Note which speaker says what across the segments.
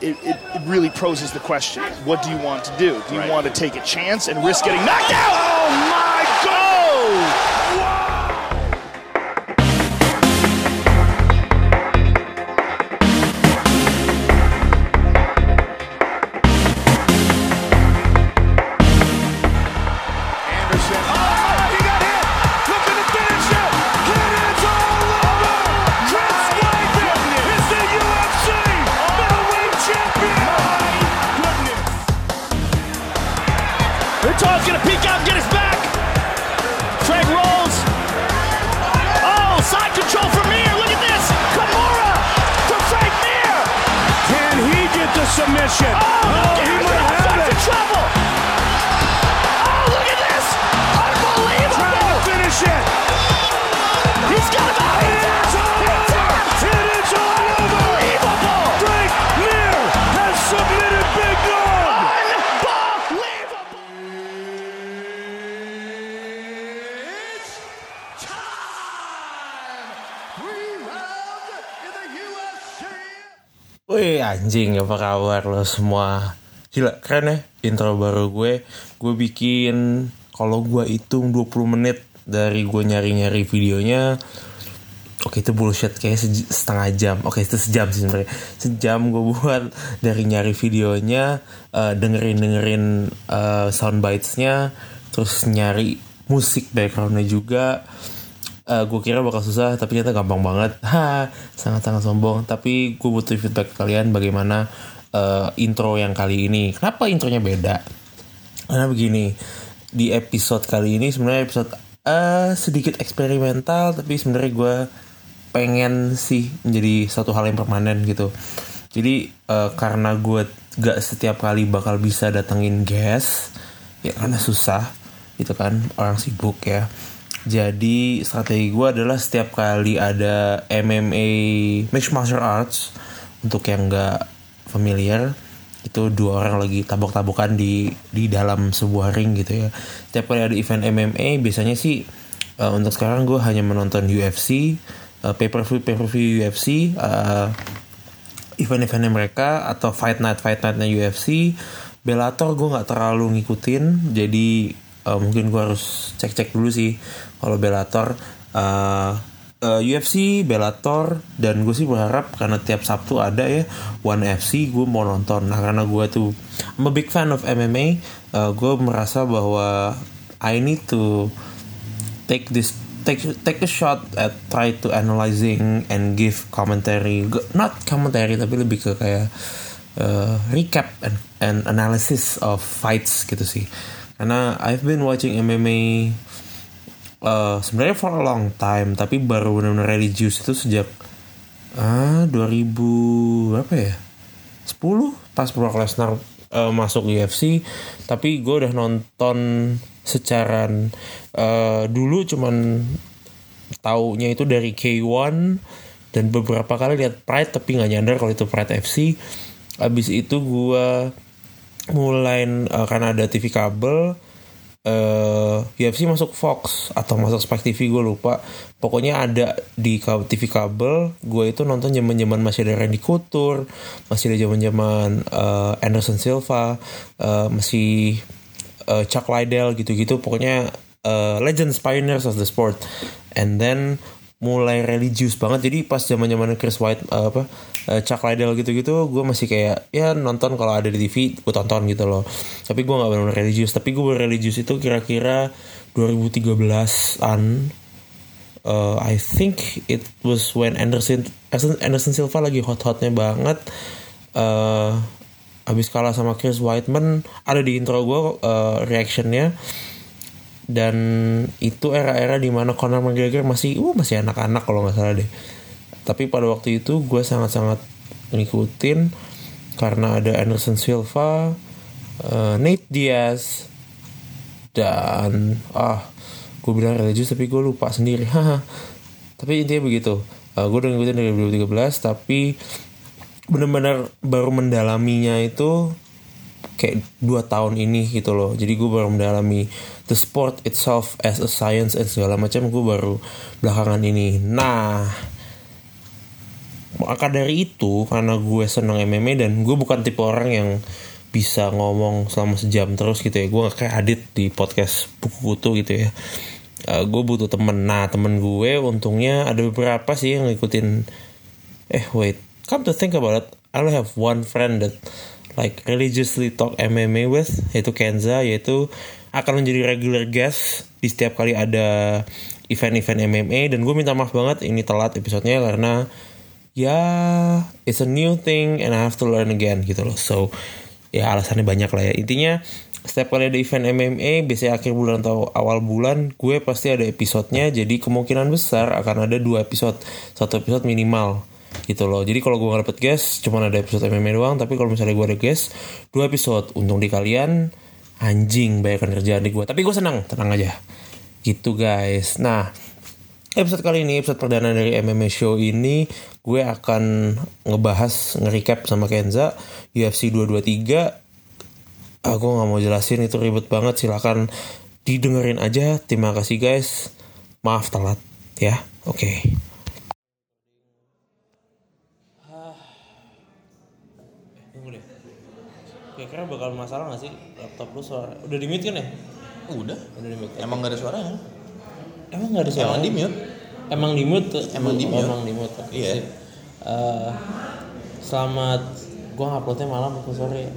Speaker 1: it, it, it really poses the question what do you want to do? Do you
Speaker 2: Right.
Speaker 1: want to take a chance and risk getting knocked out? Oh my God!
Speaker 2: Anderson.
Speaker 1: Oh, He got hit! Looking to finish it! And it's all over! Chris Weidman is the UFC middleweight champion! Hurtog's gonna peek out and get his back! Craig rolls. Oh, side control for Mir! Look at this! Kimura to Frank Mir!
Speaker 2: Can he get the submission?
Speaker 1: Oh,
Speaker 2: he
Speaker 1: Garrett
Speaker 2: might
Speaker 1: Hill's
Speaker 2: have
Speaker 1: up
Speaker 2: it.
Speaker 1: to trouble! Oh, look at this!
Speaker 2: Trying to
Speaker 1: Unbelievable!
Speaker 2: finish it.
Speaker 1: He's got about eight
Speaker 2: It's
Speaker 1: thousand.
Speaker 2: all over.
Speaker 1: It's
Speaker 2: It is all over.
Speaker 1: Unbelievable!
Speaker 2: Drake Mir has submitted Big Dog.
Speaker 1: Unbelievable!
Speaker 3: It's time! Three rounds in the UFC!
Speaker 4: Wih anjing apa kabar lo semua Gila keren ya intro baru gue Gue bikin kalau gue hitung 20 menit Dari gue nyari-nyari videonya Oke itu bullshit kayaknya sej- setengah jam Oke itu sejam sih sebenarnya Sejam gue buat dari nyari videonya eh, Dengerin-dengerin eh, soundbites-nya Terus nyari musik background-nya juga Eh, gue kira bakal susah tapi ternyata gampang banget ha sangat sangat sombong tapi gue butuh feedback kalian bagaimana eh, intro yang kali ini kenapa intronya beda karena begini di episode kali ini sebenarnya episode eh sedikit eksperimental tapi sebenarnya gue pengen sih menjadi satu hal yang permanen gitu jadi eh, karena gue gak setiap kali bakal bisa datengin guest ya karena susah gitu kan orang sibuk ya jadi strategi gue adalah setiap kali ada MMA mixed martial arts untuk yang gak familiar itu dua orang lagi tabok-tabokan di di dalam sebuah ring gitu ya setiap kali ada event MMA biasanya sih eh, untuk sekarang gue hanya menonton UFC eh, pay per view pay per view UFC eh, event-eventnya mereka atau fight night fight nightnya UFC Bellator gue nggak terlalu ngikutin jadi eh, mungkin gue harus cek cek dulu sih kalau Bellator Eh, eh, UFC Bellator dan gue sih berharap karena tiap Sabtu ada ya One FC gue mau nonton nah karena gue tuh I'm a big fan of MMA eh, gue merasa bahwa I need to take this take take a shot at try to analyzing and give commentary G- not commentary tapi lebih ke kayak uh, recap and, and analysis of fights gitu sih karena I've been watching MMA uh, sebenarnya for a long time tapi baru benar-benar religius itu sejak ah 2000 berapa ya 10 pas Brock Lesnar eh, masuk UFC tapi gue udah nonton secara eh, dulu cuman taunya itu dari K1 dan beberapa kali lihat Pride tapi nggak nyadar kalau itu Pride FC abis itu gue mulai eh, karena ada TV kabel eh UFC masuk Fox atau masuk Spike TV gue lupa pokoknya ada di ka- TV kabel gue itu nonton zaman zaman masih ada Randy Couture masih ada zaman zaman Anderson Silva eh, masih eh, Chuck Liddell gitu gitu pokoknya eh, legends pioneers of the sport and then mulai religius banget jadi pas zaman zaman Chris White eh, apa eh, Chuck Liddell gitu-gitu gue masih kayak ya nonton kalau ada di TV gue tonton gitu loh tapi gue nggak benar religius tapi gue religius itu kira-kira 2013an Uh, I think it was when Anderson Anderson, Anderson Silva lagi hot-hotnya banget. Uh, abis kalah sama Chris Whiteman ada di intro gue uh, reactionnya dan itu era-era dimana Conor McGregor masih uh, masih anak-anak kalau nggak salah deh tapi pada waktu itu gue sangat-sangat ngikutin karena ada Anderson Silva, uh, Nate Diaz, dan ah gue bilang religius tapi gue lupa sendiri haha tapi intinya begitu Eh, gue udah ngikutin dari 2013 tapi bener-bener baru mendalaminya itu kayak dua tahun ini gitu loh jadi gue baru mendalami the sport itself as a science and segala macam gue baru belakangan ini nah maka dari itu karena gue seneng MMA dan gue bukan tipe orang yang bisa ngomong selama sejam terus gitu ya gue nggak kayak Adit di podcast buku kutu gitu ya Eh, gue butuh temen nah temen gue untungnya ada beberapa sih yang ngikutin eh wait come to think about it I only have one friend that like religiously talk MMA with yaitu Kenza yaitu akan menjadi regular guest di setiap kali ada event-event MMA dan gue minta maaf banget ini telat episodenya karena ya it's a new thing and I have to learn again gitu loh so ya alasannya banyak lah ya intinya setiap kali ada event MMA biasanya akhir bulan atau awal bulan gue pasti ada episodenya jadi kemungkinan besar akan ada dua episode satu episode minimal gitu loh jadi kalau gue gak dapet guest cuman ada episode MMA doang tapi kalau misalnya gue ada guest dua episode untung di kalian anjing banyak kerjaan di gue tapi gue senang tenang aja gitu guys nah episode kali ini episode perdana dari MMA Show ini gue akan ngebahas nge-recap sama Kenza UFC 223 aku gue Ah, nggak mau jelasin itu ribet banget silakan didengerin aja terima kasih guys maaf telat ya oke Ah. Tunggu deh Kira-kira bakal masalah gak sih laptop lu suara Udah di mute kan ya?
Speaker 3: Udah.
Speaker 4: Udah di mute
Speaker 3: Emang gak ada suaranya? kan?
Speaker 4: Emang gak ada suara?
Speaker 3: Emang di mute?
Speaker 4: Emang di mute?
Speaker 3: Emang di mute.
Speaker 4: Emang di mute oke,
Speaker 3: Iya.
Speaker 4: sip. Eh, Selamat Gua uploadnya malam atau sore ya?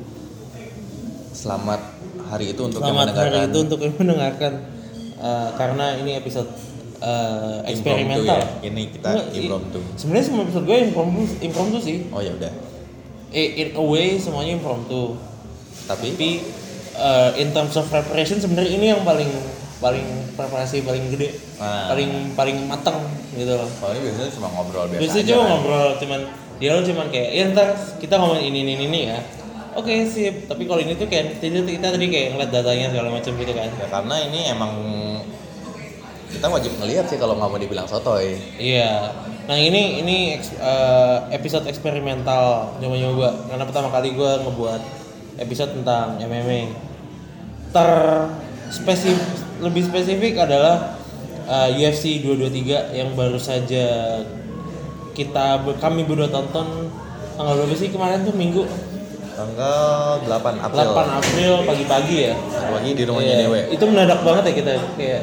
Speaker 3: Selamat hari itu untuk yang
Speaker 4: Selamat
Speaker 3: mendengarkan.
Speaker 4: hari itu untuk yang mendengarkan Eh, karena ini episode eh,
Speaker 3: Impromptu
Speaker 4: eksperimental.
Speaker 3: ya, ini kita
Speaker 4: Nggak, i-
Speaker 3: impromptu.
Speaker 4: Sebenarnya semua episode gue impromptu, impromptu sih.
Speaker 3: Oh ya udah.
Speaker 4: Eh, In a way semuanya impromptu.
Speaker 3: Tapi,
Speaker 4: Tapi eh, in terms of preparation sebenarnya ini yang paling paling preparasi paling gede,
Speaker 3: Ah.
Speaker 4: paling paling matang gitu loh.
Speaker 3: kalau ini biasanya cuma ngobrol biasa.
Speaker 4: Biasanya
Speaker 3: aja,
Speaker 4: cuma
Speaker 3: kan?
Speaker 4: ngobrol cuman dia lo cuman kayak ya ntar kita ngomongin ini ini ini, ini ya. Oke sip, tapi kalau ini tuh kayak tadi kita tadi kayak ngeliat datanya segala macam gitu kan.
Speaker 3: Ya, karena ini emang kita wajib ngelihat sih kalau nggak mau dibilang sotoy.
Speaker 4: Iya. Nah ini ini eks- eh, episode eksperimental nyoba-nyoba karena pertama kali gue ngebuat episode tentang MMA. Ter spesif- lebih spesifik adalah eh, UFC 223 yang baru saja kita ber- kami berdua tonton tanggal berapa sih kemarin tuh minggu
Speaker 3: Tanggal 8 April.
Speaker 4: 8 April pagi-pagi ya.
Speaker 3: Pagi di rumahnya
Speaker 4: Iya,
Speaker 3: Dewe.
Speaker 4: Itu menadak banget ya kita kayak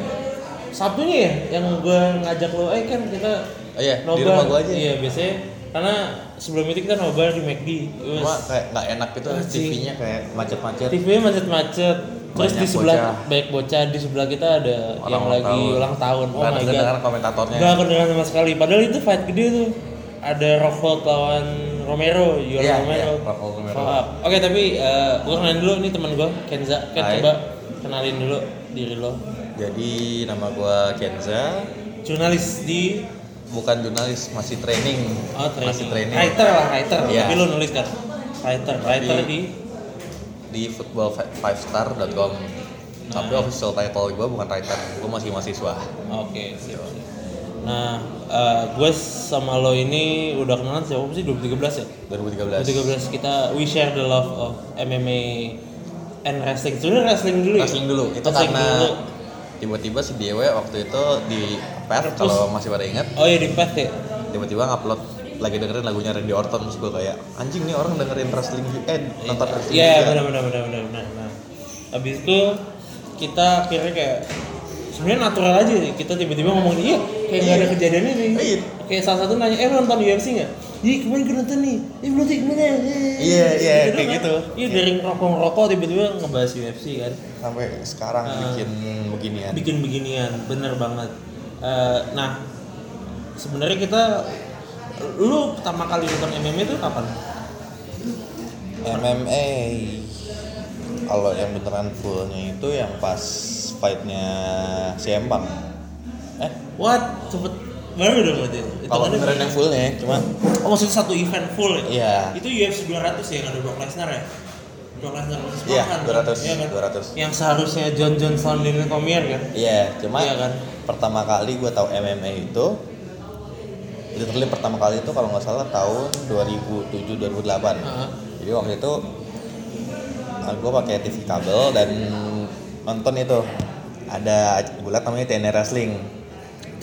Speaker 4: Sabtunya ya yang gue ngajak lo, eh kan kita
Speaker 3: Oh iya, di
Speaker 4: nobar."
Speaker 3: rumah gua aja.
Speaker 4: Iya biasanya karena sebelum itu kita nobar di McD. Terus
Speaker 3: Cuma kayak nggak enak gitu
Speaker 4: Anjing.
Speaker 3: TV-nya kayak macet-macet.
Speaker 4: TV-nya macet-macet. Terus
Speaker 3: Banyak
Speaker 4: di sebelah
Speaker 3: bocah.
Speaker 4: baik bocah di sebelah kita ada
Speaker 3: Orang
Speaker 4: yang
Speaker 3: ulang
Speaker 4: lagi
Speaker 3: tahun.
Speaker 4: ulang tahun. Oh
Speaker 3: Nggak
Speaker 4: my god.
Speaker 3: kedengeran komentatornya.
Speaker 4: Gak kedengeran sama sekali. Padahal itu fight gede tuh. Ada Rockhold lawan Romero, Yohan
Speaker 3: Iya,
Speaker 4: Romero.
Speaker 3: iya, Rockhold Romero.
Speaker 4: Fuck. Oke, tapi gue kenalin dulu ini teman gue Kenza. Ken
Speaker 3: Hai.
Speaker 4: coba kenalin dulu diri lo.
Speaker 3: Jadi nama gua Kenza,
Speaker 4: Jurnalis di
Speaker 3: bukan jurnalis, masih training.
Speaker 4: oh, training.
Speaker 3: Masih training
Speaker 4: Writer lah, writer.
Speaker 3: Iya.
Speaker 4: Tapi lo nulis kan. Writer, writer di
Speaker 3: di football5star.com. Tapi
Speaker 4: Hmm.
Speaker 3: official title gua bukan writer, gua masih mahasiswa.
Speaker 4: Oke, siap, siap. Nah, gue sama lo ini udah kenalan sejak apa sih? 2013 ya?
Speaker 3: 2013.
Speaker 4: 2013 kita we share the love of MMA and wrestling. Sebenarnya wrestling dulu ya?
Speaker 3: Wrestling dulu, itu
Speaker 4: Wrestling
Speaker 3: karena
Speaker 4: dulu.
Speaker 3: tiba-tiba si Dewe waktu itu di Perth
Speaker 4: Terus.
Speaker 3: kalau masih pada ingat
Speaker 4: Oh iya di Path ya?
Speaker 3: tiba-tiba ngupload lagi dengerin lagunya Randy Orton terus gue kayak anjing nih orang dengerin wrestling ju- eh nonton wrestling
Speaker 4: Iya,
Speaker 3: juga."
Speaker 4: benar benar benar benar benar. Nah, habis itu kita akhirnya kayak sebenarnya natural aja sih. kita tiba-tiba ngomong iya kayak nggak ada kejadian ini
Speaker 3: Iya.
Speaker 4: kayak salah satu nanya eh lu nonton UFC nggak iya kemarin gue nonton nih iya belum sih gimana Eh,
Speaker 3: Iya, iya,
Speaker 4: gitu
Speaker 3: kayak
Speaker 4: kan.
Speaker 3: gitu.
Speaker 4: iya dari ngerokok ngerokok tiba-tiba ngebahas UFC kan
Speaker 3: sampai sekarang bikin beginian
Speaker 4: Ah. bikin beginian bener banget Eh, nah sebenarnya kita lu pertama kali nonton MMA itu kapan
Speaker 3: MMA kalau yang beneran fullnya itu yang pas fightnya si Empang eh
Speaker 4: what cepet baru dong berarti
Speaker 3: kalau
Speaker 4: Hitungannya
Speaker 3: beneran yang fullnya cuma
Speaker 4: Oh maksudnya satu event full ya?
Speaker 3: Iya.
Speaker 4: Itu UFC 200 ya yang ada Brock Lesnar ya? Brock Lesnar versus Brock
Speaker 3: Iya,
Speaker 4: kan?
Speaker 3: 200,
Speaker 4: Iya kan?
Speaker 3: 200.
Speaker 4: Yang seharusnya John Johnson dan Comier kan?
Speaker 3: iya cuma
Speaker 4: Iya kan?
Speaker 3: pertama kali gue tahu MMA itu literally pertama kali itu kalau nggak salah tahun 2007 2008
Speaker 4: Heeh.
Speaker 3: jadi waktu itu gue pakai TV kabel dan nonton itu ada bulat namanya TNR Wrestling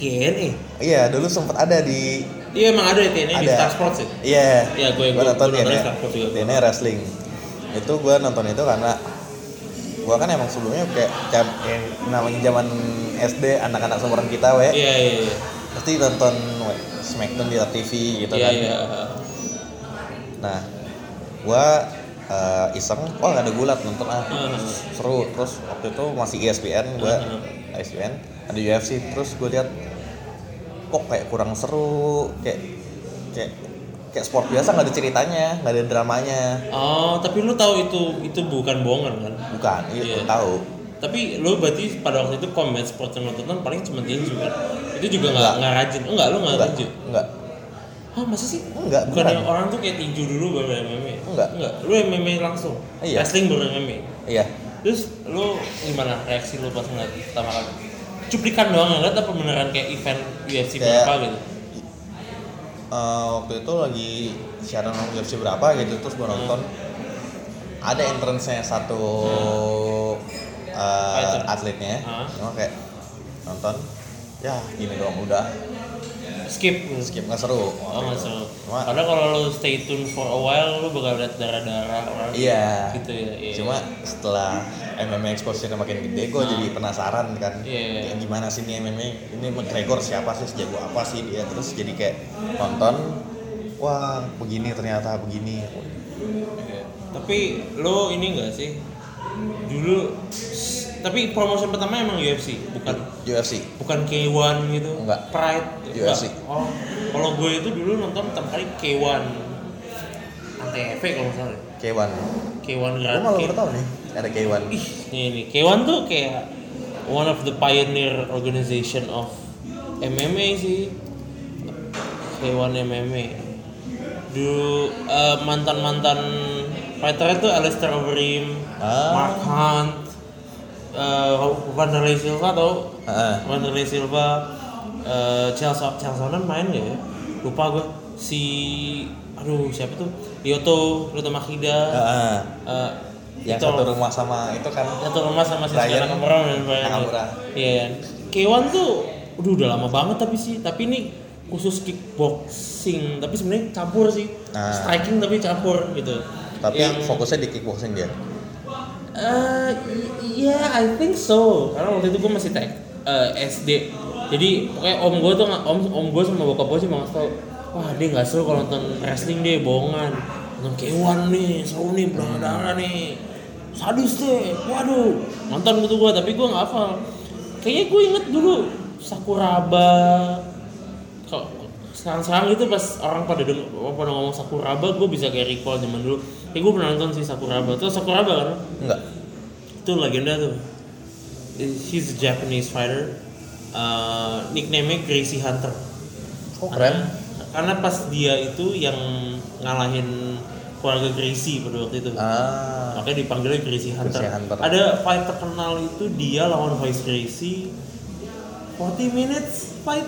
Speaker 4: TNA?
Speaker 3: Iya, dulu sempat ada di
Speaker 4: Iya emang ada ya TNA di Star Sports ya.
Speaker 3: Iya.
Speaker 4: Iya, gue-
Speaker 3: Gua
Speaker 4: gue-
Speaker 3: nonton
Speaker 4: gue nontonnya Star Sports juga.
Speaker 3: TNA wrestling. Itu gue nonton itu karena gue kan emang sebelumnya kayak jam- yang namanya zaman SD anak-anak seumuran kita we
Speaker 4: Iya iya iya.
Speaker 3: pasti nonton we, Smackdown di TV gitu
Speaker 4: Iya
Speaker 3: kan.
Speaker 4: iya.
Speaker 3: Nah, gue iseng, wah ada gulat nonton ah seru terus waktu itu masih E ESPN gue ESPN ada UFC terus gue lihat kok kayak kurang seru kayak kayak kayak sport biasa nggak ada ceritanya nggak ada dramanya
Speaker 4: Oh tapi lu tahu itu itu bukan bohongan kan?
Speaker 3: bukan itu
Speaker 4: Iya.
Speaker 3: tahu
Speaker 4: Tapi lu berarti pada waktu itu combat sport yang lu tonton paling cuma tinju kan? Itu juga nggak
Speaker 3: Enggak.
Speaker 4: nggak rajin. Oh, Enggak lu nggak
Speaker 3: enggak
Speaker 4: tinju.
Speaker 3: enggak
Speaker 4: Hah masa sih?
Speaker 3: Enggak,
Speaker 4: Bukan
Speaker 3: bukan.
Speaker 4: yang orang tuh kayak tinju dulu baru MMA.
Speaker 3: Enggak.
Speaker 4: Enggak. Lu MMA langsung.
Speaker 3: Iya.
Speaker 4: Wrestling baru MMA.
Speaker 3: iya
Speaker 4: Terus lu gimana reaksi lu pas ngeliat pertama kali? Cuplikan doang ngeliat apa beneran kayak event UFC
Speaker 3: Kayak-
Speaker 4: berapa gitu?
Speaker 3: Eh, waktu itu lagi siaran UFC berapa gitu terus gue nonton ada entrance-nya satu eh,
Speaker 4: Fighter.
Speaker 3: atletnya
Speaker 4: Hmm.
Speaker 3: cuma kayak nonton ya gini doang udah
Speaker 4: Skip. gitu.
Speaker 3: skip nggak seru Gitu.
Speaker 4: Oh nggak seru.
Speaker 3: Cuma-
Speaker 4: Karena kalau lu stay tune for a while, lu bakal liat darah-darah orang.
Speaker 3: Iya.
Speaker 4: Gitu ya. Iya.
Speaker 3: Cuma setelah MMA exposure makin gede, gue jadi penasaran kan.
Speaker 4: Iya.
Speaker 3: Kayak Gimana sih ini MMA? Ini McGregor siapa sih? Sejago apa sih dia? Terus jadi kayak nonton, wah begini ternyata begini.
Speaker 4: Tapi lu ini enggak sih? Dulu tapi promotion pertama emang UFC, bukan
Speaker 3: UFC.
Speaker 4: bukan K1 gitu.
Speaker 3: Enggak.
Speaker 4: Pride. Enggak.
Speaker 3: UFC.
Speaker 4: Oh. Kalau gue itu dulu nonton pertama kali K1 ATV kalau nggak salah.
Speaker 3: K1.
Speaker 4: K1
Speaker 3: Gue
Speaker 4: Grand
Speaker 3: malah
Speaker 4: Prix.
Speaker 3: baru tau nih ada K1.
Speaker 4: Ih, nih nih. K1 tuh kayak one of the pioneer organization of MMA sih. K1 MMA. Dulu eh, mantan-mantan fighter itu Alistair Overeem,
Speaker 3: Ah.
Speaker 4: Mark Hunt, eh, Wanderlei Silva tau?
Speaker 3: Heeh.
Speaker 4: Wanderlei Silva, eh, Charles Charles Sonnen main gak ya? Lupa gue. Si aduh siapa tuh? Lyoto, Lyoto Makida.
Speaker 3: Heeh.
Speaker 4: eh,
Speaker 3: Ah. yang
Speaker 4: Ito-
Speaker 3: satu rumah sama itu kan
Speaker 4: satu rumah sama si
Speaker 3: Brian
Speaker 4: Brian Nakamura dan Brian
Speaker 3: Nakamura.
Speaker 4: Iya. kan? K1 tuh aduh udah lama banget tapi sih, tapi ini khusus kickboxing, tapi sebenarnya campur sih.
Speaker 3: Ah.
Speaker 4: Striking tapi campur gitu.
Speaker 3: tapi
Speaker 4: Yang-
Speaker 3: fokusnya di kickboxing dia
Speaker 4: Eh, iya, I think so. Karena waktu itu gue masih tek eh, SD. Jadi pokoknya om gue tuh nggak- om om gue sama bokap gue sih mau ngasih tau, wah dia nggak seru kalau nonton wrestling deh, bohongan. Nonton kewan nih, seru nih, berdarah darah nih, sadis deh. Waduh, nonton gitu gue, tapi gue nggak hafal. Kayaknya gue inget dulu Sakuraba. Kalau sekarang-sekarang itu pas orang pada deng- pada ngomong Sakuraba, gue bisa kayak recall zaman dulu. Kayak gue pernah nonton sih Sakuraba. Itu Sakuraba kan?
Speaker 3: enggak
Speaker 4: itu legenda tuh he's a Japanese fighter uh, nickname-nya Gracie Hunter
Speaker 3: oh keren
Speaker 4: karena, karena pas dia itu yang ngalahin keluarga Gracie pada waktu itu
Speaker 3: ah
Speaker 4: makanya dipanggilnya Gracie Hunter.
Speaker 3: Gracie Hunter.
Speaker 4: ada fight terkenal itu dia lawan Royce Gracie 40 minutes fight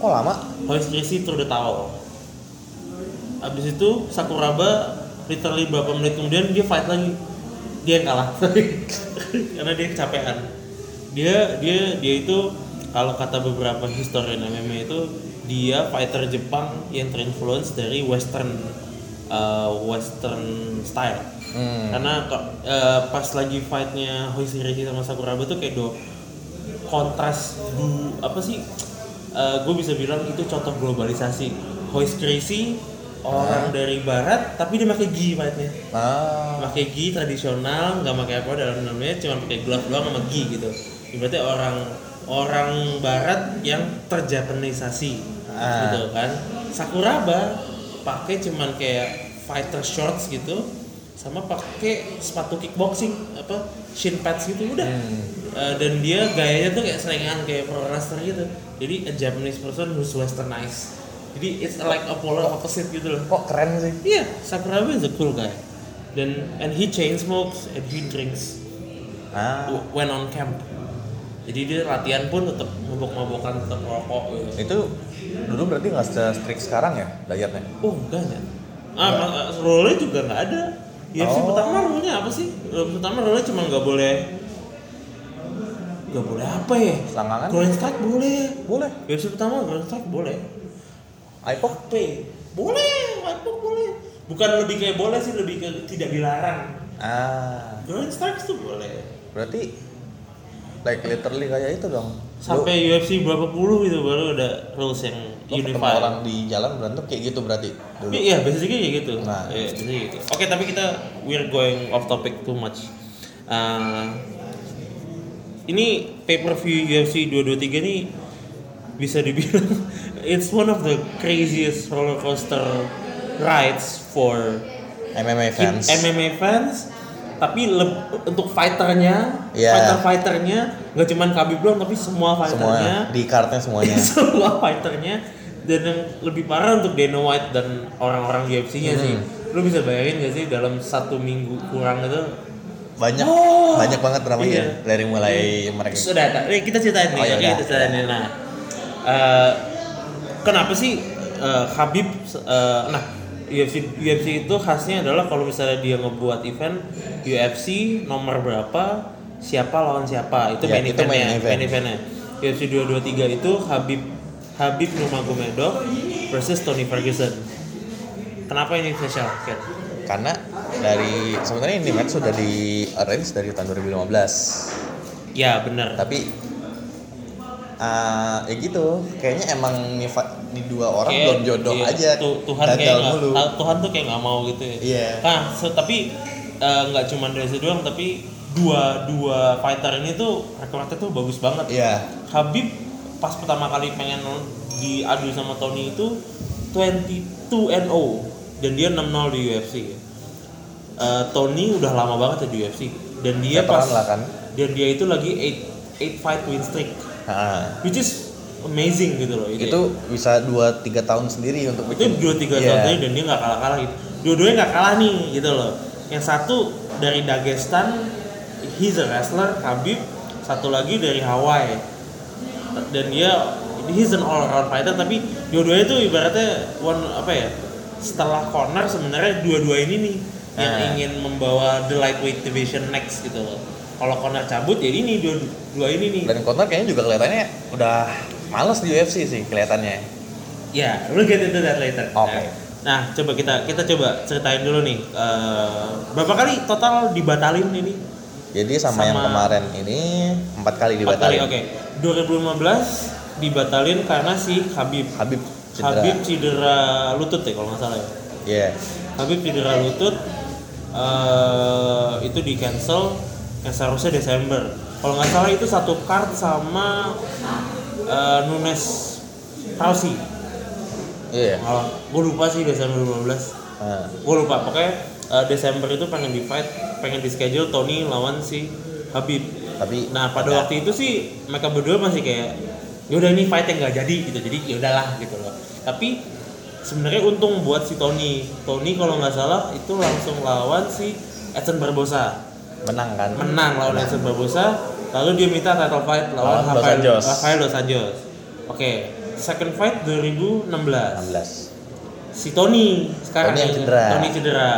Speaker 3: kok lama
Speaker 4: Royce Gracie through the towel abis itu Sakuraba literally beberapa menit kemudian dia fight lagi dia yang kalah karena dia kecapean dia dia dia itu kalau kata beberapa historian MMA itu dia fighter Jepang yang terinfluence dari western uh, western style
Speaker 3: Hmm.
Speaker 4: karena ko- eh, pas lagi fightnya Hoshiriki sama Sakuraba tuh kayak do kontras du apa sih gue bisa bilang itu contoh globalisasi Hoshiriki orang dari barat tapi dia pakai gi fightnya
Speaker 3: ah
Speaker 4: pakai gi tradisional nggak pakai apa dalam namanya cuma pakai glove doang sama gi gitu berarti orang orang barat yang terjapanisasi
Speaker 3: Ah.
Speaker 4: gitu kan sakuraba pakai cuman kayak fighter shorts gitu sama pakai sepatu kickboxing apa shin pads gitu udah Eh, dan dia gayanya tuh kayak selengan kayak pro wrestler gitu jadi a Japanese person who's westernized jadi it's like a polar opposite gitu loh
Speaker 3: kok keren sih
Speaker 4: Iya, Sakuraba is a cool guy. Dan and he chain smokes and he drinks
Speaker 3: ah
Speaker 4: w- when on camp. Jadi dia latihan pun tetap mabok-mabokan, tetap rokok gitu.
Speaker 3: itu dulu berarti nggak se-strict sekarang ya dietnya
Speaker 4: Oh, enggak ya? Ah, ma- ah, rule-nya juga nggak ada. UFC
Speaker 3: Oh.
Speaker 4: pertama rule-nya apa sih? Rule pertama rule-nya cuma nggak boleh nggak boleh apa ya?
Speaker 3: Selangkangan?
Speaker 4: Golden strike boleh. Ya,
Speaker 3: boleh
Speaker 4: UFC pertama golden strike boleh.
Speaker 3: iPod
Speaker 4: P boleh iPod boleh bukan lebih kayak boleh sih lebih ke tidak dilarang
Speaker 3: ah
Speaker 4: Grand Strikes tuh boleh
Speaker 3: berarti like literally kayak itu dong Lu-
Speaker 4: sampai UFC berapa puluh itu baru ada rules yang
Speaker 3: lu ketemu
Speaker 4: unified
Speaker 3: orang di jalan berantem kayak gitu berarti dulu
Speaker 4: Iya, basically kayak gitu.
Speaker 3: Nah.
Speaker 4: Iya, basically gitu. Oke, tapi kita we're going off topic too much. Eh, ini pay per view UFC 223 ini bisa dibilang it's one of the craziest roller coaster rides for
Speaker 3: MMA
Speaker 4: kid-
Speaker 3: fans
Speaker 4: MMA fans. Tapi leb- untuk fighternya,
Speaker 3: Iya.
Speaker 4: fighter-fighternya nggak cuman Khabib doang, tapi semua fighternya
Speaker 3: semuanya di kartnya semuanya
Speaker 4: semua fighternya dan yang lebih parah untuk Dana White dan orang-orang UFC-nya sih lu bisa bayangin gak sih dalam satu minggu kurang itu
Speaker 3: banyak
Speaker 4: Oh.
Speaker 3: banyak banget dramanya
Speaker 4: Iya.
Speaker 3: dari mulai mereka
Speaker 4: sudah tak- eh, kita ceritain nih
Speaker 3: Oh, ya
Speaker 4: oke,
Speaker 3: udah.
Speaker 4: kita ceritain nih nah eh, kenapa sih eh, Habib eh, nah UFC UFC itu khasnya adalah kalau misalnya dia ngebuat event UFC nomor berapa siapa lawan siapa itu
Speaker 3: Ya,
Speaker 4: main
Speaker 3: itu
Speaker 4: eventnya
Speaker 3: main event.
Speaker 4: main eventnya UFC 223 itu Habib Habib Nurmagomedov versus Tony Ferguson kenapa ini spesial Kat?
Speaker 3: karena dari sebenarnya ini match sudah di arrange dari tahun 2015
Speaker 4: ya benar
Speaker 3: tapi ah, ya gitu kayaknya emang nih fa- di dua orang
Speaker 4: Kayak-
Speaker 3: belum jodoh
Speaker 4: iya,
Speaker 3: aja
Speaker 4: Tu- Tuhan kayak
Speaker 3: gagal
Speaker 4: nggak-
Speaker 3: mulu
Speaker 4: Ta- Tuhan tuh kayak nggak mau gitu ya.
Speaker 3: Iya.
Speaker 4: Nah, se- tapi eh, nggak cuma dari situ doang, tapi dua dua fighter ini tuh rekornya tuh bagus banget.
Speaker 3: Iya.
Speaker 4: Habib pas pertama kali pengen diadu sama Tony itu 22 and 0 dan dia 6-0 di UFC. Eh, Tony udah lama banget ya di UFC dan dia
Speaker 3: Veteran
Speaker 4: pas
Speaker 3: lah kan.
Speaker 4: dan dia itu lagi 8 8 fight win streak
Speaker 3: Ah,
Speaker 4: which is amazing gitu loh
Speaker 3: itu bisa dua tiga tahun sendiri untuk
Speaker 4: itu
Speaker 3: bikin
Speaker 4: dua tiga
Speaker 3: Iya.
Speaker 4: tahun tadi dan dia nggak kalah kalah gitu dua-duanya nggak kalah nih gitu loh yang satu dari Dagestan he's a wrestler Khabib satu lagi dari Hawaii dan dia he's an all around fighter tapi dua-duanya tuh ibaratnya one apa ya setelah corner sebenarnya dua-dua ini nih yang
Speaker 3: Ah.
Speaker 4: ingin membawa the lightweight division next gitu loh kalau corner cabut jadi ini dua, dua ini nih
Speaker 3: dan Conor kayaknya juga kelihatannya udah males di UFC sih kelihatannya
Speaker 4: Ya, we'll get into that later.
Speaker 3: Oke.
Speaker 4: Nah, coba kita kita coba ceritain dulu nih. eh, berapa kali total dibatalin ini?
Speaker 3: jadi sama, yang
Speaker 4: Sama-
Speaker 3: kemarin ini empat kali
Speaker 4: Empat kali.
Speaker 3: dibatalin
Speaker 4: Oke. 2015 dibatalin karena si Habib.
Speaker 3: Habib cedera
Speaker 4: Habib cedera lutut ya kalau nggak salah ya.
Speaker 3: Iya.
Speaker 4: Habib cedera lutut eh itu di cancel yang seharusnya Desember. Kalau nggak salah itu satu card sama eh, Nunes Rausi.
Speaker 3: iya
Speaker 4: Oh, gue lupa sih Desember 2015.
Speaker 3: Ah.
Speaker 4: gue lupa pokoknya uh, Desember itu pengen di fight pengen di schedule Tony lawan si Habib
Speaker 3: tapi
Speaker 4: nah pada
Speaker 3: ada-
Speaker 4: waktu itu sih mereka berdua masih kayak ya udah ini fight yang nggak jadi gitu jadi ya udahlah gitu loh tapi sebenarnya untung buat si Tony Tony kalau nggak salah itu langsung lawan si Edson Barbosa
Speaker 3: menang kan
Speaker 4: menang lawan Edson Barbosa lalu dia minta title fight
Speaker 3: Lawan
Speaker 4: lawan
Speaker 3: Dos
Speaker 4: Rafael
Speaker 3: Anjos.
Speaker 4: Rafael Dos Anjos oke second fight 2016
Speaker 3: 16
Speaker 4: si Tony sekarang
Speaker 3: Tony yang
Speaker 4: ini.
Speaker 3: cedera.
Speaker 4: Tony cedera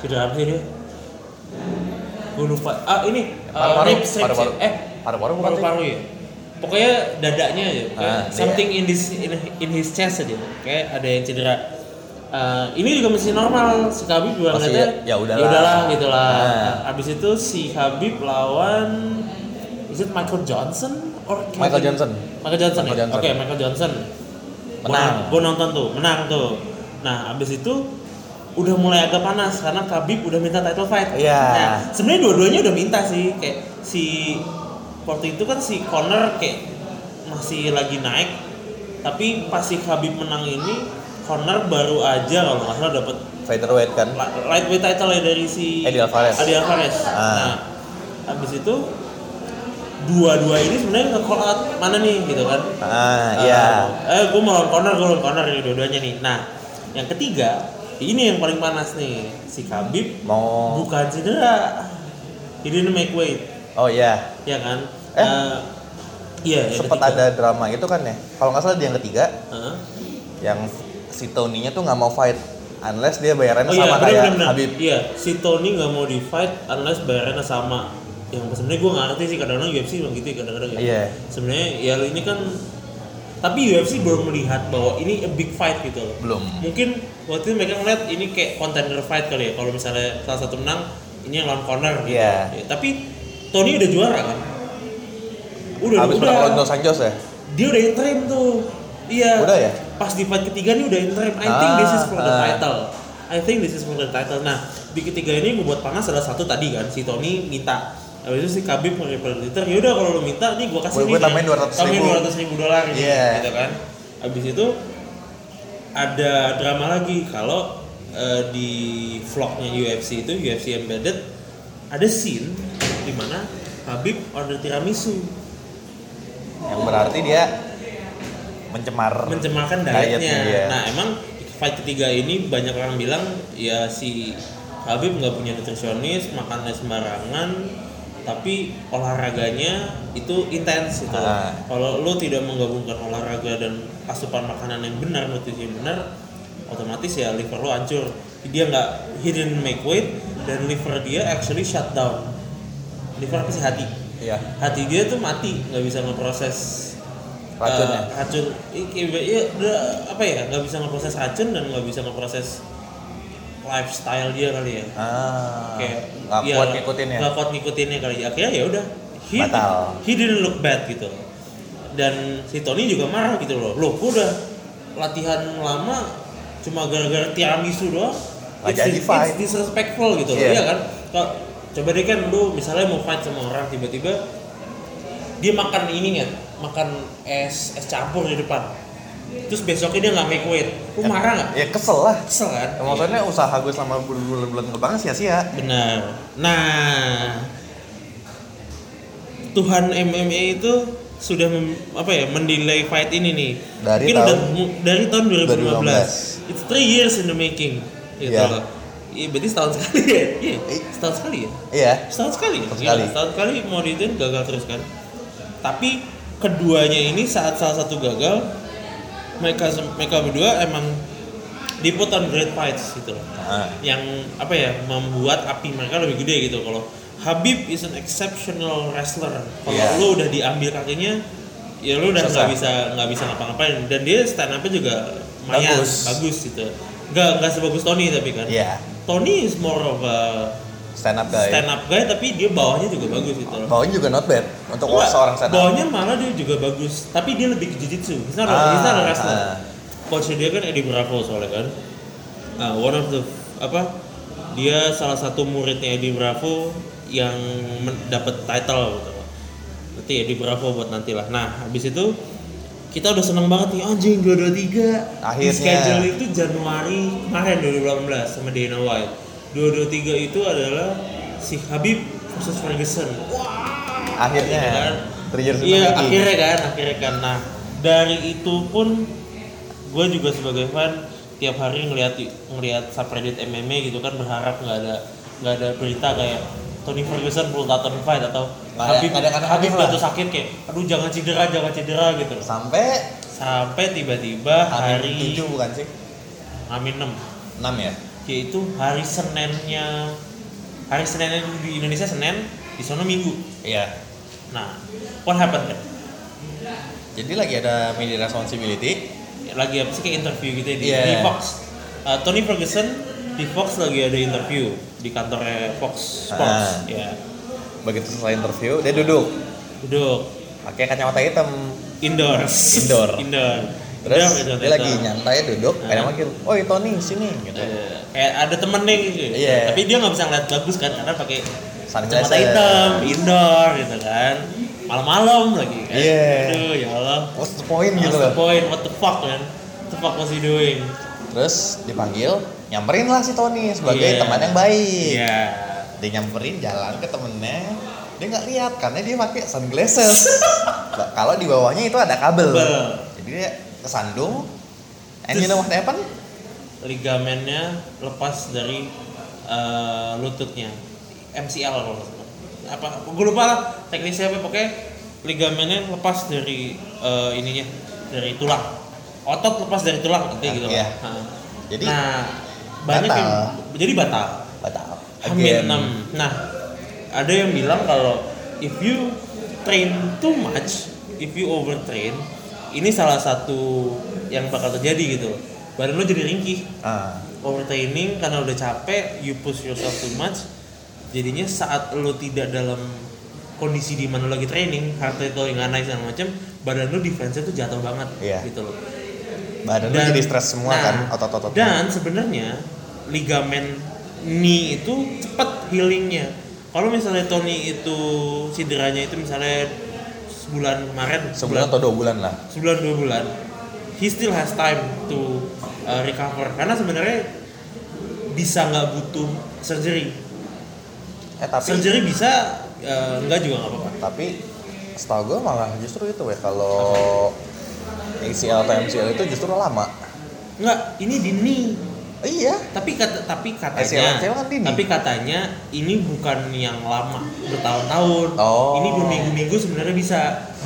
Speaker 4: cedera apa sih dia gue lupa ah ini uh,
Speaker 3: Paru-paru,
Speaker 4: ribs, ribs,
Speaker 3: paru-paru.
Speaker 4: eh
Speaker 3: Paru-paru bukan sih?
Speaker 4: paru-paru ya pokoknya dadanya aja pokoknya
Speaker 3: Ah,
Speaker 4: something in this in, in his chest aja kayak ada yang cedera Eh, ini juga masih normal si Khabib juga
Speaker 3: Masih
Speaker 4: ngeliatnya,
Speaker 3: ya- ya udahlah.
Speaker 4: ya udahlah gitu lah
Speaker 3: Ah.
Speaker 4: Nah, abis itu si Khabib lawan is it Michael Johnson or
Speaker 3: Michael
Speaker 4: Kevin-
Speaker 3: Johnson.
Speaker 4: Michael Johnson
Speaker 3: Michael
Speaker 4: ya?
Speaker 3: Johnson.
Speaker 4: oke Michael Johnson
Speaker 3: Menang.
Speaker 4: gue nonton tuh menang tuh nah abis itu udah mulai agak panas karena Khabib udah minta title fight
Speaker 3: Iya.
Speaker 4: nah, sebenarnya dua-duanya udah minta sih kayak si waktu itu kan si Connor kayak masih lagi naik tapi pas si Khabib menang ini Connor baru aja kalau nggak salah dapat
Speaker 3: featherweight kan
Speaker 4: li- lightweight title ya dari si
Speaker 3: Eddie Alvarez.
Speaker 4: Eddie Alvarez.
Speaker 3: Ah.
Speaker 4: Nah, habis itu dua-dua ini sebenarnya nge-call out mana nih gitu kan.
Speaker 3: ah
Speaker 4: Eh,
Speaker 3: iya
Speaker 4: Eh, gue mau lawan Connor, gue lawan Connor nih dua-duanya nih. Nah, yang ketiga, ini yang paling panas nih. Si Khabib
Speaker 3: mau
Speaker 4: bukan cedera. He didn't make weight,
Speaker 3: oh iya
Speaker 4: ya kan?
Speaker 3: Eh.
Speaker 4: Eh, iya, yang
Speaker 3: sempat
Speaker 4: ketiga.
Speaker 3: ada drama itu kan ya kalau nggak salah dia yang ketiga
Speaker 4: Heeh.
Speaker 3: yang si Tony-nya tuh nggak mau fight unless dia bayarannya
Speaker 4: Oh iya,
Speaker 3: sama
Speaker 4: benar
Speaker 3: kayak
Speaker 4: benar, benar.
Speaker 3: Habib
Speaker 4: Iya, si Tony nggak mau di fight unless bayarannya sama. Yang sebenarnya gue nggak ngerti sih kadang-kadang UFC bilang gitu, ya, kadang-kadang ya.
Speaker 3: Iya.
Speaker 4: Sebenarnya ya ini kan tapi UFC belum melihat bahwa ini a big fight gitu loh
Speaker 3: Belum.
Speaker 4: mungkin waktu itu mereka ngeliat ini kayak contender fight kali ya kalau misalnya salah satu menang ini yang lawan Connor gitu
Speaker 3: Iya.
Speaker 4: Ya, tapi Tony udah juara kan udah
Speaker 3: Habis
Speaker 4: udah
Speaker 3: menang lawan Dos Anjos ya?
Speaker 4: dia udah interim tuh iya
Speaker 3: Udah ya?
Speaker 4: pas di fight ketiga nih udah interim I think
Speaker 3: Ah,
Speaker 4: this is for the
Speaker 3: ah.
Speaker 4: title I think this is for the title nah di ketiga ini gue buat panas ada satu tadi kan si Tony minta Habis itu si Khabib nge reply di Twitter, yaudah "Ya kalau lu minta nih gue kasih
Speaker 3: Gua- gua
Speaker 4: nih, kan."
Speaker 3: tambahin 200.000.
Speaker 4: tambahin 200 ribu dolar gitu,
Speaker 3: Iya.
Speaker 4: gitu kan Habis itu ada drama lagi kalau eh, di vlognya UFC itu UFC Embedded ada scene di mana Habib order tiramisu
Speaker 3: Yang berarti dia mencemar
Speaker 4: mencemarkan
Speaker 3: dietnya
Speaker 4: dietnya.
Speaker 3: dia.
Speaker 4: Nah, emang fight ketiga ini banyak orang bilang ya si Habib nggak punya nutrisionis, makannya sembarangan, tapi olahraganya itu intens gitu.
Speaker 3: Ah.
Speaker 4: Kalau lo tidak menggabungkan olahraga dan asupan makanan yang benar, nutrisi yang benar, otomatis ya liver lo hancur. Dia nggak he didn't make weight dan liver dia actually shut down. Liver apa sih hati?
Speaker 3: Iya.
Speaker 4: Hati dia tuh mati, nggak bisa ngeproses
Speaker 3: Racunnya.
Speaker 4: eh, racun I- i- ya, udah, apa ya nggak bisa ngeproses racun dan nggak bisa ngeproses lifestyle dia kali ya
Speaker 3: Ah.
Speaker 4: kayak
Speaker 3: nggak kuat ngikutin ya.
Speaker 4: Iya. nggak kuat ngikutinnya kali ya akhirnya ya udah he,
Speaker 3: Batal.
Speaker 4: he didn't look bad gitu dan si Tony juga marah gitu loh loh gua udah latihan lama cuma gara-gara tiramisu doang
Speaker 3: Nggak jadi
Speaker 4: dis-
Speaker 3: fight.
Speaker 4: it's disrespectful gitu loh
Speaker 3: Iya.
Speaker 4: iya kan Kalau- coba deh kan lu misalnya mau fight sama orang tiba-tiba dia makan ini ya makan es es campur di depan terus besoknya dia nggak make weight lu marah nggak
Speaker 3: Ya kesel lah.
Speaker 4: kesel kan
Speaker 3: Ya, maksudnya usaha gue selama berbulan-bulan ke banget sia-sia.
Speaker 4: Benar. Nah, Tuhan MMA itu sudah mem- apa ya mendelay fight ini nih.
Speaker 3: Dari
Speaker 4: Mungkin
Speaker 3: tahun-
Speaker 4: udah mu- dari tahun 2015.
Speaker 3: 2015.
Speaker 4: It's three years in the making. Gitu
Speaker 3: Iya.
Speaker 4: loh. Iya, berarti setahun sekali ya. Iya,
Speaker 3: Eh.
Speaker 4: setahun sekali ya.
Speaker 3: Iya.
Speaker 4: Setahun sekali. ya?
Speaker 3: Setahun
Speaker 4: Gila,
Speaker 3: sekali.
Speaker 4: Setahun sekali mau diituin gagal terus kan. Tapi keduanya ini saat salah satu gagal mereka mereka berdua emang di put on great fights gitu loh
Speaker 3: Ah.
Speaker 4: yang apa ya membuat api mereka lebih gede gitu kalau Habib is an exceptional wrestler kalau
Speaker 3: Iya.
Speaker 4: lu udah diambil kakinya ya lu udah nggak
Speaker 3: Susah.
Speaker 4: bisa nggak bisa ngapa-ngapain dan dia stand up-nya juga lumayan
Speaker 3: Bagus.
Speaker 4: bagus, gitu nggak nggak sebagus Tony tapi kan
Speaker 3: Iya.
Speaker 4: Tony is more of a
Speaker 3: Stand up guy.
Speaker 4: stand up guy tapi dia bawahnya juga bagus gitu loh
Speaker 3: Bawahnya juga not bad untuk
Speaker 4: Enggak,
Speaker 3: seorang stand up.
Speaker 4: Bawahnya malah dia juga bagus, tapi dia lebih ke jiu-jitsu. He's not, a-
Speaker 3: Ah,
Speaker 4: he's not a wrestler.
Speaker 3: ah.
Speaker 4: Coach dia kan Eddie Bravo soalnya kan. Nah, one of the apa? Dia salah satu muridnya Eddie Bravo yang men- dapat title gitu. Nanti Eddie Bravo buat nantilah. Nah, habis itu kita udah seneng banget nih anjing 223
Speaker 3: Akhirnya.
Speaker 4: Di schedule itu Januari kemarin 2018 sama Dana White 223 itu adalah si Habib versus Ferguson wah
Speaker 3: Akhirnya.
Speaker 4: Gitu kan.
Speaker 3: Three years in the
Speaker 4: iya
Speaker 3: making.
Speaker 4: akhirnya kan akhirnya kan nah dari itu pun gue juga sebagai fan tiap hari ngelihat ngelihat subreddit MMA gitu kan berharap nggak ada nggak ada berita kayak Tony Ferguson belum taton fight atau
Speaker 3: Nggak ada-
Speaker 4: Habib
Speaker 3: nggak ada kata
Speaker 4: Habib
Speaker 3: Habib lah.
Speaker 4: jatuh sakit kayak aduh jangan cedera jangan cedera gitu
Speaker 3: Sampai
Speaker 4: sampai tiba-tiba
Speaker 3: hari
Speaker 4: hari
Speaker 3: 7 bukan sih?
Speaker 4: Amin 6
Speaker 3: 6 ya?
Speaker 4: yaitu hari Seninnya hari Seninnya di Indonesia Senin di sana Minggu
Speaker 3: Iya.
Speaker 4: nah what happened kan
Speaker 3: Jadi lagi ada media responsibility.
Speaker 4: lagi apa sih kayak interview gitu ya di,
Speaker 3: Iya.
Speaker 4: di Fox Uh, Tony Ferguson di Fox lagi ada interview di kantornya Fox
Speaker 3: Ah.
Speaker 4: Sports ya
Speaker 3: Begitu selesai interview, dia duduk.
Speaker 4: duduk
Speaker 3: Pakai kacamata hitam.
Speaker 4: indoors
Speaker 3: Indoor.
Speaker 4: indoor
Speaker 3: Terus
Speaker 4: Indoor, gitu indoor,
Speaker 3: dia lagi
Speaker 4: indoor.
Speaker 3: nyantai duduk,
Speaker 4: Ah.
Speaker 3: kadang manggil, "Oi, Tony, sini." gitu.
Speaker 4: Eh, kayak ada temennya gitu
Speaker 3: Iya.
Speaker 4: tapi dia nggak bisa ngeliat bagus kan karena pakai
Speaker 3: Sunglasses.
Speaker 4: kacamata hitam indoor gitu kan malam-malam lagi kan
Speaker 3: Iya.
Speaker 4: aduh ya Allah
Speaker 3: What's the point
Speaker 4: what's
Speaker 3: gitu loh.
Speaker 4: the point what the fuck man what the fuck was he doing
Speaker 3: Terus dipanggil, nyamperin lah si Tony sebagai
Speaker 4: Iya.
Speaker 3: teman yang baik.
Speaker 4: iya
Speaker 3: Dia nyamperin jalan ke temennya, dia nggak lihat karena dia pakai sunglasses. Lah, Kalau di bawahnya itu ada kabel.
Speaker 4: Kabel.
Speaker 3: Jadi dia kesandung. Eh, And
Speaker 4: Terus-
Speaker 3: you know what happened?
Speaker 4: ligamennya lepas dari eh, lututnya MCL kalau nggak salah. apa gue lupa lah teknisnya apa pokoknya ligamennya lepas dari eh, ininya dari tulang otot lepas dari tulang
Speaker 3: Ah,
Speaker 4: gitu gitu
Speaker 3: iya.
Speaker 4: Nah.
Speaker 3: Jadi,
Speaker 4: nah banyak
Speaker 3: batal.
Speaker 4: yang jadi batal
Speaker 3: Batal.
Speaker 4: hamil 6 nah ada yang bilang kalau if you train too much if you overtrain ini salah satu yang bakal terjadi gitu badan lo jadi ringkih
Speaker 3: ah
Speaker 4: overtraining karena udah capek you push yourself too much jadinya saat lo tidak dalam kondisi di mana lo lagi training heart rate lo yang nggak naik segala macam badan lo defense-nya tuh jatuh banget
Speaker 3: Iya.
Speaker 4: gitu loh
Speaker 3: badan lu jadi stres semua
Speaker 4: nah,
Speaker 3: kan otot-ototnya
Speaker 4: dan sebenarnya ligamen knee itu cepet healingnya kalau misalnya Tony itu cederanya itu misalnya sebulan kemarin
Speaker 3: sebulan atau dua bulan lah
Speaker 4: sebulan dua bulan he still has time to uh, recover karena sebenarnya bisa nggak butuh surgery
Speaker 3: eh tapi
Speaker 4: surgery bisa uh, nggak juga nggak apa-apa
Speaker 3: tapi setahu gue malah justru itu ya kalau ACL atau MCL itu justru lama
Speaker 4: nggak ini di knee
Speaker 3: iya
Speaker 4: tapi kata tapi katanya
Speaker 3: SLNC kan ini.
Speaker 4: tapi katanya ini bukan yang lama bertahun-tahun
Speaker 3: Oh.
Speaker 4: ini dua minggu-minggu sebenarnya bisa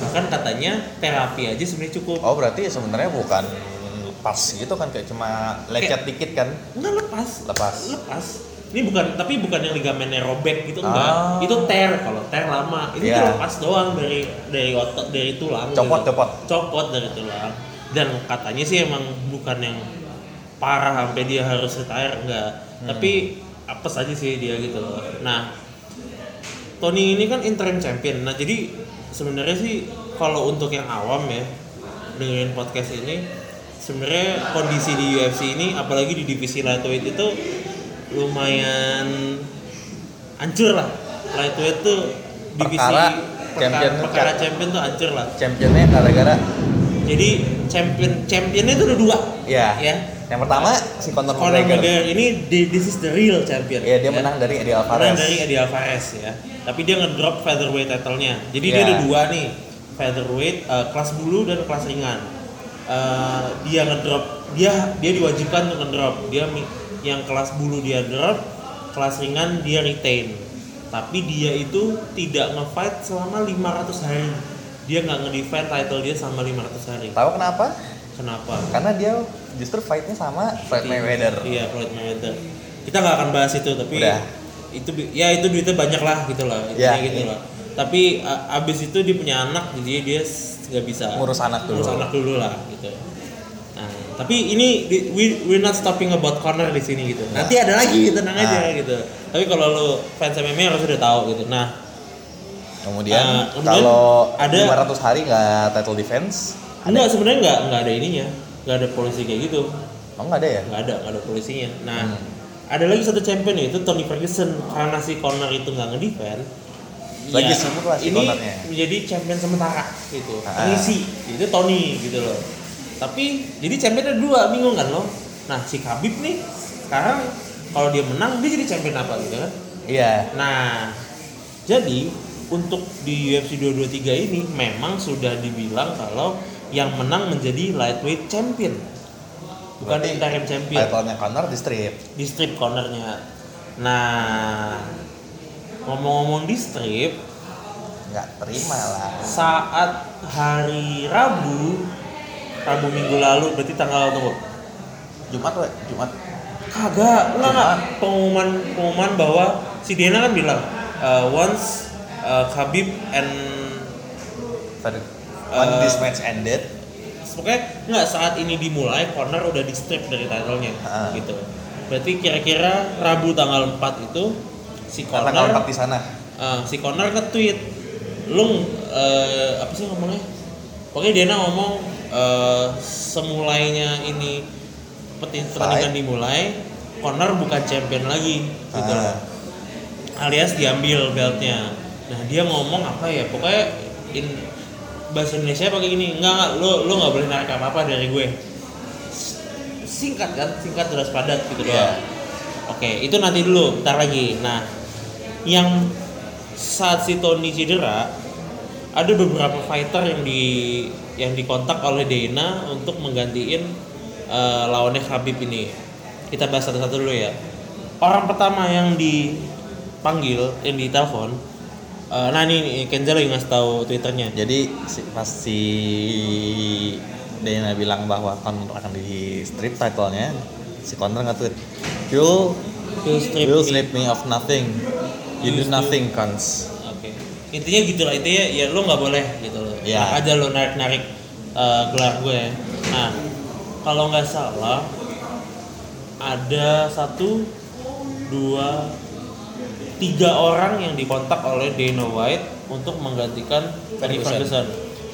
Speaker 4: bahkan katanya terapi aja sebenarnya cukup
Speaker 3: oh berarti sebenarnya bukan pas gitu kan kayak cuma lecet dikit kan
Speaker 4: Enggak lepas.
Speaker 3: Lepas.
Speaker 4: Lepas. Ini bukan tapi bukan yang ligamennya robek gitu
Speaker 3: Ah.
Speaker 4: enggak. Itu tear kalau tear lama. Itu
Speaker 3: Iya.
Speaker 4: tuh lepas doang dari dari otot dari tulang.
Speaker 3: Copot, copot.
Speaker 4: Copot dari tulang. Dan katanya sih emang bukan yang parah sampai dia harus retire enggak.
Speaker 3: Hmm.
Speaker 4: Tapi apa saja sih dia gitu loh. Nah, Tony ini kan interim champion. Nah, jadi sebenarnya sih kalau untuk yang awam ya dengerin podcast ini sebenarnya kondisi di UFC ini apalagi di divisi lightweight itu lumayan hancur lah. Lightweight tuh divisi
Speaker 3: Perkara
Speaker 4: perka-
Speaker 3: champion-
Speaker 4: perkara champion tuh hancur lah.
Speaker 3: championnya gara-gara
Speaker 4: Jadi champion championnya itu ada dua.
Speaker 3: ya
Speaker 4: Ya.
Speaker 3: yang pertama si Conor
Speaker 4: Conor
Speaker 3: McGregor
Speaker 4: McGregor ini the- this is the real champion.
Speaker 3: ya dia menang dari Eddie
Speaker 4: Menang
Speaker 3: Alvarez
Speaker 4: dari Eddie Alvarez ya. Tapi dia ngedrop featherweight title-nya. Jadi dia
Speaker 3: Iya.
Speaker 4: ada dua nih, featherweight eh, kelas bulu dan kelas ringan. Eh, dia ngedrop, dia dia diwajibkan untuk ngedrop. Dia mi- yang kelas bulu dia drop, kelas ringan dia retain. Tapi dia itu tidak nge-fight selama 500 hari. Dia nggak nge-defend title dia selama 500 hari.
Speaker 3: tahu kenapa
Speaker 4: Kenapa?
Speaker 3: karena dia justru fightnya sama Floyd Mayweather
Speaker 4: Iya, Floyd Mayweather. Kita nggak akan bahas itu, tapi
Speaker 3: Udah.
Speaker 4: itu bi- ya itu duitnya banyak lah gitu lah,
Speaker 3: Ya,
Speaker 4: intinya gitu
Speaker 3: iya.
Speaker 4: lah. Tapi a- abis itu dia punya anak, jadi dia s- nggak bisa
Speaker 3: Ngurus anak dulu.
Speaker 4: Ngurus anak dulu lah gitu. Nah, tapi ini di- we we're not stopping about corner di sini gitu. Nanti ada lagi, tenang
Speaker 3: Nah.
Speaker 4: aja gitu. Tapi kalau lo fans MMA harus udah tahu gitu. Nah,
Speaker 3: kemudian
Speaker 4: Ah, kemudian
Speaker 3: kalau
Speaker 4: ada-
Speaker 3: 500 hari nggak title defense
Speaker 4: enggak sebenarnya nggak nggak ada ininya, nggak ada polisi kayak gitu.
Speaker 3: oh nggak ada ya
Speaker 4: nggak ada nggak ada polisinya nah
Speaker 3: Hmm.
Speaker 4: ada lagi satu champion yaitu Tony Ferguson karena si Connor itu nggak ngedefend ya,
Speaker 3: Lagi sibuk lah si
Speaker 4: ini
Speaker 3: Connornya.
Speaker 4: menjadi champion sementara gitu
Speaker 3: Ah.
Speaker 4: pengisi itu Tony gitu loh tapi jadi champion ada dua bingung kan lo nah si Khabib nih sekarang kalau dia menang dia jadi champion apa gitu kan
Speaker 3: iya
Speaker 4: Nah, jadi untuk di UFC 223 ini memang sudah dibilang kalau yang menang menjadi lightweight champion. Bukan
Speaker 3: Berarti
Speaker 4: interim champion
Speaker 3: titlenya Connor di strip
Speaker 4: di strip cornernya. Nah, ngomong-ngomong di strip,
Speaker 3: nggak terima lah
Speaker 4: saat hari Rabu, Rabu minggu lalu, berarti tanggal tunggu.
Speaker 3: Jumat we Jumat
Speaker 4: Kagak, enggak, enggak. Pengumuman pengumuman bahwa si Dena kan bilang uh, once uh, Khabib and
Speaker 3: Tadi when
Speaker 4: Eh,
Speaker 3: this match ended
Speaker 4: pokoknya nggak saat ini dimulai Connor udah di strip dari titlenya
Speaker 3: Ah.
Speaker 4: gitu berarti kira-kira Rabu tanggal 4 itu si
Speaker 3: karena kalau
Speaker 4: Connor
Speaker 3: empat di sana
Speaker 4: eh, si Connor nge-tweet lu eh, apa sih ngomongnya pokoknya Dena ngomong eh, semulainya ini petin- pertandingan dimulai Connor bukan champion lagi gitu
Speaker 3: Ah.
Speaker 4: loh alias diambil beltnya nah dia ngomong apa ya pokoknya in bahasa Indonesia pakai gini enggak enggak lo lo nggak boleh narik apa apa dari gue S- singkat kan singkat jelas padat gitu
Speaker 3: Iya.
Speaker 4: doang oke itu nanti dulu ntar lagi nah yang saat si Tony cedera ada beberapa fighter yang di yang dikontak oleh Dana untuk menggantiin eh, lawannya Khabib ini. Kita bahas satu-satu dulu ya. Orang pertama yang dipanggil, yang ditelepon, eh, nah ini ini Kenza lagi ngasih tahu twitternya.
Speaker 3: jadi si, pas si Dana bilang bahwa Connor akan di strip titlenya si Connor nge-tweet you'll,
Speaker 4: Will strip
Speaker 3: you'll
Speaker 4: me."
Speaker 3: strip me of nothing you do
Speaker 4: You'll strip-
Speaker 3: nothing cons
Speaker 4: Oke. Intinya gitu lah, intinya ya lo nggak boleh gitu loh.
Speaker 3: Ya.
Speaker 4: Enak aja lo narik-narik eh, gelar gue. Nah, kalau nggak salah ada satu, dua, tiga orang yang dikontak oleh Dana White untuk menggantikan Ferguson.
Speaker 3: Ferguson.
Speaker 4: Ferguson.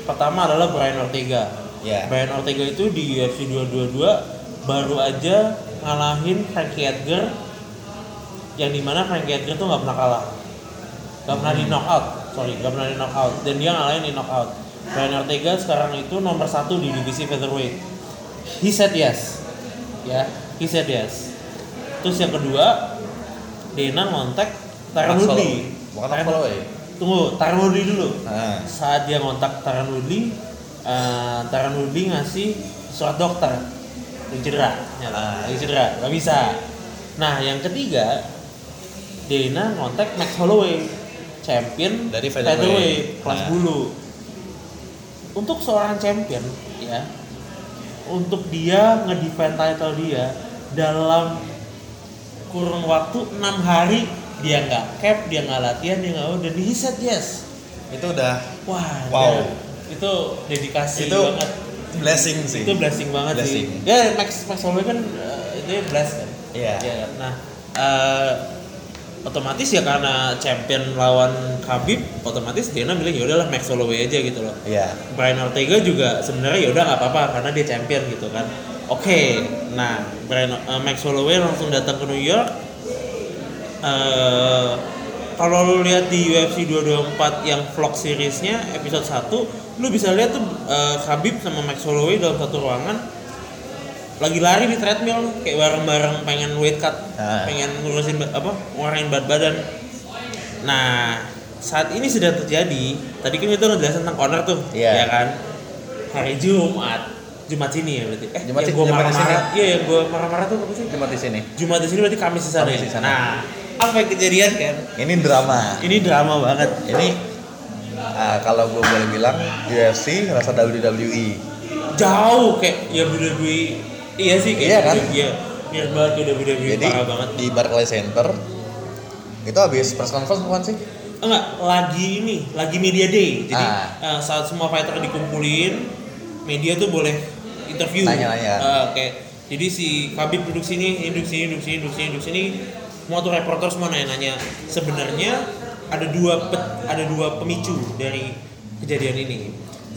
Speaker 4: Pertama adalah Brian Ortega.
Speaker 3: Ya.
Speaker 4: Brian Ortega itu di UFC 222 baru aja ngalahin Frankie Edgar yang dimana Frankie Edgar tuh nggak pernah kalah nggak pernah di knockout sorry nggak pernah di knockout dan dia ngalahin di knockout Brian Ortega sekarang itu nomor satu di divisi featherweight he said yes ya he said yes terus yang kedua Dana ngontak Tyron
Speaker 3: Axel.
Speaker 4: Woodley
Speaker 3: Bukan
Speaker 4: Tyron-
Speaker 3: Axel, woy.
Speaker 4: tunggu Tyron Woodley dulu
Speaker 3: Nah,
Speaker 4: saat dia ngontak Taran Woodley, eh, Taran Woodley ngasih surat dokter lagi cedera, ya lah, lagi cedera, nggak bisa. Nah yang ketiga, Dana ngontak Max Holloway, champion
Speaker 3: Dari featherweight.
Speaker 4: featherweight kelas
Speaker 3: Nah.
Speaker 4: bulu. Untuk seorang champion, ya, untuk dia ngedefend title dia dalam kurun waktu enam hari dia nggak cap, dia nggak latihan, dia nggak udah he said yes.
Speaker 3: itu udah
Speaker 4: Wah,
Speaker 3: Wow.
Speaker 4: ya. itu dedikasi
Speaker 3: itu
Speaker 4: banget.
Speaker 3: blessing sih.
Speaker 4: Itu blessing banget
Speaker 3: Blessing.
Speaker 4: sih. Ya Max Max Holloway kan eh, itu bless kan.
Speaker 3: Iya.
Speaker 4: Ya, Nah, eh, otomatis ya karena champion lawan Khabib, otomatis Dana bilang ya udahlah Max Holloway aja gitu loh.
Speaker 3: Iya.
Speaker 4: Brian Ortega juga sebenarnya ya udah nggak apa-apa karena dia champion gitu kan. Oke, nah Brian eh, Max Holloway langsung datang ke New York. Eh, kalau lu lihat di UFC 224 yang vlog seriesnya episode 1, lu bisa lihat tuh eh, Khabib sama Max Holloway dalam satu ruangan lagi lari di treadmill kayak bareng-bareng pengen weight cut,
Speaker 3: Ah.
Speaker 4: pengen ngurusin ba- apa? ngurangin berat badan. Nah, saat ini sedang terjadi, tadi kan kita udah jelasin tentang corner tuh,
Speaker 3: Iya.
Speaker 4: ya kan? Hari Jumat, Jumat sini ya berarti. Eh,
Speaker 3: Jumat
Speaker 4: yang
Speaker 3: sini,
Speaker 4: gua
Speaker 3: Jumat di sini.
Speaker 4: marah-marah, iya yang gua marah-marah tuh apa sih?
Speaker 3: Jumat di sini.
Speaker 4: Jumat di sini berarti Kamis di sana.
Speaker 3: Kamis
Speaker 4: ya?
Speaker 3: di sana.
Speaker 4: Nah, apa yang kejadian kan?
Speaker 3: Ini drama.
Speaker 4: Ini drama banget.
Speaker 3: Ini ah, kalau gue boleh bilang UFC rasa E. WWE.
Speaker 4: Jauh kayak ya WWE. Iya sih kayak
Speaker 3: Iya kan?
Speaker 4: Iya. Mirip banget kayak WWE
Speaker 3: Jadi
Speaker 4: parah banget.
Speaker 3: di Barclays Center itu habis press conference bukan sih?
Speaker 4: Oh, Enggak, lagi ini, lagi media day. Jadi
Speaker 3: Ah.
Speaker 4: eh, saat semua fighter dikumpulin, media tuh boleh interview.
Speaker 3: Tanya-tanya.
Speaker 4: Eh, kayak jadi si Kabib duduk sini, duduk sini, duduk sini, duduk sini, duduk sini. Semua tuh reporter semua nanya-nanya. Sebenarnya ada dua pe- ada dua pemicu dari kejadian ini.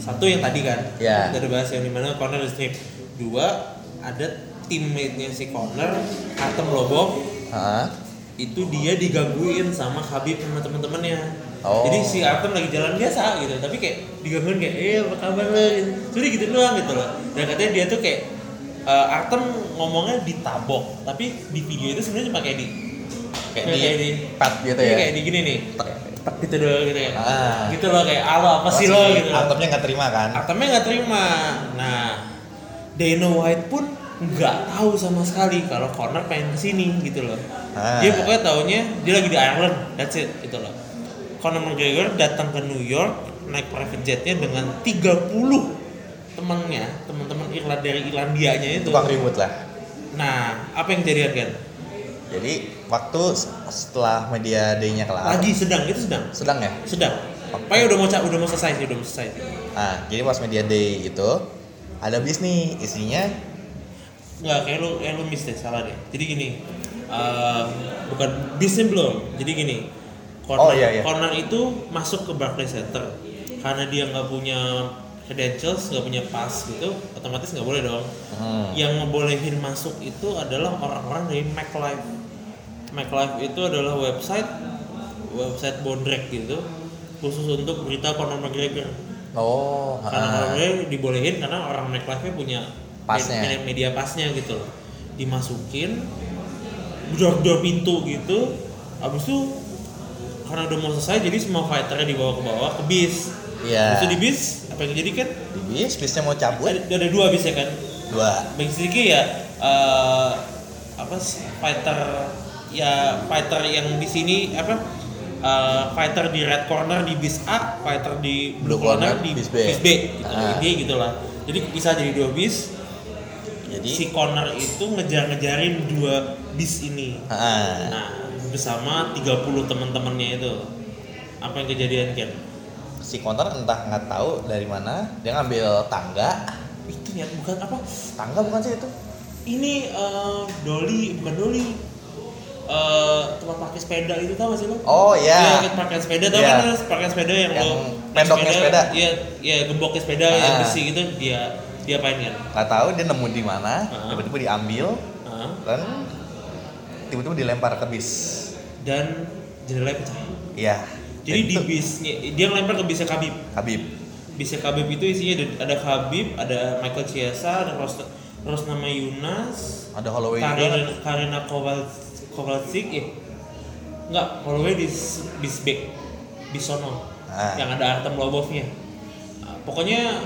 Speaker 4: Satu yang tadi kan,
Speaker 3: Ya.
Speaker 4: kita udah bahas yang dimana Connor di strip. Dua ada teammate-nya si Connor, Artem Lobov,
Speaker 3: Hah?
Speaker 4: itu dia digangguin sama Habib sama teman-temannya.
Speaker 3: Oh.
Speaker 4: Jadi si Artem lagi jalan biasa gitu, tapi kayak digangguin kayak, eh apa kabar lo? Gitu. Sudah gitu doang gitu loh. Dan katanya dia tuh kayak eh, Artem ngomongnya ditabok, tapi di video itu sebenarnya cuma kayak di
Speaker 3: Kayak
Speaker 4: Kayak
Speaker 3: di
Speaker 4: di-
Speaker 3: pat gitu
Speaker 4: Jadi
Speaker 3: ya.
Speaker 4: kayak di gini nih,
Speaker 3: Tek.
Speaker 4: tek gitu doang gitu ya.
Speaker 3: Ah.
Speaker 4: Gitu loh kayak, alo apa sih lo
Speaker 3: Pasti
Speaker 4: gitu. loh.
Speaker 3: Artemnya nggak terima kan?
Speaker 4: Artemnya nggak terima. Nah, Dana White pun nggak tahu sama sekali kalau Connor pengen kesini gitu loh.
Speaker 3: Ah.
Speaker 4: Dia pokoknya taunya dia lagi di Ireland, that's it gitu loh. Conor McGregor datang ke New York naik private jetnya dengan 30 temannya, teman-teman Irland dari Irlandianya itu.
Speaker 3: Tukang ribut lah.
Speaker 4: Nah, apa yang jadi kan?
Speaker 3: Jadi waktu setelah media day-nya kelar.
Speaker 4: Lagi sedang, itu sedang,
Speaker 3: Sedang ya?
Speaker 4: sedang. Pokoknya udah mau ca- udah mau selesai sih, udah mau selesai.
Speaker 3: Nah, jadi pas media day itu ada bis nih isinya
Speaker 4: Nggak, kayak lu, kayak lu miss deh, salah deh. Jadi gini, eh, bukan bisnya belum. Jadi gini, corner,
Speaker 3: Oh, iya, iya.
Speaker 4: corner itu masuk ke Barclays Center karena dia nggak punya credentials, nggak punya pass gitu, otomatis nggak boleh dong.
Speaker 3: Hmm.
Speaker 4: Yang ngebolehin masuk itu adalah orang-orang dari MacLife. MacLife itu adalah website website bondrek gitu khusus untuk berita Conor McGregor
Speaker 3: oh
Speaker 4: karena
Speaker 3: ah.
Speaker 4: kalau gue dibolehin karena orang McLife-nya punya
Speaker 3: Pasnya.
Speaker 4: media, media pasnya gitu loh dimasukin gedor-gedor pintu gitu abis itu karena udah mau selesai jadi semua fighternya dibawa ke bawah ke bis
Speaker 3: Iya.
Speaker 4: Abis itu di bis apa yang jadi kan
Speaker 3: di bis bisnya mau cabut
Speaker 4: ada, ada dua bis ya kan
Speaker 3: dua
Speaker 4: Bang Siddiqui ya eh, apa sih, fighter ya fighter yang di sini apa eh, fighter di red corner di bis A, fighter di blue,
Speaker 3: Blue
Speaker 4: corner,
Speaker 3: corner,
Speaker 4: di bis
Speaker 3: bis
Speaker 4: B,
Speaker 3: B.
Speaker 4: gitu,
Speaker 3: Ah.
Speaker 4: Jadi gitu lah. Jadi bisa jadi dua bis.
Speaker 3: jadi
Speaker 4: Si corner itu ngejar-ngejarin dua bis ini.
Speaker 3: ah,
Speaker 4: Nah, bersama 30 teman-temannya itu. Apa yang kejadian Ken?
Speaker 3: si konter entah nggak tahu dari mana dia ngambil tangga
Speaker 4: itu ya bukan apa
Speaker 3: tangga bukan sih itu
Speaker 4: ini eh, Dolly bukan Dolly eh tempat pakai sepeda itu tau gak sih lo?
Speaker 3: Oh, iya.
Speaker 4: Iya, tempat pakai sepeda tau
Speaker 3: Iya.
Speaker 4: kan terus pakai sepeda yang,
Speaker 3: Yang
Speaker 4: lo
Speaker 3: pendoknya sepeda.
Speaker 4: Iya, iya gemboknya sepeda yang
Speaker 3: Ah.
Speaker 4: besi gitu dia dia apain kan?
Speaker 3: nggak tahu dia nemu di mana
Speaker 4: Heeh.
Speaker 3: tiba-tiba diambil
Speaker 4: Ah.
Speaker 3: dan tiba-tiba dilempar ke bis
Speaker 4: Dan jendela pecah.
Speaker 3: iya
Speaker 4: Jadi
Speaker 3: Dan
Speaker 4: di
Speaker 3: itu
Speaker 4: bisnya dia ngelempar ke bisnya Kabib.
Speaker 3: Habib
Speaker 4: Bisnya Kabib itu isinya ada, ada Kabib, ada Michael Chiesa, ada Ros- Rosna Mayunas,
Speaker 3: ada Holloway juga
Speaker 4: Karina Karina Kowal Kowalczyk ya. Enggak, Holloway di s- Bisbek Bisono.
Speaker 3: Ah.
Speaker 4: Yang ada Artem Lobovnya. Ah, Pokoknya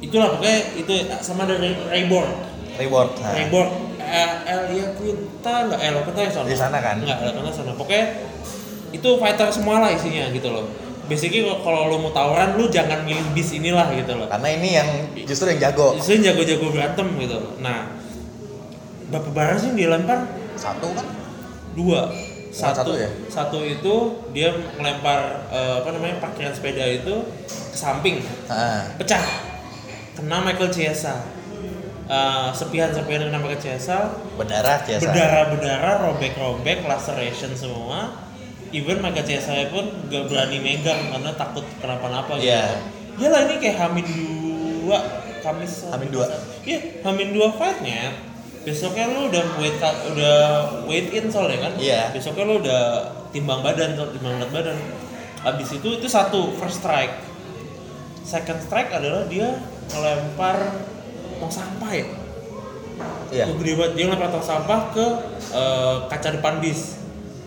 Speaker 4: itulah pokoknya itu sama ada Ray- Rayborn.
Speaker 3: reward nah,
Speaker 4: Rayborn L L ya Quinta enggak L Quinta yang sana.
Speaker 3: Di sana kan?
Speaker 4: Enggak, L Quinta sana. Pokoknya itu fighter semua lah isinya gitu loh. Basically kalau- kalau lo mau tawuran lu jangan milih bis inilah gitu loh
Speaker 3: karena ini yang justru yang jago
Speaker 4: justru jago-jago berantem gitu nah berapa barang sih yang dilempar
Speaker 3: satu kan
Speaker 4: dua
Speaker 3: satu ya?
Speaker 4: satu itu dia melempar eh, apa namanya pakaian sepeda itu ke samping
Speaker 3: Heeh.
Speaker 4: pecah kena Michael Chiesa Eh, sepihan sepihan kena Michael Chiesa
Speaker 3: berdarah biasa
Speaker 4: berdarah berdarah robek robek laceration semua even Michael Chiesa pun gak berani megang karena takut kenapa-napa gitu
Speaker 3: Iya.
Speaker 4: Iyalah ini kayak Hamin dua Kamis
Speaker 3: Hamin dua.
Speaker 4: Iya Hamin dua fightnya Besoknya lu udah weight cut- udah weight in soalnya kan
Speaker 3: Iya.
Speaker 4: Besoknya lu udah timbang badan tuh, timbang berat badan Abis itu itu satu first strike Second strike adalah dia melempar tong sampah ya
Speaker 3: iya
Speaker 4: Tuh gede banget dia melempar tong sampah ke eh, kaca depan bis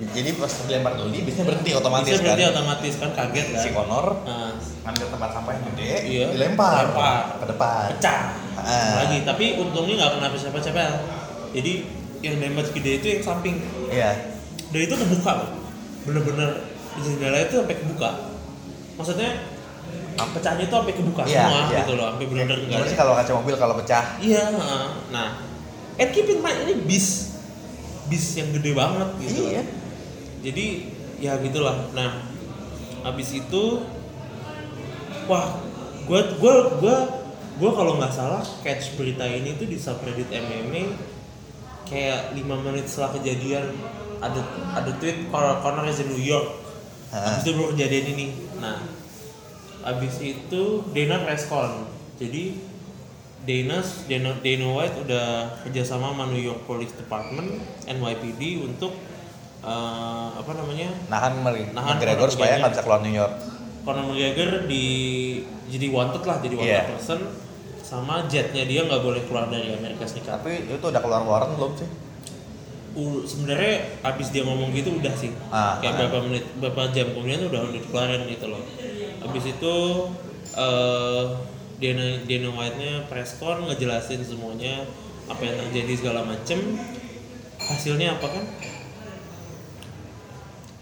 Speaker 3: jadi pas dilempar dulu bisnya berhenti otomatis
Speaker 4: Bisa berarti
Speaker 3: kan
Speaker 4: otomatis kan kaget kan
Speaker 3: si Connor
Speaker 4: Nah,
Speaker 3: ngambil tempat sampah yang gede
Speaker 4: Iya.
Speaker 3: dilempar
Speaker 4: Lempar.
Speaker 3: ke depan
Speaker 4: pecah
Speaker 3: Ah.
Speaker 4: lagi tapi untungnya nggak kena siapa-siapa jadi yang damage gede itu yang samping
Speaker 3: iya
Speaker 4: dan itu kebuka Bang. bener-bener jendela itu sampai kebuka maksudnya ah, pecahnya itu sampai kebuka
Speaker 3: Iya,
Speaker 4: semua
Speaker 3: iya.
Speaker 4: gitu loh sampai bener-bener nggak
Speaker 3: gimana sih
Speaker 4: ada
Speaker 3: kalau kaca mobil kalau pecah
Speaker 4: iya ah. nah and keep in mind ini bis bis yang gede banget gitu
Speaker 3: Iya.
Speaker 4: jadi ya gitulah nah habis itu wah gua gua gua gua kalau nggak salah catch berita ini tuh di subreddit MMA kayak lima menit setelah kejadian ada ada tweet Conor Conor is in New York
Speaker 3: Ah.
Speaker 4: habis itu baru kejadian ini nah habis itu Dana respon jadi Dana Dana, Dana White udah kerjasama sama New York Police Department NYPD untuk eh, apa namanya
Speaker 3: nahan Mary
Speaker 4: Nahan
Speaker 3: McGregor
Speaker 4: Conor
Speaker 3: supaya
Speaker 4: McGregor.
Speaker 3: nggak bisa keluar New York
Speaker 4: Conor McGregor di jadi wanted lah jadi wanted
Speaker 3: Iya.
Speaker 4: person sama jetnya dia nggak boleh keluar dari Amerika Serikat.
Speaker 3: tapi itu udah keluar warrant belum sih
Speaker 4: U- Sebenarnya abis dia ngomong gitu udah sih
Speaker 3: Ah,
Speaker 4: kayak
Speaker 3: ah.
Speaker 4: berapa menit berapa jam kemudian udah udah dikeluarin gitu loh. Abis itu eh Dana Dana White-nya press con ngejelasin semuanya apa yang terjadi segala macem hasilnya apa kan?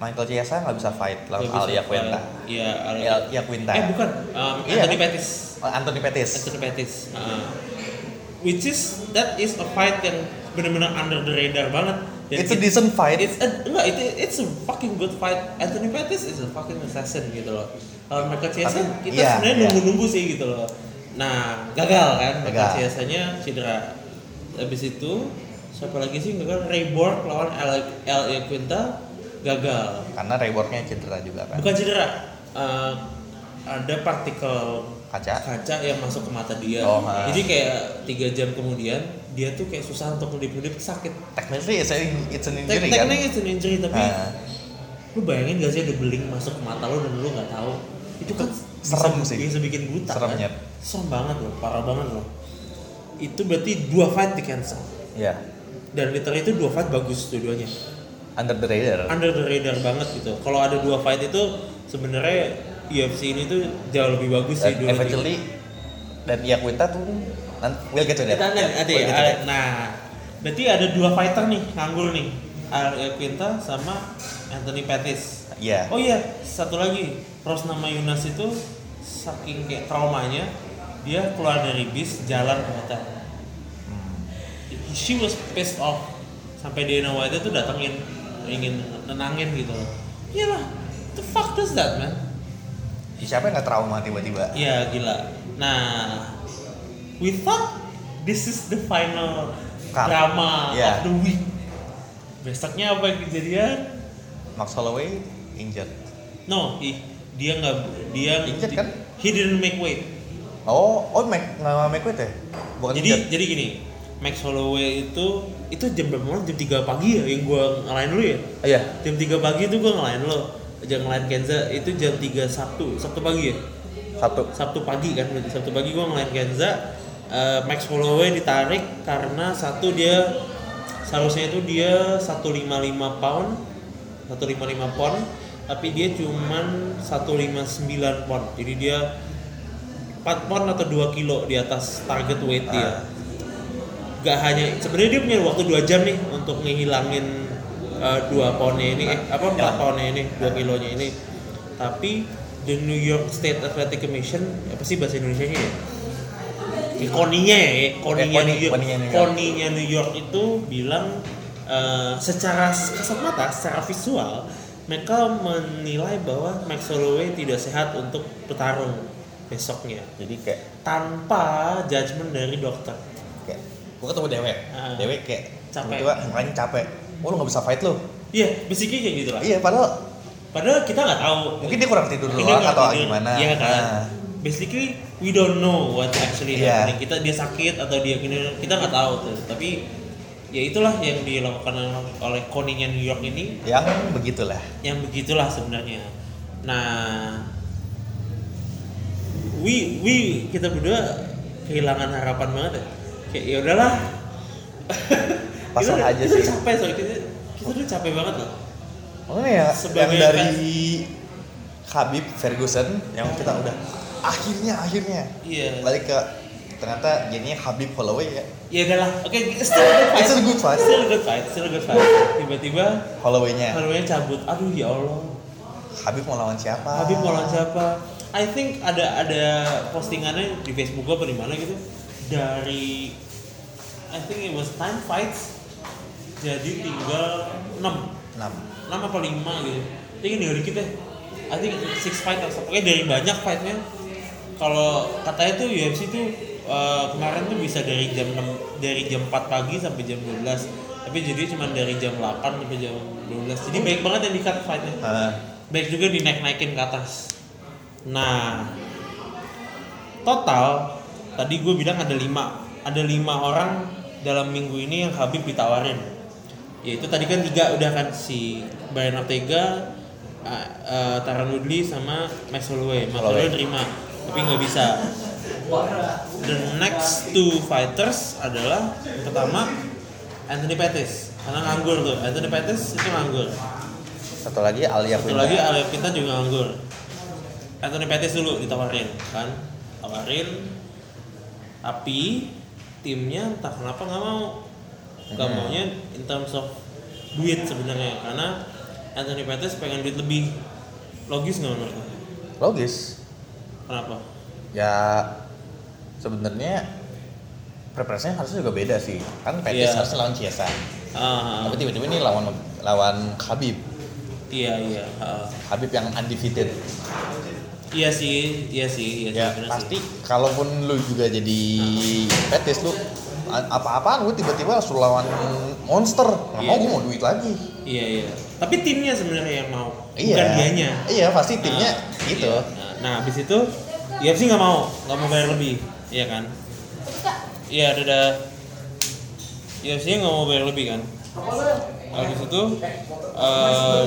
Speaker 3: Michael Chiesa nggak bisa fight lawan
Speaker 4: Gak bisa
Speaker 3: Alia
Speaker 4: keluar.
Speaker 3: Quinta
Speaker 4: Iya, Alia.
Speaker 3: Al- Alia Quinta
Speaker 4: Eh bukan, um,
Speaker 3: Iya,
Speaker 4: Anthony
Speaker 3: kan?
Speaker 4: Pettis.
Speaker 3: Oh, Anthony Pettis
Speaker 4: Anthony Pettis. Uh, which is that is a fight yang benar-benar under the radar banget. Dan
Speaker 3: it's a
Speaker 4: it-
Speaker 3: decent fight
Speaker 4: It's a, enggak, itu it's a fucking good fight. Anthony Pettis is a fucking assassin gitu loh. Kalau mereka Chiesa,
Speaker 3: Tapi,
Speaker 4: kita
Speaker 3: iya,
Speaker 4: sebenarnya
Speaker 3: iya.
Speaker 4: nunggu-nunggu sih gitu loh. Nah, gagal kan? Mereka
Speaker 3: Gagal.
Speaker 4: Chiesanya cedera. Habis itu siapa lagi sih yang gagal? Ray Borg lawan LA Quinta gagal.
Speaker 3: karena rewardnya cedera juga kan
Speaker 4: Bukan cedera. eh, ada partikel
Speaker 3: kaca
Speaker 4: kaca yang masuk ke mata dia.
Speaker 3: Oh, ha.
Speaker 4: Jadi kayak tiga jam kemudian dia tuh kayak susah untuk ngedip-ngedip sakit.
Speaker 3: technically it's, a, it's an
Speaker 4: Tek-
Speaker 3: injury kan
Speaker 4: Tekniknya itu injury tapi
Speaker 3: Ah,
Speaker 4: lu bayangin gak sih ada beling masuk ke mata lu dan lu nggak tahu itu kan bisa-
Speaker 3: serem sih.
Speaker 4: bisa bikin buta
Speaker 3: Serem, ya.
Speaker 4: kan?
Speaker 3: Nyet.
Speaker 4: serem banget loh parah banget loh itu berarti dua fight di cancel
Speaker 3: iya
Speaker 4: dan literally itu dua fight bagus dua-duanya
Speaker 3: under the radar
Speaker 4: under the radar banget gitu kalau ada dua fight itu sebenarnya UFC ini tuh jauh lebih bagus sih
Speaker 3: dan
Speaker 4: dua-duanya.
Speaker 3: eventually dan Ia Quinta tuh nanti we'll get to that.
Speaker 4: Kita kan
Speaker 3: Yeah, we'll
Speaker 4: ada ya.
Speaker 3: get to that.
Speaker 4: ada- Nah, berarti ada dua fighter nih nganggur nih. Ariel Quinta sama Anthony Pettis.
Speaker 3: Iya.
Speaker 4: Oh iya, satu lagi Rosna Mayunas itu saking kayak traumanya dia keluar dari bis jalan ke hotel. She was pissed off sampai Dana White itu datengin ingin nenangin gitu loh. Iyalah, the fuck does that man?
Speaker 3: Ya, siapa yang nggak trauma tiba-tiba?
Speaker 4: Iya gila. Nah, we thought this is the final
Speaker 3: Cut.
Speaker 4: drama
Speaker 3: Iya.
Speaker 4: of the week. Besoknya apa yang kejadian?
Speaker 3: Max Holloway injured.
Speaker 4: No, he- dia nggak dia
Speaker 3: Injured kan?
Speaker 4: He didn't make weight.
Speaker 3: Oh, oh Mac nama Mac White ya? Bukan
Speaker 4: jadi
Speaker 3: injured.
Speaker 4: jadi gini, Max Holloway itu itu jam berapa? malam? Jam 3 pagi ya yang gua ngalahin lu ya.
Speaker 3: Ah, Iya.
Speaker 4: Jam 3 pagi itu gua ngalahin lo. Jam ngalahin Kenza itu jam 3 Sabtu, Sabtu pagi ya.
Speaker 3: Satu.
Speaker 4: Sabtu pagi kan berarti Sabtu pagi gue ngeliat Kenza eh, Max Holloway ditarik karena satu dia seharusnya itu dia 155 pound 155 pound tapi dia cuman 159 pound jadi dia 4 pound atau 2 kilo di atas target weight
Speaker 3: Ah.
Speaker 4: dia gak hanya sebenarnya dia punya waktu 2 jam nih untuk ngehilangin uh, 2 poundnya ini eh, apa 4 poundnya ini
Speaker 3: Ah.
Speaker 4: 2 kilonya ini tapi the New York State Athletic Commission apa sih bahasa Indonesia nya ya Eh, koninya ya eh, koninya,
Speaker 3: Eh, koni-
Speaker 4: New York,
Speaker 3: koninya New York.
Speaker 4: koninya New York itu bilang uh, secara kasat mata secara visual mereka menilai bahwa Max Holloway tidak sehat untuk bertarung besoknya
Speaker 3: Jadi kayak
Speaker 4: tanpa judgement dari dokter
Speaker 3: kayak gua ketemu Dewek.
Speaker 4: Ah.
Speaker 3: Dewek kayak
Speaker 4: Capek.
Speaker 3: tiba-tiba yang lain capek. Oh lu nggak bisa fight lu.
Speaker 4: Iya, basically kayak gitu lah.
Speaker 3: Iya, padahal
Speaker 4: Padahal kita nggak tahu.
Speaker 3: mungkin dia kurang tidur
Speaker 4: Mungkin
Speaker 3: doang
Speaker 4: nggak
Speaker 3: atau
Speaker 4: tidur.
Speaker 3: gimana.
Speaker 4: Iya kan.
Speaker 3: Nah,
Speaker 4: Basically we don't know what actually
Speaker 3: Iya.
Speaker 4: happening. Kita dia sakit atau dia gini, kita nggak tahu tuh. Tapi ya itulah yang dilakukan oleh Koninya New York ini
Speaker 3: yang begitulah.
Speaker 4: yang begitulah sebenarnya. Nah, we we kita berdua kehilangan harapan banget ya. Kayak ya udahlah.
Speaker 3: Pasrah
Speaker 4: Kita udah-
Speaker 3: aja
Speaker 4: kita
Speaker 3: sih.
Speaker 4: capek soalnya kita, kita udah capek banget loh.
Speaker 3: Makanya ya yang
Speaker 4: Sebagai
Speaker 3: dari Habib Ferguson yang kita udah akhirnya akhirnya
Speaker 4: Iya.
Speaker 3: balik ke ternyata jadinya Habib Holloway ya
Speaker 4: Ya udahlah. Oke, still a good fight.
Speaker 3: It's a good fight. Ya.
Speaker 4: Still a good fight. Still a good fight. Tiba-tiba
Speaker 3: Holloway-nya
Speaker 4: Holloway cabut. Aduh ya Allah.
Speaker 3: Habib mau lawan siapa?
Speaker 4: Habib mau lawan siapa? I think ada ada postingannya di Facebook gua apa di mana gitu dari I think it was time fights. Jadi tinggal 6 6
Speaker 3: Enam.
Speaker 4: apa 5 gitu. Tinggal di hari kita. I think 6 fight atau pokoknya dari banyak fightnya. Kalau katanya tuh UFC tuh eh, kemarin tuh bisa dari jam 6 dari jam 4 pagi sampai jam 12. Tapi jadi cuma dari jam 8 sampai jam 12. Jadi baik banget yang di-cut fightnya
Speaker 3: Ah,
Speaker 4: baik juga dinaik-naikin ke atas. Nah, total tadi gue bilang ada lima, ada lima orang dalam minggu ini yang Habib ditawarin. Yaitu tadi kan tiga udah kan si Brian Ortega, uh, uh, Taran Woodley sama Max Holloway. Max Holloway terima, tapi nggak bisa. The next two fighters adalah yang pertama Anthony Pettis karena nganggur tuh. Anthony Pettis itu nganggur.
Speaker 3: satu lagi Alia
Speaker 4: Satu
Speaker 3: Quinta.
Speaker 4: lagi Alep kita juga nganggur. Anthony Pettis dulu ditawarin kan, tawarin. Tapi timnya entah kenapa nggak mau, nggak
Speaker 3: Hmm.
Speaker 4: maunya in terms of duit sebenarnya karena Anthony Pettis pengen duit lebih logis nggak menurut lo?
Speaker 3: Logis.
Speaker 4: Kenapa?
Speaker 3: Ya sebenarnya preferensinya harusnya juga beda sih. Kan Pettis
Speaker 4: Iya.
Speaker 3: harusnya lawan Chiesa.
Speaker 4: Ah,
Speaker 3: Tapi tiba-tiba ini lawan lawan Habib.
Speaker 4: iya iya. ah.
Speaker 3: Habib yang undefeated.
Speaker 4: Iya sih, iya sih, iya sih.
Speaker 3: Ya
Speaker 4: bener
Speaker 3: pasti
Speaker 4: sih.
Speaker 3: kalaupun lu juga jadi Pettis lu a- apa-apaan lu tiba-tiba harus lawan monster. Nggak mau
Speaker 4: Iya.
Speaker 3: gue mau duit lagi.
Speaker 4: Iya iya. Tapi timnya sebenarnya yang mau,
Speaker 3: Iya.
Speaker 4: bukan dianya.
Speaker 3: Iya, pasti timnya
Speaker 4: Nah,
Speaker 3: gitu.
Speaker 4: iya. Nah, Nah, habis itu UFC nggak mau, nggak mau bayar lebih, iya kan? Iya, dadah. UFC nggak mau bayar lebih kan? Habis itu, eh,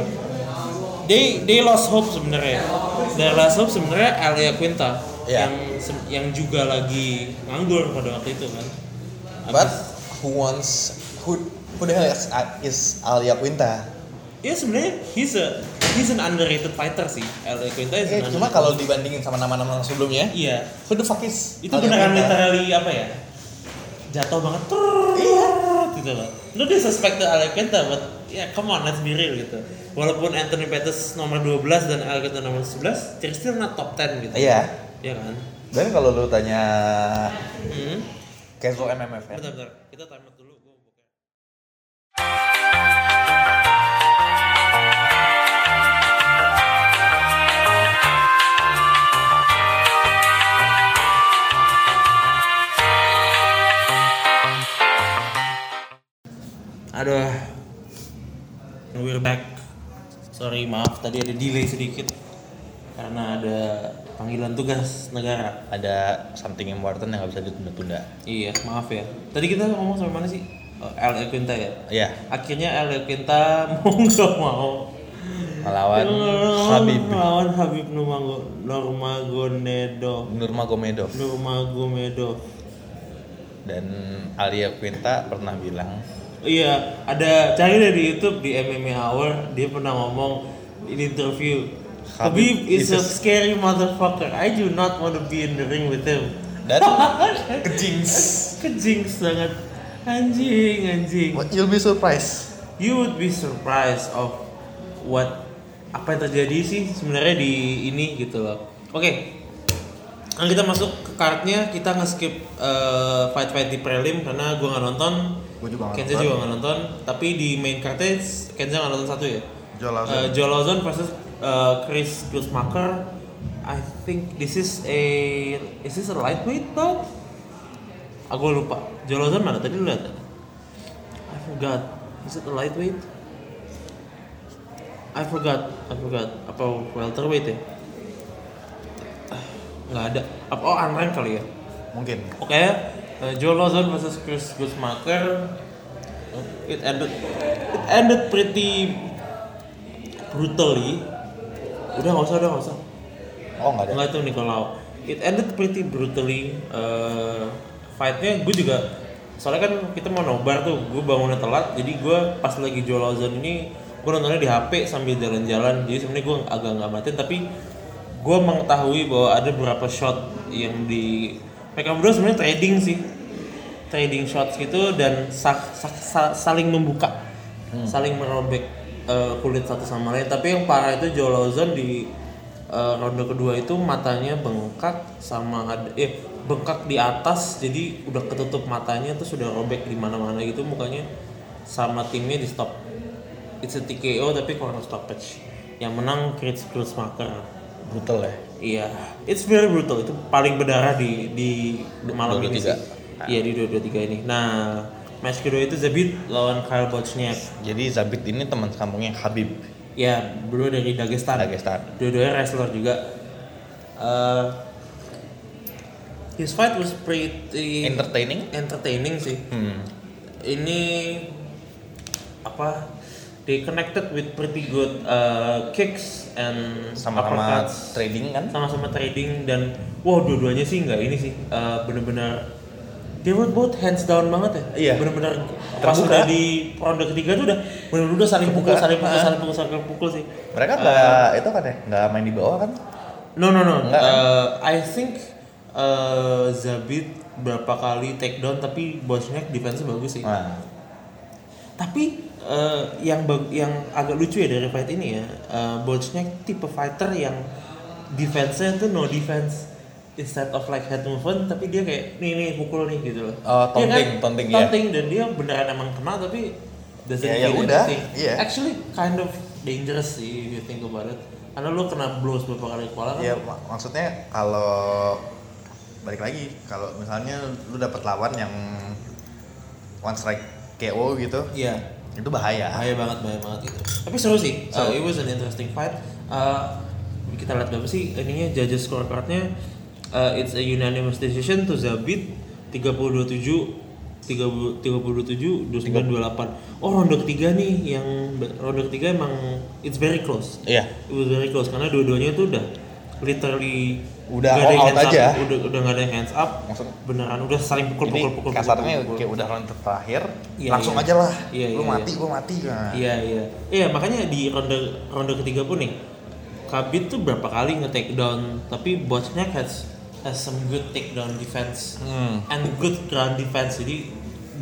Speaker 4: they they lost hope sebenarnya. They lost hope sebenarnya Elia Quinta
Speaker 3: Iya.
Speaker 4: yang se- yang juga lagi nganggur pada waktu itu kan.
Speaker 3: But
Speaker 4: Habis-
Speaker 3: who wants who who the hell is, is Alia Quinta?
Speaker 4: ya sebenarnya he's a he's an underrated fighter sih. Elia Quinta is
Speaker 3: Eh,
Speaker 4: an
Speaker 3: cuma
Speaker 4: underrated-
Speaker 3: kalau dibandingin sama nama-nama sebelumnya,
Speaker 4: iya
Speaker 3: Who the fuck is
Speaker 4: itu
Speaker 3: Alia
Speaker 4: beneran
Speaker 3: Quinta?
Speaker 4: literally apa ya jatuh banget trrrr,
Speaker 3: Iya.
Speaker 4: gitu loh lu dia suspect tuh Alec Quinta but ya come on let's be real gitu walaupun Anthony Pettis nomor 12 dan Alec Quinta nomor 11 they're still not top 10 gitu
Speaker 3: Iya.
Speaker 4: iya kan
Speaker 3: Dan kalau lu tanya
Speaker 4: hmm.
Speaker 3: casual MMF ya.
Speaker 4: bentar bentar kita time out dulu gua buka sorry maaf tadi ada delay sedikit karena ada panggilan tugas negara.
Speaker 3: Ada something important yang nggak bisa ditunda-tunda.
Speaker 4: Iya, maaf ya. Tadi kita ngomong sampai mana sih? Oh, El Quinta ya.
Speaker 3: Iya,
Speaker 4: Akhirnya El Quinta mau nggak mau
Speaker 3: melawan
Speaker 4: melawan-
Speaker 3: Habib
Speaker 4: melawan Habib Nurmago- Nurmagomedov.
Speaker 3: Nurmagomedov
Speaker 4: Nurmagomedov.
Speaker 3: dan Alia Quinta pernah bilang
Speaker 4: Iya, ada cari deh di YouTube di MMA Hour dia pernah ngomong in interview. Habib is a scary motherfucker. I do not want to be in the ring with him.
Speaker 3: dan kejings.
Speaker 4: Kejings banget. Anjing, anjing.
Speaker 3: You'll be surprised.
Speaker 4: You would be surprised of what apa yang terjadi sih sebenarnya di ini gitu loh. Oke. Nah, kita masuk ke cardnya, kita nge-skip eh, fight-fight di prelim karena gua nggak nonton.
Speaker 5: Gua juga nggak
Speaker 4: Kenza
Speaker 5: nonton.
Speaker 4: juga nggak nonton, tapi di main cardnya Kenza nggak nonton satu ya.
Speaker 5: Joe Lauzon.
Speaker 4: Eh, Joe Lauzon versus eh, Chris Gussmacher. I think this is a is this a lightweight bout? Aku lupa. Joe Lauzon mana tadi lu lihat? kan? I forgot. Is it a lightweight? I forgot. I forgot. Apa welterweight ya? Ah, Nggak ada. Apa oh unranked kali ya?
Speaker 5: Mungkin.
Speaker 4: Oke, uh, Joe Lozon versus Chris Gussmacher. It ended, it ended pretty brutally. Udah nggak usah, udah nggak usah.
Speaker 3: Oh nggak ada.
Speaker 4: Nggak itu Nicolau. It ended pretty brutally. Uh, fightnya gue juga soalnya kan kita mau nobar tuh gue bangunnya telat jadi gue pas lagi Joe Lauzon ini gue nontonnya di HP sambil jalan-jalan jadi sebenarnya gue agak nggak matiin tapi gue mengetahui bahwa ada beberapa shot yang di mereka berdua sebenarnya trading sih trading shots gitu dan sa- sa- sa- saling membuka saling merobek uh, kulit satu sama lain tapi yang parah itu Joe Lauzon di uh, ronde kedua itu matanya bengkak sama ada eh bengkak di atas jadi udah ketutup matanya terus sudah robek di mana-mana gitu mukanya sama timnya di stop it's a TKO tapi corner stoppage yang menang Chris Cruzmaker
Speaker 3: Brutal ya.
Speaker 4: Iya, it's very brutal. Itu paling berdarah di di, di malam
Speaker 3: 223.
Speaker 4: ini sih. Iya di 223 ini. Nah, match kedua itu Zabit lawan Kyle Bochniak.
Speaker 3: Jadi Zabit ini teman kampungnya Habib
Speaker 4: Ya, berdua dari Dagestan.
Speaker 3: Dagestan.
Speaker 4: Dua-duanya wrestler juga. Eh, his fight was pretty
Speaker 3: Entertaining.
Speaker 4: entertaining sih.
Speaker 3: Hmm.
Speaker 4: Ini apa? They connected with pretty good uh, kicks and
Speaker 3: Sama-sama
Speaker 4: uppercuts.
Speaker 3: trading kan?
Speaker 4: sama-sama trading dan wow dua-duanya sih nggak ini sih eh, bener-bener they were both hands down banget ya
Speaker 3: Iya.
Speaker 4: bener-bener pas
Speaker 3: Terbuka.
Speaker 4: udah di ronde ketiga tuh udah bener-bener udah saling pukul
Speaker 3: Terbuka.
Speaker 4: saling pukul
Speaker 3: Ah.
Speaker 4: saling pukul saling pukul sih
Speaker 3: Mereka nggak
Speaker 5: Eh.
Speaker 3: itu kan ya? Nggak main di bawah kan?
Speaker 4: no no no
Speaker 3: Enggak, kan?
Speaker 4: Eh, I think eh, Zabit berapa kali take down tapi Bosniak defense bagus sih
Speaker 3: Nah,
Speaker 4: tapi eh, yang bag- yang agak lucu ya dari fight ini ya eh Bosniak tipe fighter yang defense-nya tuh no defense instead of like head movement tapi dia kayak nih nih pukul nih gitu loh
Speaker 3: Oh,
Speaker 4: Iya
Speaker 3: taunting, taunting, iya.
Speaker 4: taunting dan dia beneran emang kena tapi doesn't
Speaker 3: Ya, ya
Speaker 4: mean
Speaker 3: udah,
Speaker 4: anything.
Speaker 3: iya.
Speaker 4: actually kind of dangerous sih if you think about it karena lu kena blows beberapa kali kepala kan
Speaker 3: Iya.
Speaker 5: Ya mak- maksudnya kalau balik lagi kalau misalnya lu dapet lawan yang one strike KO gitu
Speaker 4: Iya.
Speaker 5: itu bahaya.
Speaker 4: bahaya banget bahaya banget gitu tapi seru sih so, it was an interesting fight Uh, kita lihat berapa sih ininya judges scorecardnya Uh, it's a unanimous decision to Zabit 32-7 30 37 29 28 oh ronde ketiga nih yang ronde ketiga emang it's very close
Speaker 3: iya.
Speaker 4: it was very close karena dua-duanya itu udah literally
Speaker 3: Udah
Speaker 4: nggak ada yang
Speaker 3: all out
Speaker 4: hands
Speaker 3: aja.
Speaker 4: up, ya. udah udah nggak ada yang hands up
Speaker 3: Maksud-
Speaker 4: beneran udah saling pukul
Speaker 3: Jadi
Speaker 4: pukul pukul pukul,
Speaker 3: kasarnya
Speaker 4: pukul.
Speaker 3: kayak udah ronde terakhir,
Speaker 4: Iya,
Speaker 5: Langsung
Speaker 4: iya.
Speaker 5: aja lah.
Speaker 4: Iya,
Speaker 5: lu
Speaker 4: iya,
Speaker 5: mati,
Speaker 4: iya.
Speaker 5: gua mati. Nah.
Speaker 4: Iya iya. Iya makanya di ronde ronde ketiga pun nih, Kabit tuh berapa kali nge take down, tapi botnya has has some good take down defense
Speaker 3: Hmm.
Speaker 4: and good ground defense jadi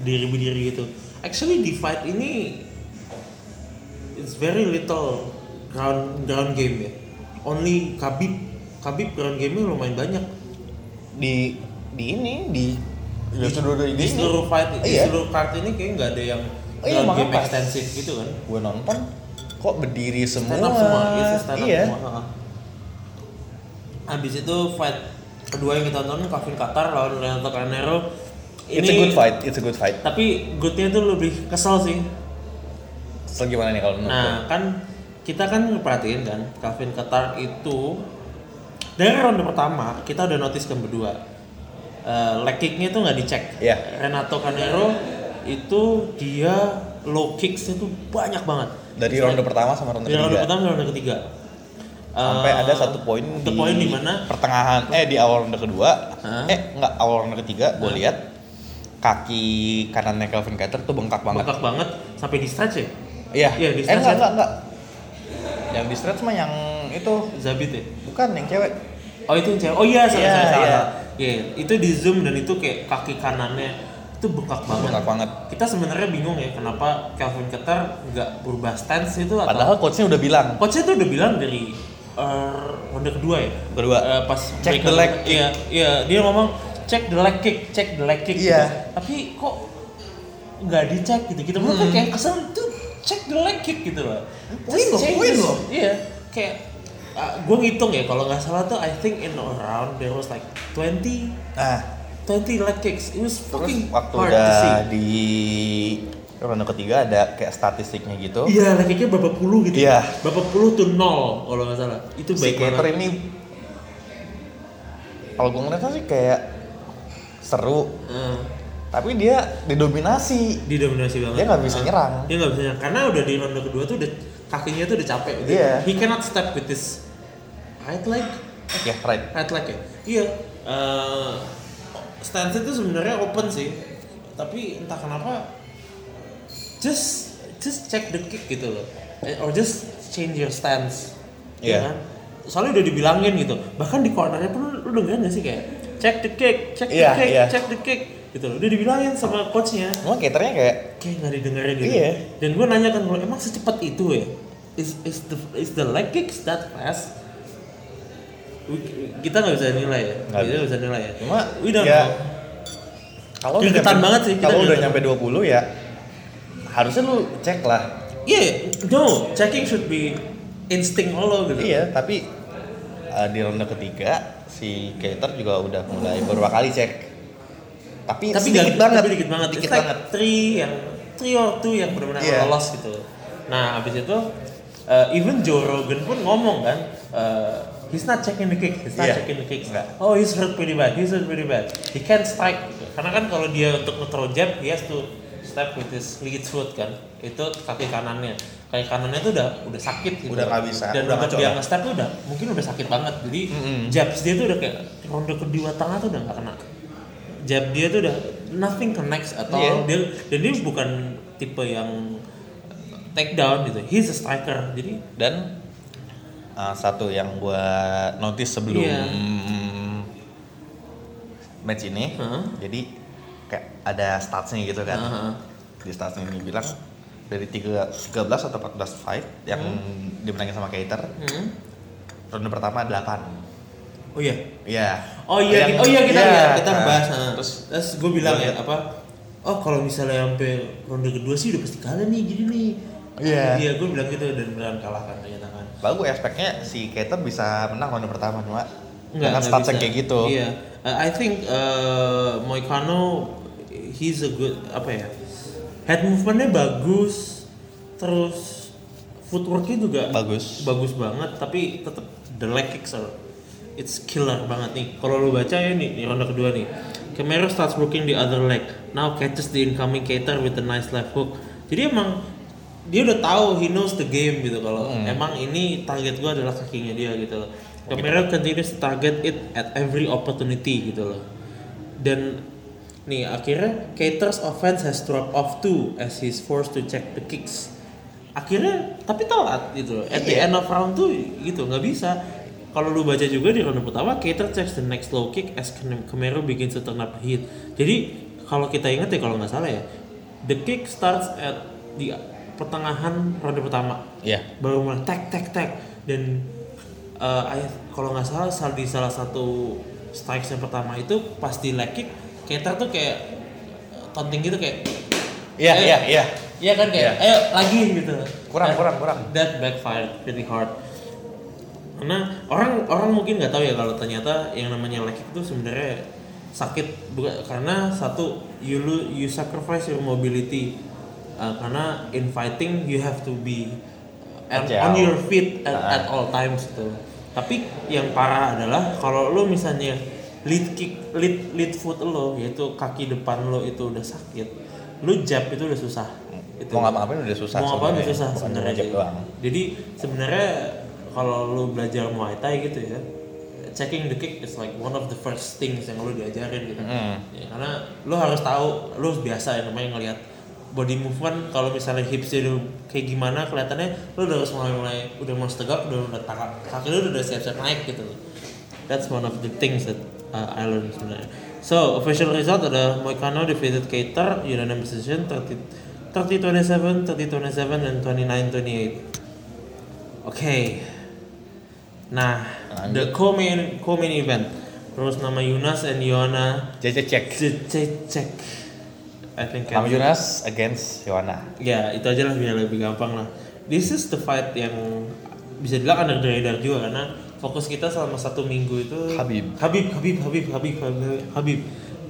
Speaker 4: diri berdiri gitu. Actually di fight ini it's very little ground ground game ya. Only Kabib Kabib ground game-nya lumayan banyak.
Speaker 3: di di ini di di Iya, seluruh
Speaker 4: Di seluruh fight, di
Speaker 3: Iya.
Speaker 4: seluruh card ini kayaknya nggak ada yang
Speaker 3: Oh iya,
Speaker 4: ground
Speaker 3: makanya
Speaker 4: game
Speaker 3: pas.
Speaker 4: ekstensif gitu kan.
Speaker 3: gue nonton kok berdiri semua.
Speaker 4: stand up semua iya sih, stand up
Speaker 3: iya.
Speaker 4: semua ha. abis itu fight kedua yang kita tonton Kevin Qatar lawan Renato Carnero
Speaker 3: It's a good fight, it's a good fight.
Speaker 4: tapi goodnya tuh lebih kesel sih
Speaker 3: Terus gimana nih kalau menurut
Speaker 4: nah kan kita kan ngeperhatiin kan Calvin Qatar itu dari ronde pertama kita udah notice kan berdua Eh leg kicknya itu nggak dicek
Speaker 3: Iya.
Speaker 4: Renato Canero itu dia low kicksnya tuh banyak banget
Speaker 3: Dari ronde pertama sama ronde
Speaker 4: dari ronde
Speaker 3: ketiga.
Speaker 4: pertama sampai ronde ketiga
Speaker 3: Sampai
Speaker 4: Eh,
Speaker 3: ada satu poin
Speaker 4: satu poin di mana
Speaker 3: pertengahan eh di awal ronde kedua
Speaker 4: Hah?
Speaker 3: eh nggak awal ronde ketiga gue lihat kaki kanannya Calvin Carter tuh bengkak banget.
Speaker 4: bengkak banget sampai di stretch ya
Speaker 3: Iya.
Speaker 4: Iya, di
Speaker 3: eh
Speaker 4: stretch
Speaker 3: enggak
Speaker 4: kan?
Speaker 3: enggak enggak. Yang di stretch mah yang itu
Speaker 4: Zabit ya
Speaker 3: bukan yang cewek.
Speaker 4: Oh itu yang cewek. Oh iya salah
Speaker 3: Iya,
Speaker 4: salah salah.
Speaker 3: iya.
Speaker 4: Iya, itu di zoom dan itu kayak kaki kanannya itu bengkak banget.
Speaker 3: Bengkak banget.
Speaker 4: Kita sebenarnya bingung ya kenapa Calvin Keter nggak berubah stance itu atau
Speaker 3: Padahal coachnya udah bilang
Speaker 4: coachnya tuh udah bilang dari eh, ronde kedua ya.
Speaker 3: Kedua.
Speaker 4: Eh, pas
Speaker 3: Check
Speaker 4: break
Speaker 3: the
Speaker 4: kedua.
Speaker 3: leg kick.
Speaker 4: Iya iya dia ngomong check the leg kick, check the leg kick.
Speaker 3: Iya.
Speaker 4: gitu. Tapi kok nggak dicek gitu kita gitu. kan kayak kesan tuh check the leg kick gitu loh.
Speaker 3: Hmm. Poin
Speaker 4: Just
Speaker 3: loh,
Speaker 4: check
Speaker 3: poin
Speaker 4: this.
Speaker 3: loh.
Speaker 4: Iya kayak gue ngitung ya kalau nggak salah tuh I think in around there was like 20
Speaker 3: nah
Speaker 4: 20 leg kicks. It was
Speaker 3: terus
Speaker 4: fucking
Speaker 3: waktu
Speaker 4: hard
Speaker 3: udah gitu?
Speaker 4: to see.
Speaker 3: di ronde ketiga ada kayak statistiknya gitu.
Speaker 4: Iya, leg kicknya berapa puluh gitu.
Speaker 3: Iya.
Speaker 4: Berapa puluh tuh nol kalau nggak salah. Itu
Speaker 3: si
Speaker 4: baik
Speaker 3: Cater
Speaker 4: banget.
Speaker 3: ini kalau gue ngeliatnya sih kayak seru
Speaker 4: Eh.
Speaker 3: tapi dia didominasi
Speaker 4: didominasi banget.
Speaker 3: Dia nggak bisa
Speaker 4: Nah,
Speaker 3: nyerang.
Speaker 4: Dia nggak bisa nyerang karena udah di ronde kedua tuh udah kakinya tuh udah capek. Udah,
Speaker 3: Iya.
Speaker 4: He cannot step with his right leg,
Speaker 3: ya right
Speaker 4: right leg ya. Iya. Eh, stance itu sebenarnya open sih, tapi entah kenapa just just check the kick gitu loh, Eh, or just change your stance. Iya
Speaker 3: Iya.
Speaker 4: kan? Soalnya udah dibilangin gitu. Bahkan di cornernya pun lu, lu dengerin gak sih kayak check the kick, check the
Speaker 3: Iya,
Speaker 4: kick,
Speaker 3: iya.
Speaker 4: check the kick gitu loh. Udah dibilangin sama coachnya
Speaker 3: cuma Caternya kayak
Speaker 4: kayak nggak didengerin gitu.
Speaker 3: Iya.
Speaker 4: Dan gue nanya kan gue emang secepat itu ya? Is is the is the leg kicks that fast? We- kita nggak bisa nilai ya.
Speaker 3: Nggak
Speaker 4: kita nggak bisa nilai ya.
Speaker 3: cuma
Speaker 4: we don't
Speaker 3: ya,
Speaker 4: know.
Speaker 3: kalau udah
Speaker 4: Gregetan
Speaker 3: nyampe-
Speaker 4: banget sih, kita
Speaker 3: kalau udah
Speaker 4: gregetan.
Speaker 3: nyampe 20 ya harusnya lu cek lah
Speaker 4: Iya, no, checking should be instinct lo gitu.
Speaker 3: iya tapi uh, di ronde ketiga si Cater juga udah mulai beberapa kali cek tapi,
Speaker 4: Tapi
Speaker 3: sedikit
Speaker 4: nggak-
Speaker 3: banget
Speaker 4: Tapi dikit banget.
Speaker 3: dikit
Speaker 4: It's like
Speaker 3: banget
Speaker 4: Three yang three or two yang benar-benar
Speaker 3: Iya.
Speaker 4: lolos gitu. Nah, abis itu uh, even Joe Rogan pun ngomong kan, uh, he's not checking the kick, he's not
Speaker 3: Iya.
Speaker 4: checking the kick.
Speaker 3: Nggak.
Speaker 4: Oh, he's hurt pretty bad, he's hurt pretty bad. He can't strike. gitu. Karena kan kalau dia untuk nge-throw jab, he has to step with his right foot kan. Itu kaki kanannya. Kaki kanannya tuh udah udah sakit gitu.
Speaker 3: Udah nggak bisa, udah
Speaker 4: Dan udah
Speaker 3: ngaco
Speaker 4: dia
Speaker 3: lah.
Speaker 4: nge-step tuh udah mungkin udah sakit banget. Jadi jabs dia tuh udah kayak ronde kedua tengah tuh udah nggak kena. Jab dia tuh udah nothing connects atau
Speaker 3: Iya.
Speaker 4: dia dan dia bukan tipe yang take down gitu. He's a striker. Jadi
Speaker 3: dan uh, satu yang gua notice sebelum
Speaker 4: Iya.
Speaker 3: match ini
Speaker 4: Heeh.
Speaker 3: jadi kayak ada statsnya gitu kan
Speaker 4: Heeh.
Speaker 3: di statsnya ini bilang dari tiga- 13 atau 14 fight yang dimenangin sama Keiter
Speaker 4: hmm.
Speaker 3: ronde pertama 8
Speaker 4: oh iya.
Speaker 3: Iya.
Speaker 4: Oh iya,
Speaker 3: Yang-
Speaker 4: ki- oh iya kita
Speaker 3: iya,
Speaker 4: lihat, kita
Speaker 3: nah,
Speaker 4: bahas. Terus,
Speaker 3: terus
Speaker 4: terus gue bilang
Speaker 3: gua
Speaker 4: ya
Speaker 3: lihat.
Speaker 4: apa? Oh kalau misalnya sampai ronde kedua sih udah pasti kalah nih gini nih.
Speaker 3: Iya.
Speaker 4: Iya, gue bilang gitu dan beneran kalah kan ternyata kan.
Speaker 3: Lalu gue expect-nya si Keiter bisa menang ronde pertama cuma dengan
Speaker 4: nggak
Speaker 3: stats yang
Speaker 4: bisa.
Speaker 3: kayak gitu.
Speaker 4: Iya, Uh, I think uh, Moicano he's a good apa ya head movementnya bagus, terus footworknya juga
Speaker 3: Bagus.
Speaker 4: bagus banget, tapi tetap the leg kicks are it's killer banget nih. Kalau lu baca ya nih, nih ronde kedua nih. Camero starts working the other leg, now catches the incoming cater with a nice left hook. Jadi emang dia udah tahu he knows the game gitu kalau emang ini target gua adalah kakinya dia gitu loh. Camero continues to target it at every opportunity gitu loh. Dan nih akhirnya Cater's offense has dropped off too as he's forced to check the kicks. Akhirnya tapi telat gitu loh. At the
Speaker 3: Iya.
Speaker 4: end of round tuh gitu nggak bisa. Kalau lu baca juga di ronde pertama Cater checks the next low kick as Cam- Camero begins to turn up heat. Jadi kalau kita ingat ya kalau nggak salah ya the kick starts at di pertengahan ronde pertama
Speaker 3: Iya.
Speaker 4: baru mulai tek tek tek dan eh, I- kalau nggak salah sal- di salah satu strikes yang pertama itu pas di leg kick Keter tuh kayak eh, taunting gitu kayak
Speaker 3: Iya,
Speaker 4: Eh,
Speaker 3: iya, iya.
Speaker 4: iya kan kayak ayo lagi gitu
Speaker 3: Kurang,
Speaker 4: Nah,
Speaker 3: kurang, kurang.
Speaker 4: that backfired pretty hard karena orang orang mungkin nggak tahu ya kalau ternyata yang namanya leg kick itu sebenarnya sakit bukan karena satu you lo- you sacrifice your mobility Uh, karena in fighting you have to be and
Speaker 3: Kacau.
Speaker 4: on your feet at,
Speaker 3: Ah.
Speaker 4: at all times tuh. Tapi yang parah adalah kalau lo misalnya lead kick, lead lead foot lo yaitu kaki depan lo itu udah sakit, lo jab itu udah susah. Itu.
Speaker 3: Mau ngapa-ngapain udah susah
Speaker 4: Mau ngapain
Speaker 3: sebenarnya.
Speaker 4: udah susah
Speaker 3: Bukan cuma
Speaker 4: sebenarnya.
Speaker 3: jab doang.
Speaker 4: Jadi sebenarnya kalau lo belajar Muay Thai gitu ya, checking the kick is like one of the first things yang lo diajarin gitu. Ya, karena lo harus tahu, lo harus biasa yang namanya ngelihat body movement kalau misalnya hips itu kayak gimana kelihatannya lo udah harus mulai mulai udah mulai tegak udah udah tangan kaki lo udah siap siap naik gitu that's one of the things that uh, I learned sebenarnya so official result ada Moicano defeated Cater unanimous decision 30 30-27, 30-27, and 29-28 Oke Nah, the co-main, co-main event Terus nama Yunas and Yona
Speaker 3: JJ cek.
Speaker 4: Cecek I think
Speaker 3: Ham
Speaker 4: I-
Speaker 3: Yunas against Yohana.
Speaker 4: ya itu aja lah biar lebih gampang lah this is the fight yang bisa dibilang under the radar juga karena fokus kita selama satu minggu itu
Speaker 3: Habib.
Speaker 4: Habib Habib Habib Habib Habib, Habib.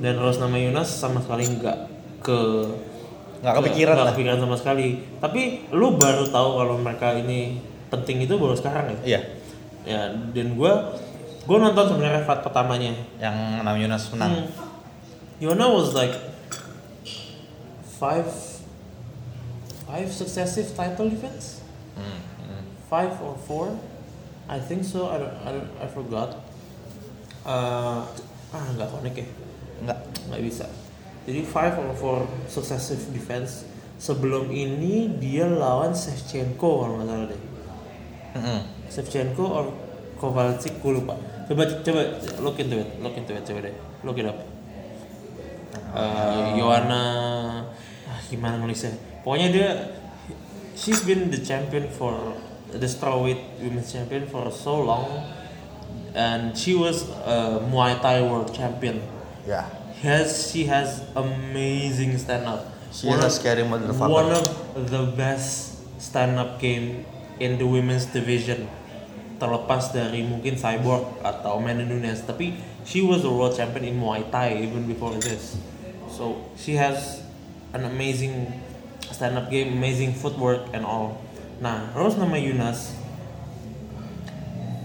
Speaker 4: dan Rosnama Yunas sama sekali nggak ke
Speaker 3: Nggak kepikiran
Speaker 4: nggak
Speaker 3: lah.
Speaker 4: kepikiran sama sekali tapi lu baru tahu kalau mereka ini penting itu baru sekarang ya
Speaker 3: Iya.
Speaker 4: ya dan gua gua nonton sebenarnya fight pertamanya
Speaker 3: Yang Ham Yunas menang.
Speaker 4: Hmm. Yona was like five five successive title defense. Five or four, I think so. I don't, I, don't, I forgot. Uh, ah nggak connect ya,
Speaker 3: Enggak.
Speaker 4: nggak bisa. Jadi five or four successive defense. Sebelum ini dia lawan Shevchenko kalau nggak salah deh.
Speaker 3: Mm-mm.
Speaker 4: Shevchenko or Kovalchuk gue lupa. Coba coba look into it, look into it coba deh, look it up. Uh, Joanna ah, gimana nulisnya? Pokoknya dia she's been the champion for the strawweight women's champion for so long and she was a Muay Thai world champion.
Speaker 3: Ya.
Speaker 4: Iya. Has she has amazing stand up.
Speaker 3: She is a scary motherfucker.
Speaker 4: One of the best stand up game in the women's division. Terlepas dari mungkin Cyborg atau Amanda Nunes, tapi she was a world champion in Muay Thai even before this. So she has an amazing stand up game, amazing footwork and all. Nah, Rose nama Yunas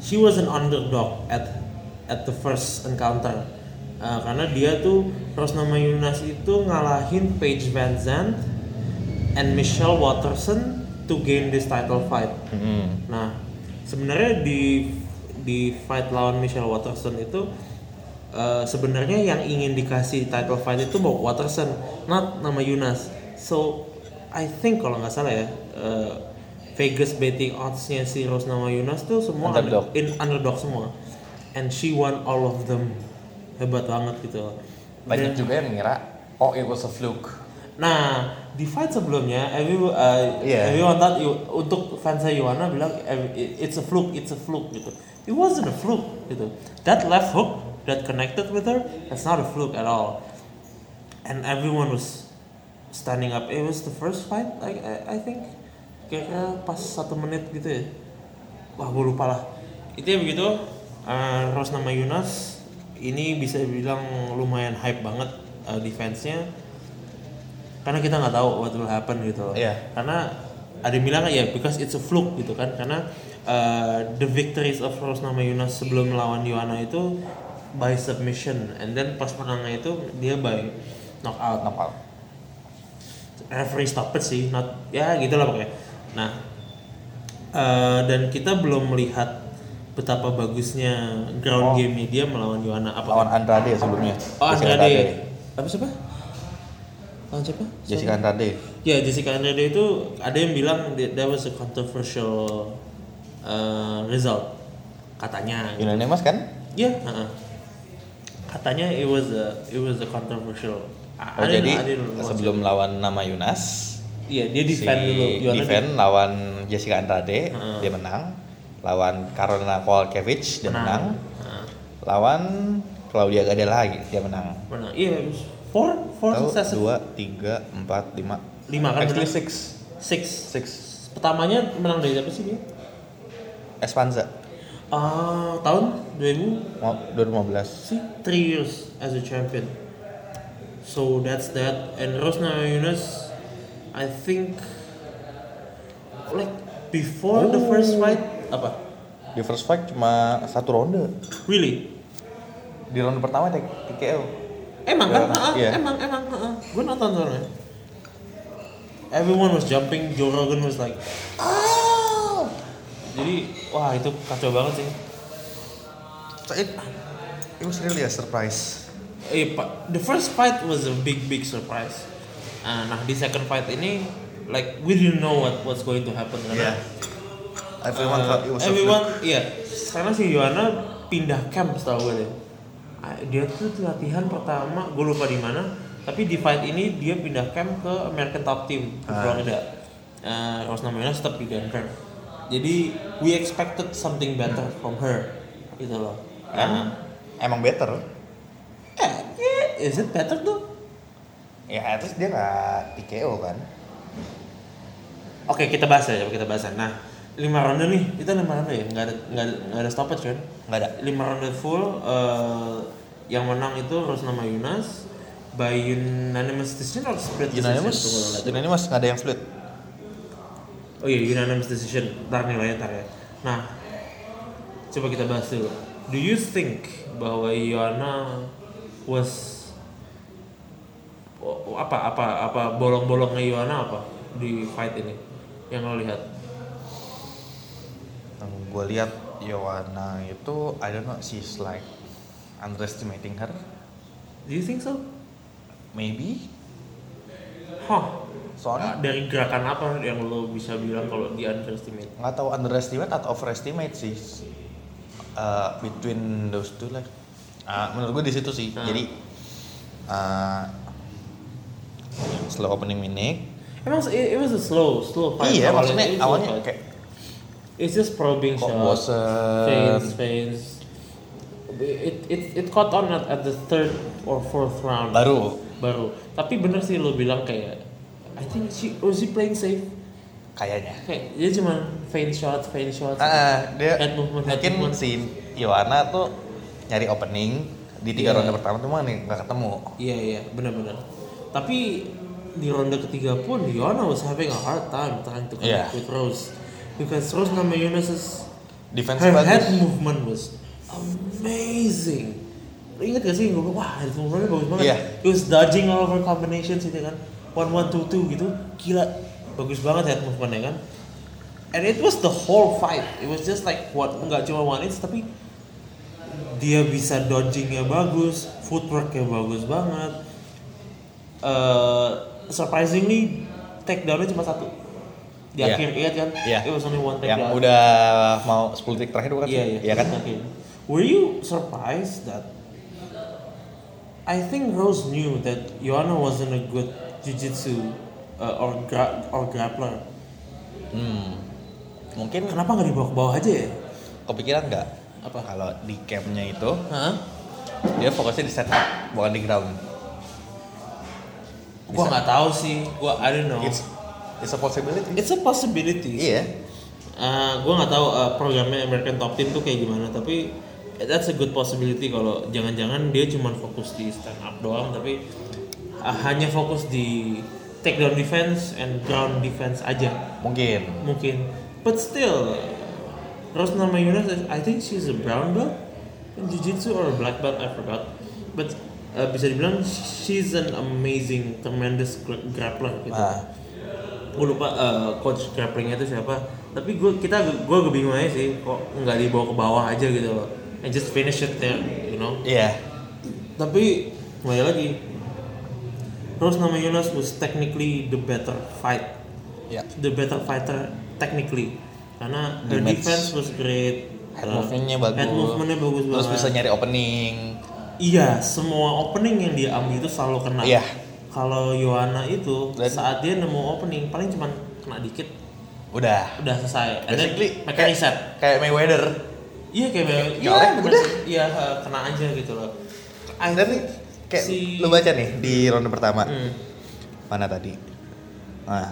Speaker 4: she was an underdog at at the first encounter Uh, karena dia tuh Rosnama Yunas itu ngalahin Paige Van Zandt and Michelle Watterson to gain this title fight. Nah, sebenarnya di di fight lawan Michelle Watterson itu uh, sebenarnya yang ingin dikasih title fight itu mau Watterson, not nama Yunas. So I think kalau nggak salah ya uh, Vegas betting odds-nya si Rosnama Yunas tuh semua ada-
Speaker 3: Underdog.
Speaker 4: in underdog semua. And she won all of them. Hebat banget gitu. Dan-
Speaker 3: Banyak juga yang ngira oh it was a fluke.
Speaker 4: Nah, di fight sebelumnya, everyone, uh,
Speaker 3: Iya.
Speaker 4: everyone thought you, untuk fansnya Yuana bilang "Ev- it's a fluke, it's a fluke gitu. It wasn't a fluke gitu. That left hook that connected with her, that's not a fluke at all. And everyone was standing up. It was the first fight, I, I, I think. Kira-kira pas satu menit gitu ya. Wah, gue lupa lah. Itu ya begitu. Uh, Rosnama Yunas ini bisa bilang lumayan hype banget uh, defense-nya karena kita nggak tahu what will happen gitu loh.
Speaker 3: Iya.
Speaker 4: Karena ada yang bilang ya because it's a fluke gitu kan karena uh, the victories of Rosnama Yunas sebelum melawan Yuana itu by submission and then pas menangnya itu dia by knockout.
Speaker 3: Knockout.
Speaker 4: Referee stoppage sih, not ya gitulah pokoknya. Nah, uh, dan kita belum melihat betapa bagusnya ground game-nya dia melawan Yuana apa
Speaker 3: Oh. Lawan Andrade sebelumnya.
Speaker 4: Oh,
Speaker 3: Jessica
Speaker 4: Andrade. Apa siapa? Lawan siapa?
Speaker 3: Jessica Andrade.
Speaker 4: Ya Jessica Andrade itu ada yang bilang th- that was a controversial uh, result katanya.
Speaker 3: Unanimous kan?
Speaker 4: Ya. heeh. Katanya it was a it was a controversial. I- I
Speaker 3: Oh,
Speaker 4: didn't-
Speaker 3: jadi
Speaker 4: I didn't watch it.
Speaker 3: sebelum lawan nama Yunas,
Speaker 4: Iya dia
Speaker 3: si
Speaker 4: defend dulu. Yuana
Speaker 3: defend lawan Jessica Andrade,
Speaker 4: Heeh.
Speaker 3: dia menang. Lawan Karolina Kowalkiewicz, dia menang.
Speaker 4: Heeh,
Speaker 3: Lawan Claudia Gadela lagi, dia menang.
Speaker 4: menang. Iya it was four four
Speaker 3: Tahu
Speaker 4: successive.
Speaker 3: dua tiga empat lima.
Speaker 4: Oh, Lima kan
Speaker 3: Actually
Speaker 4: menang.
Speaker 3: six,
Speaker 4: Six.
Speaker 3: six.
Speaker 4: Pertamanya menang dari siapa sih dia?
Speaker 3: Espanza,
Speaker 4: Ah tahun 2000
Speaker 3: dua ribu belas.
Speaker 4: See, three years as a champion. So that's that. And Rosna Yunus, I think, like before the first fight apa?
Speaker 3: Di first fight cuma satu ronde.
Speaker 4: Really?
Speaker 3: Di ronde pertama ada TKO.
Speaker 4: Emang kan?
Speaker 3: Iya.
Speaker 4: Ha-ha,
Speaker 3: Iya.
Speaker 4: Emang emang. Gue nonton soalnya. Everyone was jumping. Joe Rogan was like, "Ah!" Jadi wah itu kacau banget sih.
Speaker 5: So it, it was really a surprise.
Speaker 4: Eh, pa- the first fight was a big big surprise. Ah, nah di second fight ini like we didn't know what what's going to happen karena
Speaker 5: Yeah. Everyone
Speaker 4: Uh,
Speaker 5: thought it was a
Speaker 4: Iya. everyone,
Speaker 5: fluke.
Speaker 4: iya. Karena si Yohana pindah camp setahu gue deh. Ah, Dia tuh latihan pertama, gue lupa di mana. Tapi di fight ini dia pindah camp ke American Top Team
Speaker 5: Ah.
Speaker 4: di Florida. Uh, Rosna Mayonnaise tetap di Denver. Jadi we expected something better from her, gitu loh.
Speaker 3: Kan?
Speaker 5: Ah.
Speaker 3: Emang better.
Speaker 4: Eh, eh, is it better tuh?
Speaker 3: Ya terus dia nggak TKO kan.
Speaker 4: Oke kita bahas ya, kita bahas. ya. Nah lima ronde nih, itu lima ronde ya, nggak ada nggak ada, nggak ada stoppage kan?
Speaker 3: Nggak ada.
Speaker 4: Lima ronde full, eh, yang menang itu Rosna Mayunas by unanimous decision or split decision?
Speaker 3: Unanimous.
Speaker 4: Tuh, kalau nggak salah.
Speaker 3: Unanimous nggak ada yang split.
Speaker 4: Oh iya unanimous decision, ntar nilainya ntar ya. Nah coba kita bahas dulu. Do you think bahwa Ioana was oh, apa apa apa bolong-bolongnya Ioana apa di fight ini yang lo lihat?
Speaker 5: Yang gue lihat Yowana itu I don't know she's like underestimating her
Speaker 4: Do you think so?
Speaker 5: maybe
Speaker 4: Hah,
Speaker 5: soalnya
Speaker 4: dari gerakan apa yang lo bisa bilang kalau di underestimate?
Speaker 5: nggak tahu underestimate atau overestimate sih Uh, between those two lah Uh, menurut gue di situ sih
Speaker 4: Hmm.
Speaker 5: jadi uh, slow opening minute
Speaker 4: Emang se- it, it was a slow, slow fight.
Speaker 5: iya
Speaker 4: Awalnya
Speaker 5: maksudnya
Speaker 4: itu kan. slow
Speaker 5: awalnya
Speaker 4: fight.
Speaker 5: kayak
Speaker 4: it's just probing
Speaker 5: kok
Speaker 4: shots,
Speaker 5: bosen
Speaker 4: feints, feints. It it it caught on at, at the third or fourth round.
Speaker 3: Baru.
Speaker 4: baru. Tapi bener sih lo bilang kayak I think she was she playing safe.
Speaker 3: Kayaknya.
Speaker 4: Kayak dia cuma feint shot, feint shot.
Speaker 5: Ah, ah, dia
Speaker 4: Head movement, head
Speaker 5: mungkin
Speaker 4: movement.
Speaker 5: si Yowana tuh nyari opening di tiga
Speaker 4: Iya.
Speaker 5: ronde pertama cuma nih nggak ketemu
Speaker 4: Iya iya benar-benar. Tapi di ronde ketiga pun Yona was having a hard time trying to connect
Speaker 5: Iya.
Speaker 3: Yeah.
Speaker 4: with Rose because Rose nama Yunus's
Speaker 5: defense
Speaker 4: her
Speaker 5: bagus.
Speaker 4: head movement was amazing. Lo Ingat gak sih gue bilang wah head movementnya bagus banget.
Speaker 5: Yeah.
Speaker 4: He was dodging all of her combinations gitu kan. One one two two gitu gila bagus banget head movementnya kan. And it was the whole fight. It was just like what nggak cuma one inch tapi dia bisa dodgingnya bagus, footworknya bagus banget. Eh, surprisingly takedownnya cuma satu di
Speaker 3: Iya.
Speaker 4: akhir ingat kan?
Speaker 3: Iya.
Speaker 4: It was only one
Speaker 3: Yang
Speaker 4: takedown.
Speaker 3: udah mau 10 detik terakhir bukan?
Speaker 4: Iya,
Speaker 3: sih?
Speaker 4: iya.
Speaker 3: Iya kan?
Speaker 4: Oke. Were you surprised that I think Rose knew that Joanna wasn't a good jiu-jitsu uh, or gra or grappler.
Speaker 3: Mungkin
Speaker 4: Kenapa nggak dibawa ke bawah aja ya?
Speaker 3: kepikiran nggak?
Speaker 4: Apa?
Speaker 3: Kalau di campnya itu
Speaker 4: Hah?
Speaker 3: dia fokusnya di setup bukan di ground.
Speaker 4: Gua nggak tahu sih. Gua I don't know.
Speaker 3: It's it's a possibility.
Speaker 4: It's a possibility.
Speaker 3: Iya.
Speaker 4: Eh, gue nggak tahu eh, programnya American Top Team tuh kayak gimana tapi that's a good possibility kalau jangan-jangan dia cuma fokus di stand up doang tapi eh, hanya fokus di take down defense and ground defense aja
Speaker 3: Mungkin.
Speaker 4: mungkin but still Rosna Mayunas is- I think she's a brown belt in jiu-jitsu or a black belt I forgot but eh, bisa dibilang she's an amazing tremendous gra- grappler gitu
Speaker 3: Nah,
Speaker 4: gue lupa eh, coach grapplingnya itu siapa tapi gue kita gue kebingung aja sih kok nggak dibawa ke bawah aja gitu loh and just finish it there you know
Speaker 3: iya.
Speaker 4: tapi kembali lagi terus nama Yunus was technically the better fight
Speaker 3: Iya.
Speaker 4: the better fighter technically karena
Speaker 3: The
Speaker 4: the
Speaker 3: match.
Speaker 4: defense was great
Speaker 3: Head
Speaker 4: Eh,
Speaker 3: movement-nya bagus.
Speaker 4: head movement-nya bagus
Speaker 3: Terus
Speaker 4: banget.
Speaker 3: bisa nyari opening.
Speaker 4: Iya, semua opening yang dia ambil itu selalu kena.
Speaker 3: Iya.
Speaker 4: Kalau Yohana itu
Speaker 3: Dan-
Speaker 4: saat dia nemu opening paling cuman kena dikit
Speaker 3: Udah.
Speaker 4: udah selesai. And then
Speaker 3: Basically
Speaker 4: mereka reset.
Speaker 3: kayak Mayweather.
Speaker 4: Iya kayak memang.
Speaker 3: Kayak
Speaker 4: Iya
Speaker 3: oleh,
Speaker 4: bener
Speaker 3: udah. Ah,
Speaker 4: sih. Iya eh, kena aja gitu loh. I
Speaker 3: Dan
Speaker 4: think
Speaker 3: kayak
Speaker 4: si-
Speaker 3: lu baca nih di ronde pertama.
Speaker 4: Hmm.
Speaker 3: Mana tadi? Nah,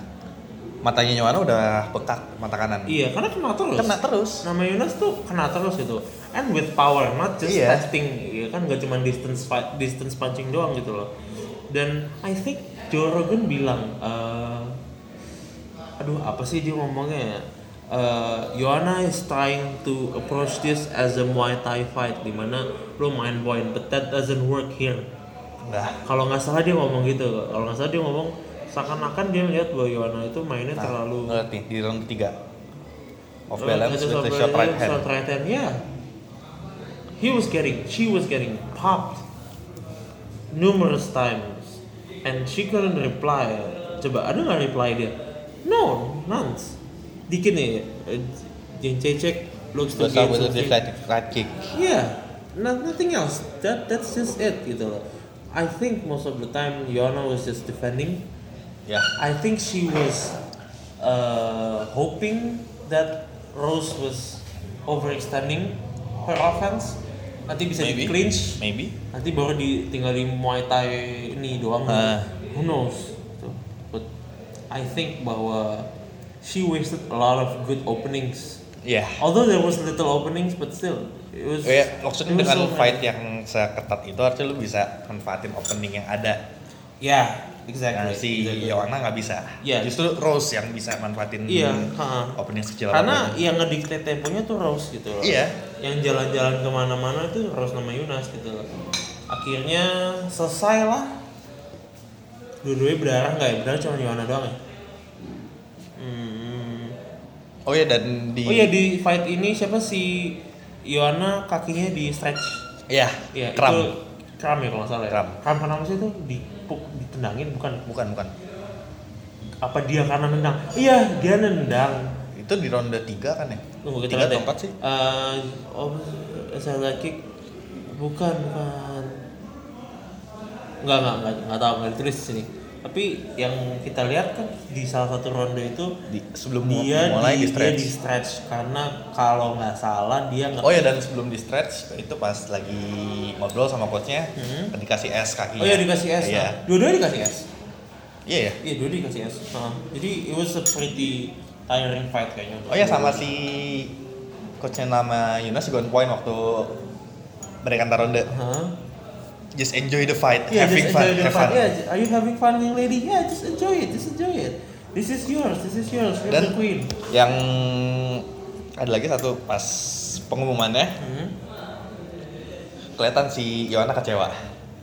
Speaker 3: matanya Nyowana udah bekak mata kanan.
Speaker 4: Iya, karena kena terus.
Speaker 3: Kena terus.
Speaker 4: Nama Yunus tuh kena terus gitu. And with power, not just
Speaker 3: Iya.
Speaker 4: testing. Iya kan gak cuma distance fight, distance punching doang gitu loh. Dan I think Joe Rogan bilang, eh, aduh apa sih dia ngomongnya ya? uh, Joanna is trying to approach this as a Muay Thai fight dimana lo main point but that doesn't work here
Speaker 3: Nah,
Speaker 4: kalau nggak salah dia ngomong gitu kalau nggak salah dia ngomong seakan-akan dia melihat bahwa Joanna itu mainnya terlalu
Speaker 3: ngeliat Nah, nih di round ketiga. Off
Speaker 4: Oh,
Speaker 3: balance
Speaker 4: itu
Speaker 3: with the
Speaker 4: sama
Speaker 3: shot right
Speaker 4: balance,
Speaker 3: hand.
Speaker 4: shot right hand, yeah. He was getting, she was getting popped numerous times, and she couldn't reply. Coba ada nggak reply dia? No, none. Dikit nih, eh, yang cecek looks to
Speaker 3: Terus sama
Speaker 4: gain
Speaker 3: with the
Speaker 4: something.
Speaker 3: right, right kick.
Speaker 4: Yeah, not, nothing else. That that's just it gitu loh. I think most of the time Yona was just defending
Speaker 3: Ya.
Speaker 4: I think she was uh, hoping that Rose was overextending her offense. Nanti bisa
Speaker 3: Maybe.
Speaker 4: di clinch,
Speaker 3: Maybe.
Speaker 4: nanti baru di tinggal di Muay Thai ini doang.
Speaker 3: Ah.
Speaker 4: Who knows? Gitu. But I think bahwa she wasted a lot of good openings.
Speaker 3: Ya.
Speaker 4: Although there was little openings, but still it was.
Speaker 3: Oh ya, maksudnya
Speaker 4: it was
Speaker 3: dengan
Speaker 4: so
Speaker 3: fight yang seketat itu harusnya lu bisa manfaatin opening yang ada.
Speaker 4: Yeah,
Speaker 3: Nah,
Speaker 4: exactly.
Speaker 3: si
Speaker 4: Exactly.
Speaker 3: Yohana nggak bisa.
Speaker 4: Iya.
Speaker 3: Justru Rose yang bisa manfaatin
Speaker 4: Iya, ha.
Speaker 3: opening sekecil
Speaker 4: Karena
Speaker 3: apapun.
Speaker 4: yang ngedikte temponya tuh Rose gitu loh.
Speaker 3: Iya.
Speaker 4: Yang jalan-jalan kemana-mana itu Rose nama Yunas gitu loh. Akhirnya selesai lah. Dua-duanya berdarah nggak ya? Berdarah cuma Yohana doang ya? Hmm.
Speaker 3: Oh ya dan di
Speaker 4: Oh iya di fight ini siapa si Yohana kakinya di stretch?
Speaker 3: Iya,
Speaker 4: Iya
Speaker 3: kram.
Speaker 4: itu kram ya kalau nggak salah ya?
Speaker 3: Kram.
Speaker 4: Kram kenapa sih itu dipuk- ditendangin bukan?
Speaker 3: Bukan, bukan.
Speaker 4: Apa dia karena nendang? Iya dia nendang.
Speaker 3: Itu di ronde 3 kan ya?
Speaker 4: Tunggu kita
Speaker 3: Tiga
Speaker 4: lihat
Speaker 3: atau
Speaker 4: ya.
Speaker 3: empat sih?
Speaker 4: Eh, om saya kick bukan bukan. Enggak enggak enggak enggak tahu enggak ditulis di sini. Tapi yang kita lihat kan di salah satu ronde itu
Speaker 3: Di, sebelum
Speaker 4: dia
Speaker 3: mulai di
Speaker 4: di, dia
Speaker 3: stretch.
Speaker 4: di stretch karena kalau nggak salah dia nggak
Speaker 3: Oh ya dan sebelum di stretch itu pas lagi ngobrol sama coachnya dikasih es kakinya.
Speaker 4: Hmm. Oh iya dikasih S.
Speaker 3: Iya.
Speaker 4: Nah, Dua-duanya dikasih S.
Speaker 3: Iya ya.
Speaker 4: Iya, dua dikasih S. Nah, jadi it was a pretty tiring fight kayaknya. untuk
Speaker 3: Oh ya sama
Speaker 4: dua-dua.
Speaker 3: si coachnya nama Yunus juga on point waktu mereka antar ronde.
Speaker 4: Hah?
Speaker 3: Just enjoy the fight,
Speaker 4: Yeah,
Speaker 3: having
Speaker 4: Iya, just
Speaker 3: fun,
Speaker 4: enjoy the
Speaker 3: have
Speaker 4: fun.
Speaker 3: fun.
Speaker 4: Yeah, are you having fun, young lady? Yeah, just enjoy it. Just enjoy it. This is yours. This is yours. You're
Speaker 3: Dan
Speaker 4: the queen.
Speaker 3: yang ada lagi satu pas pengumumannya
Speaker 4: Hmm.
Speaker 3: kelihatan si Yohana kecewa.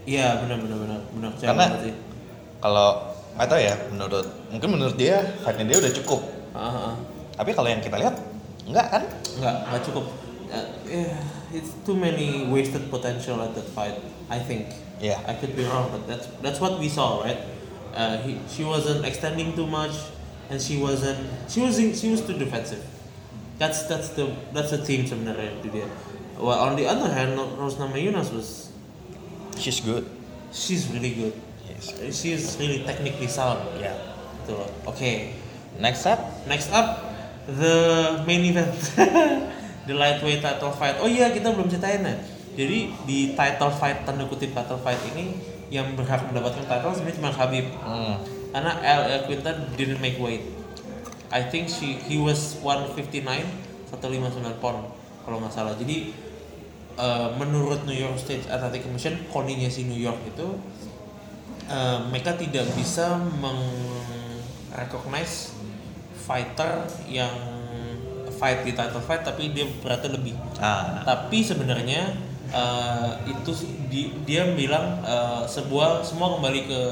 Speaker 4: Iya, benar benar benar benar. Saya
Speaker 3: Karena
Speaker 4: banget sih.
Speaker 3: Kalau nggak tahu ya menurut mungkin menurut dia fightnya dia udah cukup.
Speaker 4: Ah, ah.
Speaker 3: Tapi kalau yang kita lihat enggak kan?
Speaker 4: Nggak, nggak cukup. Uh, yeah, it's too many wasted potential at that fight. I think.
Speaker 3: Yeah.
Speaker 4: I could be wrong, but that's that's what we saw, right? Uh, he, she wasn't extending too much, and she wasn't. She was in, she was too defensive. That's that's the that's the theme sebenarnya itu dia. Well, on the other hand, Rosna Mayunas was
Speaker 3: She's good.
Speaker 4: she's really good. Uh,
Speaker 3: Yes.
Speaker 4: She's really technically sound.
Speaker 3: Yeah.
Speaker 4: Gitu loh. Oke.
Speaker 3: Next up
Speaker 4: Next up the main event. the lightweight title fight. Oh iya, kita belum ceritain ya. Jadi di title fight tanda kutip title fight ini yang berhak mendapatkan title sebenarnya cuma Khabib.
Speaker 3: Hmm.
Speaker 4: Karena LL Quinta didn't make weight. I think she he was 159 159 pound kalau nggak salah. Jadi eh, menurut New York State Athletic Commission, koninya si New York itu eh, mereka tidak bisa meng-recognize fighter yang fight di title fight tapi dia beratnya lebih.
Speaker 3: Ah.
Speaker 4: Tapi sebenarnya eh, itu s- di- dia bilang eh, sebuah semua kembali ke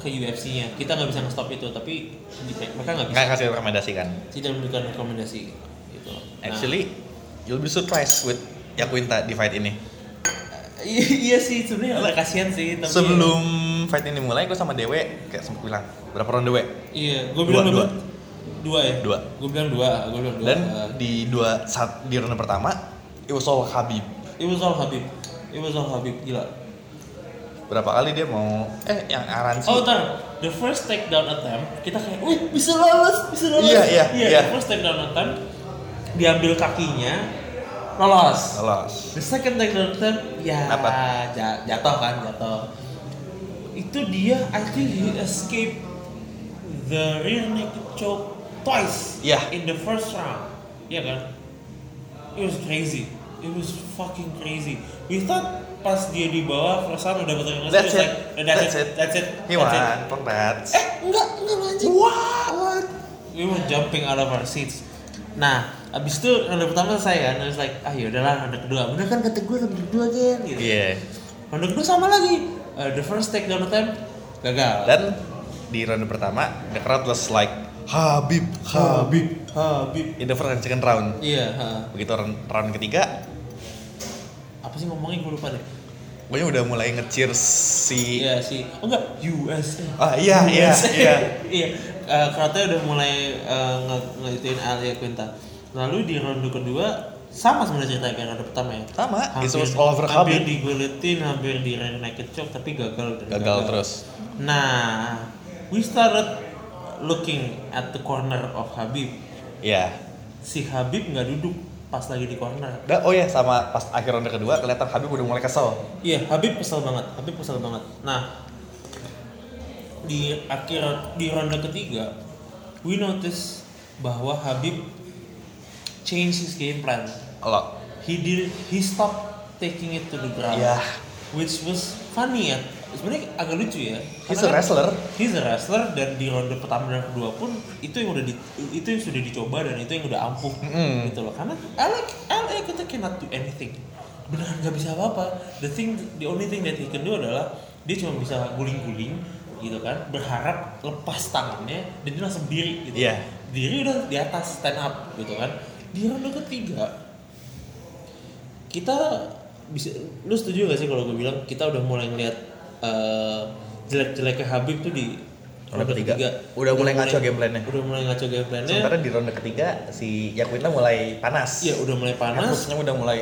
Speaker 4: ke UFC-nya. Kita nggak bisa nge-stop itu, tapi di- mereka nggak bisa
Speaker 3: nggak kasih rekomendasi kan?
Speaker 4: tidak memberikan rekomendasi gitu. Nah,
Speaker 3: Actually, you'll be surprised with Yakuinta di fight ini.
Speaker 4: i- iya sih sebenarnya agak kasihan sih tapi
Speaker 3: Sebelum fight ini mulai, gue sama Dewe kayak sempet bilang berapa ronde Dewe?
Speaker 4: iya gue
Speaker 3: Dua,
Speaker 4: bilang
Speaker 3: dua.
Speaker 4: dua dua ya
Speaker 3: Dua.
Speaker 4: gue bilang dua gue bilang dua
Speaker 3: Dan
Speaker 4: Eh,
Speaker 3: di dua saat di ronde pertama, it was all Habib.
Speaker 4: it was all Habib it was all Habib gila
Speaker 3: Berapa kali dia mau eh yang aransi?
Speaker 4: oh tar the first takedown attempt kita kayak wih bisa lolos bisa lolos
Speaker 3: Iya, iya, iya.
Speaker 4: the first takedown attempt diambil kakinya lolos
Speaker 3: Lolos.
Speaker 4: the second takedown attempt ya
Speaker 3: Kenapa?
Speaker 4: ja- jatuh kan jatuh itu dia I think he escaped the rear naked choke twice
Speaker 3: Iya.
Speaker 4: in the first round ya kan it was crazy it was fucking crazy we thought pas dia di bawah first round udah betul
Speaker 3: That's it.
Speaker 4: that's, it. that's it
Speaker 3: He won.
Speaker 4: That's it.
Speaker 3: Congrats.
Speaker 4: eh enggak enggak anjing
Speaker 3: What?
Speaker 4: we were jumping out of our seats Nah, abis itu ronde pertama selesai kan, terus like, ah yaudahlah ronde kedua. Bener kan kata gue ronde kedua kan? Gitu.
Speaker 3: Iya.
Speaker 4: Ronde kedua sama lagi. Eh, the first take down attempt gagal.
Speaker 3: Dan di ronde pertama the crowd was like Habib, Habib
Speaker 4: Habib.
Speaker 3: in the first and second round.
Speaker 4: Iya. ha.
Speaker 3: Begitu round, round ketiga,
Speaker 4: Apa sih ngomongnya gue lupa deh.
Speaker 3: pokoknya udah mulai nge-cheers si
Speaker 4: Iya sih. Oh enggak, USA.
Speaker 3: Ah iya iya
Speaker 4: USA.
Speaker 3: iya.
Speaker 4: Iya. Eh, crowd-nya udah mulai eh, nge ngituin Alia Quinta. Lalu di ronde kedua sama sebenarnya ceritanya kayak ronde pertama ya.
Speaker 3: Sama, it was all over
Speaker 4: hampir
Speaker 3: Habib.
Speaker 4: digoletin, hampir di naked choke tapi gagal. dan
Speaker 3: Gagal terus.
Speaker 4: Nah, we started looking at the corner of Habib.
Speaker 3: Iya.
Speaker 4: Si Habib nggak duduk pas lagi di corner.
Speaker 3: Da- oh ya sama pas akhir ronde kedua kelihatan Habib udah mulai kesel.
Speaker 4: Iya, Habib kesel banget. Habib kesel banget. Nah, di akhir di ronde ketiga, we notice bahwa Habib change his game plan.
Speaker 3: Lo.
Speaker 4: He did he stopped taking it to the ground.
Speaker 3: Iya.
Speaker 4: Which was funny ya. Sebenarnya agak lucu ya.
Speaker 3: He's a
Speaker 4: Karena kan-
Speaker 3: wrestler.
Speaker 4: He's a wrestler dan di ronde pertama dan kedua pun itu yang udah di, itu yang sudah dicoba dan itu yang udah ampuh gitu loh karena Alec Alec kita cannot do anything beneran nggak bisa apa-apa the thing the only thing that he can do adalah dia cuma bisa guling-guling gitu kan berharap lepas tangannya dan dia langsung diri gitu
Speaker 3: Iya.
Speaker 4: diri udah di atas stand up gitu kan di ronde ketiga kita bisa lu setuju gak sih kalau gue bilang kita udah mulai ngeliat eh, jelek-jeleknya Habib tuh di
Speaker 3: Ronde
Speaker 4: ronde
Speaker 3: ketiga. Udah mulai ngaco game plan-nya.
Speaker 4: udah mulai ngaco game plan-nya
Speaker 3: Sementara di ronde ketiga si Yakwinta mulai panas.
Speaker 4: ya udah mulai panas
Speaker 3: Fokusnya udah mulai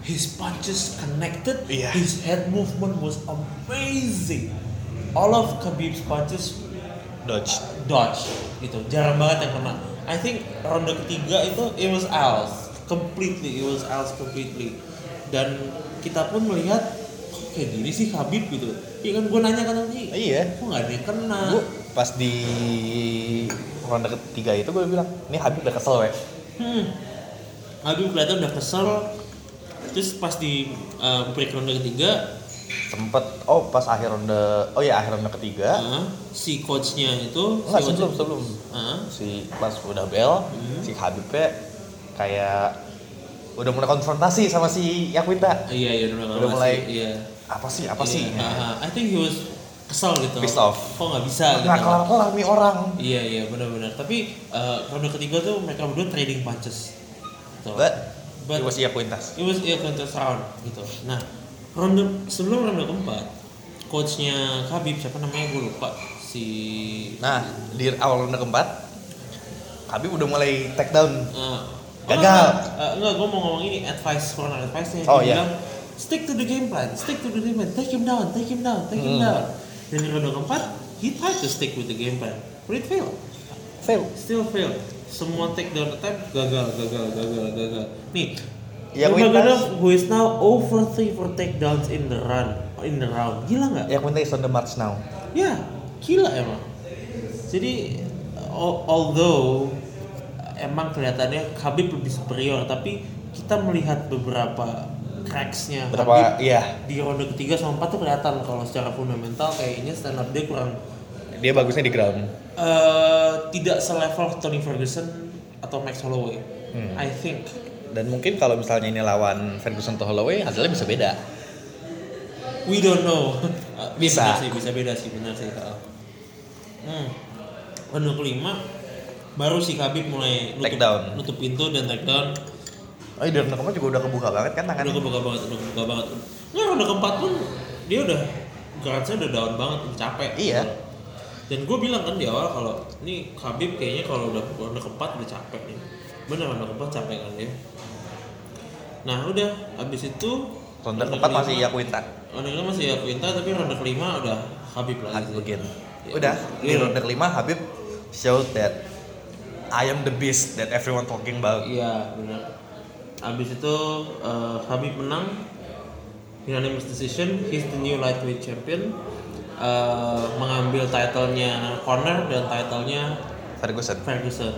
Speaker 4: his punches connected
Speaker 3: Iya.
Speaker 4: his head movement was amazing all of Khabib's punches
Speaker 3: dodge.
Speaker 4: dodge gitu jarang banget yang kena I think ronde ketiga itu it was Al's completely it was Al's completely dan kita pun melihat "Kok kayak gini sih Habib gitu iya kan gue nanya kan tadi
Speaker 3: Iya.
Speaker 4: kok nggak ada yang kena
Speaker 3: Gue pas di ronde ketiga itu gue bilang, ini Habib udah kesel weh.
Speaker 4: hmm. Habib kelihatan udah kesel terus pas di uh, break ronde ketiga
Speaker 3: Sempet, oh pas akhir ronde, oh ya akhir ronde ketiga.
Speaker 4: uh, si coachnya itu
Speaker 3: Enggak
Speaker 4: si
Speaker 3: sebelum
Speaker 4: coach-
Speaker 3: sebelum
Speaker 4: Ah.
Speaker 3: si pas udah bel,
Speaker 4: Hmm.
Speaker 3: si Habibnya kayak udah mulai konfrontasi sama si Yakwinta.
Speaker 4: iya iya udah,
Speaker 3: Udah mulai
Speaker 4: iya
Speaker 3: Apa sih? Apa
Speaker 4: Iya,
Speaker 3: sih?
Speaker 4: ah, ah. I think he was kesel gitu
Speaker 3: Pissed off.
Speaker 4: kok nggak bisa gitu
Speaker 3: Nggak kelar-kelar nih orang.
Speaker 4: Iya iya benar-benar. Tapi eh, ronde ketiga tuh mereka berdua trading punches. Gitu.
Speaker 3: But, it
Speaker 4: But-
Speaker 3: was Yakwintas.
Speaker 4: it was a contest round gitu. Nah ronde sebelum ronde keempat, coachnya Khabib siapa namanya gue lupa si.
Speaker 3: Nah, di awal ronde keempat, Habib udah mulai take down.
Speaker 4: eh,
Speaker 3: Gagal.
Speaker 4: enggak, Eh, enggak, gue mau ngomong ini advice corner advice nya
Speaker 3: Oh, iya.
Speaker 4: dia bilang stick to the game plan, stick to the game plan, take him down, take him down, take
Speaker 3: Hmm.
Speaker 4: him down. Dan di ronde keempat, he tried to stick with the game plan, but it failed.
Speaker 3: Fail.
Speaker 4: still fail semua take down attempt gagal gagal gagal gagal nih
Speaker 3: Ya,
Speaker 4: Coba
Speaker 3: Quintas.
Speaker 4: Gadov, who is now over three for takedowns in the run in the round gila nggak ya
Speaker 3: Yakwinta is on the march now.
Speaker 4: gila emang jadi al- although emang kelihatannya Khabib lebih superior tapi kita melihat beberapa cracksnya
Speaker 3: Berapa?
Speaker 4: Khabib
Speaker 3: Iya.
Speaker 4: di ronde ketiga sama empat tuh kelihatan kalau secara fundamental kayaknya stand up dia kurang
Speaker 3: Dia bagusnya di ground.
Speaker 4: eh tidak selevel Tony Ferguson atau Max Holloway.
Speaker 3: Hmm.
Speaker 4: I think
Speaker 3: Dan mungkin kalau misalnya ini lawan Ferguson atau Holloway, hasilnya bisa beda.
Speaker 4: we don't know. Eh,
Speaker 3: Bisa.
Speaker 4: benar sih, bisa beda sih, benar sih. heeh. Hmm. Ronde kelima baru si Khabib mulai nutup,
Speaker 3: Take down.
Speaker 4: nutup pintu dan take down.
Speaker 3: Oh, di ronde keempat juga udah kebuka banget kan
Speaker 4: Udah
Speaker 3: tangannya.
Speaker 4: kebuka banget, udah kebuka banget. Nggak, ronde keempat pun dia udah guards udah down banget, udah capek.
Speaker 3: Iya.
Speaker 4: Dan gue bilang kan di awal kalau ini Khabib kayaknya kalau udah ronde keempat udah capek nih. Bener ronde keempat capek kan dia. Nah udah, abis itu
Speaker 3: Ronde keempat
Speaker 4: kelima-
Speaker 3: masih Yakwinta.
Speaker 4: Ronde kelima masih ya Quinta, tapi ronde kelima udah Habib lagi.
Speaker 3: Habib again. Udah, di
Speaker 4: Iya.
Speaker 3: ronde kelima Habib showed that I am the beast that everyone talking about.
Speaker 4: Iya benar. Abis itu eh, Habib menang unanimous decision. He's the new lightweight champion. Eh, mengambil titlenya Conor dan titlenya
Speaker 3: Ferguson.
Speaker 4: Ferguson.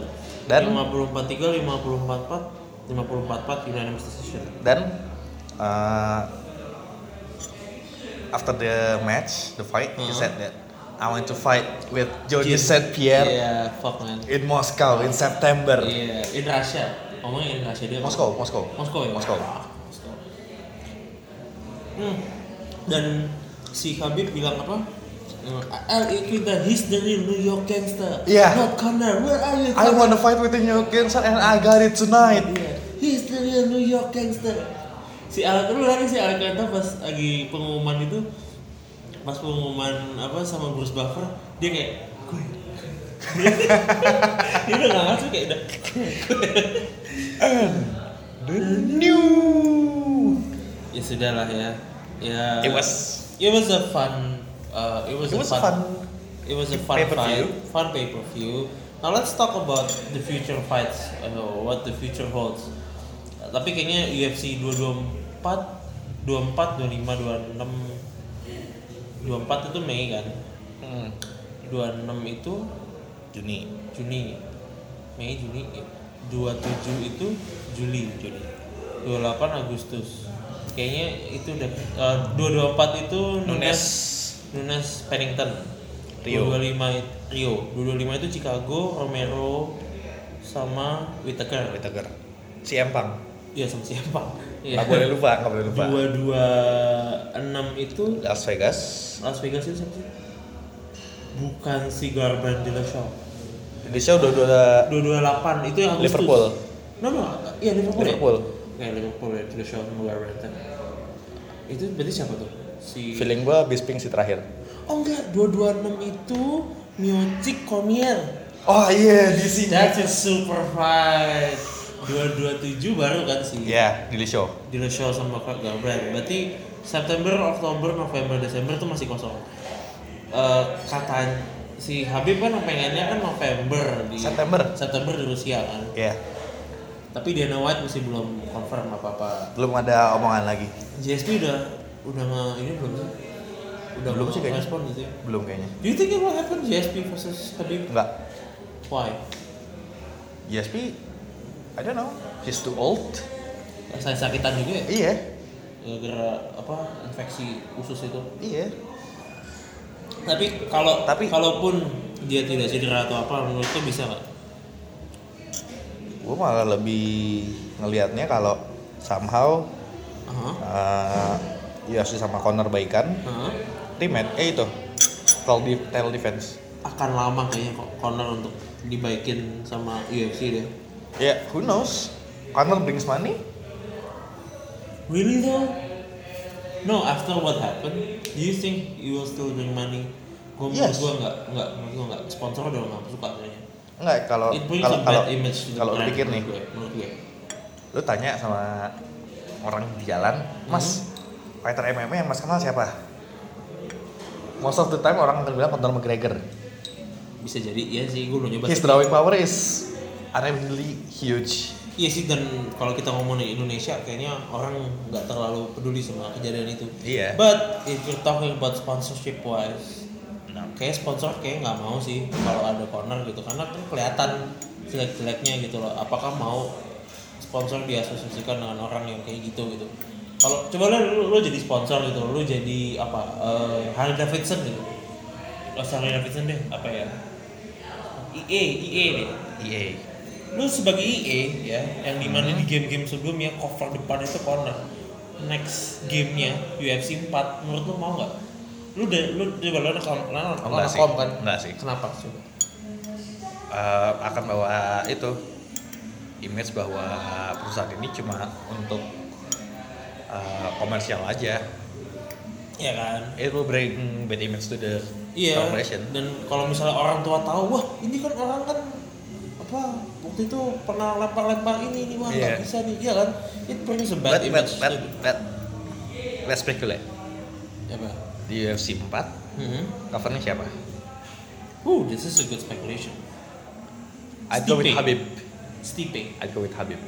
Speaker 3: Dan-
Speaker 4: 54-3, 54-4, 54-4 unanimous decision.
Speaker 3: Dan uh, after the match, the fight, he
Speaker 4: Hmm.
Speaker 3: said that I want to fight with George
Speaker 4: Jin.
Speaker 3: St. Pierre
Speaker 4: Iya, fuck man.
Speaker 3: in Moscow in September.
Speaker 4: Iya, in Russia. Ngomongnya in Russia dia.
Speaker 3: Moskow, Moskow.
Speaker 4: Moskow ya.
Speaker 3: Moskow.
Speaker 4: Moskow. Hmm. Dan si Khabib bilang apa? Eh, Al Iqida, he's the real New York gangster.
Speaker 3: Iya.
Speaker 4: Not Connor. Where are you?
Speaker 3: I want to fight with the New Kingston and I got it tonight.
Speaker 4: Iya. He's the real New York gangster. Si Alec lu lagi si Alec Kanta pas lagi pengumuman itu pas pengumuman apa sama Bruce Buffer dia kayak gue. ya." dia udah nggak ngerti kayak udah
Speaker 3: New. Nah.
Speaker 4: ya sudahlah ya ya
Speaker 3: It was-
Speaker 4: it was a fun uh, it was
Speaker 3: It
Speaker 4: a
Speaker 3: was a
Speaker 4: fun,
Speaker 3: fun
Speaker 4: it was a fun
Speaker 3: pay-per-view.
Speaker 4: fight fun pay per view now let's talk about the future fights uh, what the future holds Uh, tapi kayaknya UFC 224 24 25 26 24 itu Mei kan 26 itu
Speaker 3: hmm, Juni.
Speaker 4: Juni Mei Juni iya. 27 itu Juli Juli 28 Agustus kayaknya itu udah eh, 224 itu Nunes Nunes Pennington
Speaker 3: Rio.
Speaker 4: 225 itu- Rio 225 itu Chicago Romero sama Whittaker
Speaker 3: Whittaker. Si Empang.
Speaker 4: iya sama siapa iya
Speaker 3: Nggak boleh lupa, nggak boleh lupa.
Speaker 4: 226 itu
Speaker 3: Las Vegas.
Speaker 4: Las Vegas itu siapa sih? bukan si Garban Dillashaw
Speaker 3: Indonesia udah udah
Speaker 4: 228 itu yang Agustus.
Speaker 3: Liverpool.
Speaker 4: No no, iya Liverpool.
Speaker 3: Liverpool.
Speaker 4: Ya? Nah, Liverpool ya, Chelsea sama Wolverhampton. Itu berarti siapa tuh? Si
Speaker 3: feeling gua Bisping si terakhir.
Speaker 4: Oh enggak, 226 itu Miocic Komier.
Speaker 3: Oh iya di sini.
Speaker 4: That's a super fight. 227 baru kan si
Speaker 3: Ya, di Show.
Speaker 4: di Show sama Kak Gabriel. Berarti September, Oktober, November, Desember itu masih kosong. Eh kata si Habib kan pengennya kan November di
Speaker 3: September.
Speaker 4: September di Rusia kan.
Speaker 3: Ya,
Speaker 4: Tapi Dana White masih belum confirm apa-apa.
Speaker 3: belum ada omongan lagi.
Speaker 4: JSP udah udah nge ini belum sih? Udah
Speaker 3: Belum
Speaker 4: nge-
Speaker 3: sih kayaknya.
Speaker 4: respon gitu ya.
Speaker 3: Belum kayaknya.
Speaker 4: Do you think it will happen JSP versus Khabib?
Speaker 3: Enggak.
Speaker 4: Why?
Speaker 3: GSP I don't know. He's too old.
Speaker 4: Saya sakitan juga
Speaker 3: Iya,
Speaker 4: ya? gara apa infeksi usus itu.
Speaker 3: iya.
Speaker 4: Tapi kalau
Speaker 3: Tapi-
Speaker 4: kalaupun dia tidak cedera atau apa menurut tuh bisa nggak?
Speaker 3: Gua malah lebih ngelihatnya kalau somehow
Speaker 4: Aha.
Speaker 3: uh, UFC sama Connor baikan
Speaker 4: Hah?
Speaker 3: rematch eh itu tail, di tail defense
Speaker 4: Akan lama kayaknya kok Connor untuk dibaikin sama UFC deh.
Speaker 3: ya who knows Connor brings money
Speaker 4: Really though? No, after what happened, do you think you will still bring money? Gue menurut
Speaker 3: Yes.
Speaker 4: gue nggak nggak menurut gue nggak sponsor udah nggak suka kayaknya.
Speaker 3: enggak kalau
Speaker 4: It brings
Speaker 3: kalau
Speaker 4: a
Speaker 3: kalau
Speaker 4: bad image to the
Speaker 3: kalau lu
Speaker 4: brand,
Speaker 3: pikir nih
Speaker 4: menurut gue, menurut gue.
Speaker 3: lu tanya sama orang di jalan
Speaker 4: Hmm.
Speaker 3: mas fighter MMA yang mas kenal siapa most of the time orang akan bilang Conor McGregor
Speaker 4: Bisa jadi iya sih gue belum nyoba.
Speaker 3: his
Speaker 4: sih.
Speaker 3: drawing power is unremittingly huge
Speaker 4: Iya sih dan kalau kita ngomongin Indonesia kayaknya orang nggak terlalu peduli sama kejadian itu.
Speaker 3: Iya.
Speaker 4: But if you're talking about sponsorship wise, nah kayak sponsor kayak nggak mau sih kalau ada corner gitu karena kan kelihatan jelek-jeleknya gitu loh. Apakah mau sponsor diasosiasikan dengan orang yang kayak gitu gitu? Kalau coba lo, lo, lo jadi sponsor gitu, lo jadi apa? eh, Harley Davidson gitu. Lo Harley Davidson deh, apa ya? EA, EA E deh
Speaker 3: EA
Speaker 4: lu sebagai EA ya yang dimana di game-game sebelumnya cover depan itu corner next gamenya UFC 4 menurut lu mau nggak lu udah lu coba lu nonton
Speaker 3: Enggak
Speaker 4: nonton
Speaker 3: sih.
Speaker 4: kom kan
Speaker 3: Enggak sih.
Speaker 4: kenapa coba
Speaker 3: eh, akan bawa itu image bahwa perusahaan ini cuma untuk eh, komersial aja
Speaker 4: ya kan
Speaker 3: it will bring bad image to the
Speaker 4: iya
Speaker 3: corporation
Speaker 4: dan kalau misalnya orang tua tahu wah ini kan orang kan apa waktu itu pernah lempar-lempar ini ini wah
Speaker 3: Iya.
Speaker 4: nggak bisa nih iya kan it brings a bad
Speaker 3: but but
Speaker 4: image
Speaker 3: but
Speaker 4: to-
Speaker 3: but let's speculate
Speaker 4: ya Bang.
Speaker 3: di UFC 4
Speaker 4: Mhm.
Speaker 3: covernya siapa?
Speaker 4: Ooh, this is a good speculation
Speaker 3: I'd go with
Speaker 4: Stipe.
Speaker 3: Habib
Speaker 4: Stipe
Speaker 3: I'd go with Habib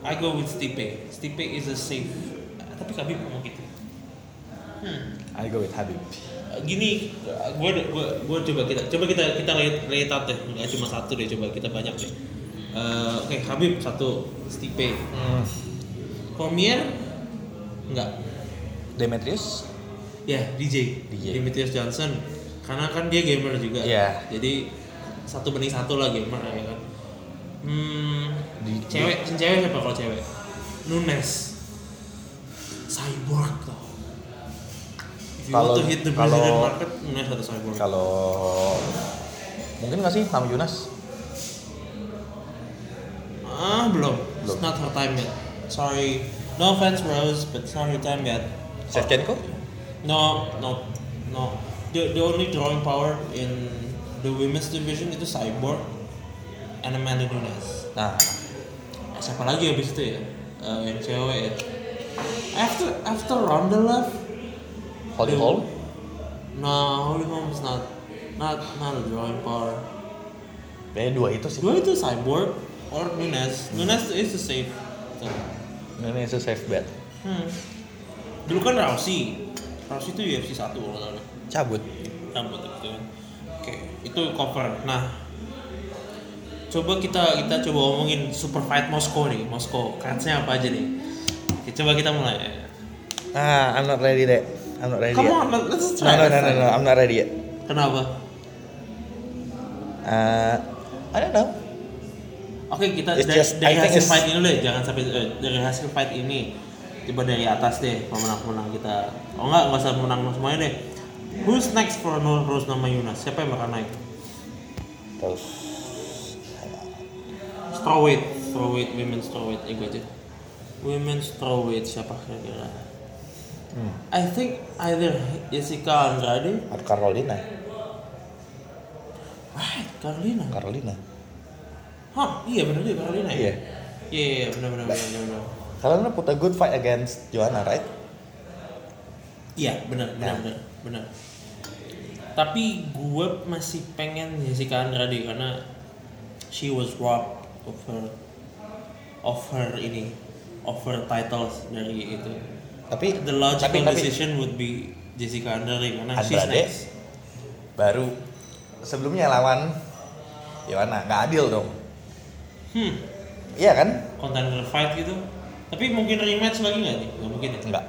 Speaker 4: I go with Stipe. Stipe is a safe. Tapi Khabib ngomong gitu.
Speaker 3: I'd go with Habib
Speaker 4: Uh, Gini, gue gue gue coba kita coba kita kita relate relate out deh. Nggak cuma satu deh, coba kita banyak deh. Eh, Oke, Khabib satu, Stipe.
Speaker 3: Hmm.
Speaker 4: Cormier enggak.
Speaker 3: Demetrius
Speaker 4: Ya, DJ.
Speaker 3: DJ.
Speaker 4: Demetrius Johnson. karena kan dia gamer juga
Speaker 3: Iya.
Speaker 4: jadi satu benih satu lah gamer ya kan hmm cewek cewek siapa kalau cewek Nunes cyborg tau if you
Speaker 3: Kalau-
Speaker 4: want to hit the
Speaker 3: kalau-
Speaker 4: Brazilian market Nunes atau cyborg
Speaker 3: Kalau mungkin nggak sih Ham Yunas?
Speaker 4: ah
Speaker 3: Belum.
Speaker 4: belum. it's not her time yet sorry no offense Rose but it's not her time yet
Speaker 3: Shevchenko?
Speaker 4: No, no, no. The, the only drawing power in the women's division itu Cyborg and Amanda Nunes.
Speaker 3: Nah,
Speaker 4: Siapa lagi habis itu ya? Eh, yang cewek ya. After after Ronda left,
Speaker 3: Holly Holm?
Speaker 4: no, Holly Holm is not not not a drawing power.
Speaker 3: Kayaknya dua itu sih.
Speaker 4: Dua itu Cyborg or Nunes. Nunes is a safe. So,
Speaker 3: Ini Nah, itu safe bet.
Speaker 4: hmm. Dulu kan Rousey, Rousey itu UFC satu kalau nggak salah.
Speaker 3: Cabut.
Speaker 4: rambut gitu kan. Oke, itu cover. Nah, coba kita kita coba omongin super fight Moskow nih, Moskow. Kansnya apa aja nih? Oke, coba kita mulai.
Speaker 3: Ah, I'm not ready deh. I'm not ready.
Speaker 4: Come
Speaker 3: yet.
Speaker 4: on, let- let's
Speaker 3: ya. No,
Speaker 4: try.
Speaker 3: no,
Speaker 4: let's
Speaker 3: no, no,
Speaker 4: try.
Speaker 3: no, I'm not ready yet.
Speaker 4: Kenapa?
Speaker 3: Uh, I don't know.
Speaker 4: Oke, kita
Speaker 3: It's
Speaker 4: dari,
Speaker 3: just- I
Speaker 4: dari
Speaker 3: think
Speaker 4: hasil
Speaker 3: it's-
Speaker 4: fight ini deh, jangan sampai eh, dari hasil fight ini coba dari atas deh pemenang-pemenang kita. Oh enggak, enggak usah menang semuanya deh. Who's next for no Rose nama Yuna? Siapa yang bakal naik?
Speaker 3: Terus
Speaker 4: strawweight strawweight women strawweight eh gue aja women strawweight siapa kira-kira
Speaker 3: Hmm.
Speaker 4: I think either Jessica Andrade
Speaker 3: ada Carolina,
Speaker 4: right Carolina
Speaker 3: Carolina.
Speaker 4: hah iya bener juga Carolina ya
Speaker 3: Iya.
Speaker 4: iya iya, iya bener bener bener bener bener.
Speaker 3: Carolina put a good fight against Joanna, right?
Speaker 4: iya bener bener
Speaker 3: Nah.
Speaker 4: bener bener tapi gue masih pengen Jessica Andrade karena she was robbed of her of her ini of her titles dari itu
Speaker 3: Tapi
Speaker 4: The
Speaker 3: tapi,
Speaker 4: logical
Speaker 3: tapi
Speaker 4: decision would be Jessica Andrade karena she's
Speaker 3: Andrade
Speaker 4: next.
Speaker 3: baru sebelumnya lawan Joanna, nggak adil dong.
Speaker 4: Hmm,
Speaker 3: Iya kan?
Speaker 4: contender fight gitu. Tapi mungkin rematch lagi nggak nih? Nggak mungkin ya.
Speaker 3: Enggak.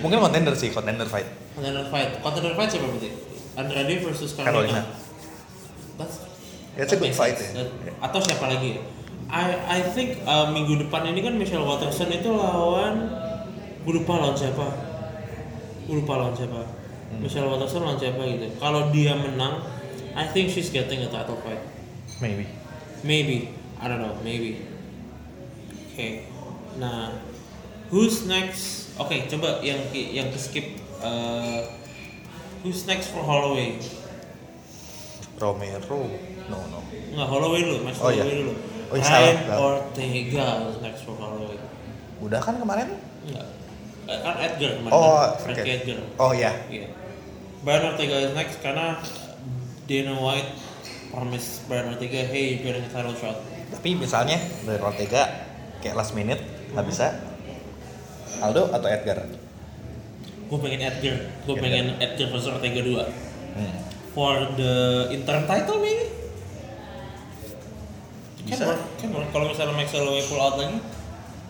Speaker 3: Mungkin contender sih, contender fight.
Speaker 4: Contender fight. Contender fight siapa berarti? Andrade versus
Speaker 3: Carolina.
Speaker 4: Carolina. That's,
Speaker 3: That's a
Speaker 4: that
Speaker 3: good
Speaker 4: makes
Speaker 3: fight, ya.
Speaker 4: sense. That- Atau siapa lagi? ya? I I think uh, minggu depan ini kan Michelle Watterson itu lawan gue lupa lawan siapa. Gue lupa lawan siapa.
Speaker 3: Hmm.
Speaker 4: Michelle Watterson lawan siapa gitu. Kalau dia menang, I think she's getting a title fight.
Speaker 3: Maybe.
Speaker 4: Maybe. I don't know. Maybe. Okay. Nah, who's next? Oke, coba yang ki- yang ke skip. who's next for Holloway?
Speaker 3: Romero. No, no.
Speaker 4: Nggak Holloway dulu, Max
Speaker 3: Oh, iya.
Speaker 4: Holloway dulu.
Speaker 3: Oh, iya, salah.
Speaker 4: Ryan Ortega is next for Holloway.
Speaker 3: Udah kan kemarin?
Speaker 4: Enggak. Eh, Kan Edgar kemarin.
Speaker 3: Oh,
Speaker 4: kan?
Speaker 3: oke.
Speaker 4: Frankie Edgar.
Speaker 3: Oh ya.
Speaker 4: Iya. Brian Ortega is next karena Dana White promise Brian Ortega, hey, you're getting a title shot.
Speaker 3: Tapi misalnya dari Ortega kayak last minute nggak bisa. Aldo atau Edgar?
Speaker 4: Gue pengen Edgar, gue pengen Edgar versus Ortega 2.
Speaker 3: Hmm.
Speaker 4: for the interim title maybe? Kan
Speaker 3: Bisa.
Speaker 4: work, kan work. Kalau misalnya Max Holloway pull out lagi,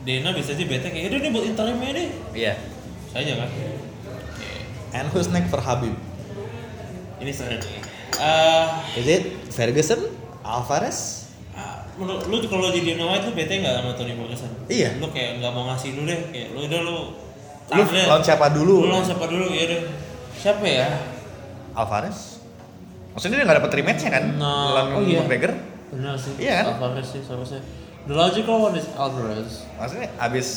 Speaker 4: Dana bisa aja bete kayak, udah nih buat interim aja deh.
Speaker 3: Iya.
Speaker 4: Bisa aja kan?
Speaker 3: And who's next for Habib?
Speaker 4: Ini seru nih. Eh,
Speaker 3: Is it Ferguson? Alvarez?
Speaker 4: ah, menurut lu kalau jadi Dana White lu bete nggak sama Tony Ferguson?
Speaker 3: Iya.
Speaker 4: Lu kayak nggak mau ngasih lu deh, kayak lu udah lu.
Speaker 3: Lu
Speaker 4: tahan deh.
Speaker 3: lawan siapa
Speaker 4: Lu
Speaker 3: dulu?
Speaker 4: lawan siapa dulu ya deh. Siapa ya?
Speaker 3: Alvarez? Maksudnya dia nggak dapet rematch-nya kan?
Speaker 4: Nah,
Speaker 3: lawan
Speaker 4: oh iya.
Speaker 3: McGregor?
Speaker 4: Benar sih.
Speaker 3: Iya kan?
Speaker 4: Alvarez sih seharusnya. The logical one is Alvarez.
Speaker 3: Maksudnya abis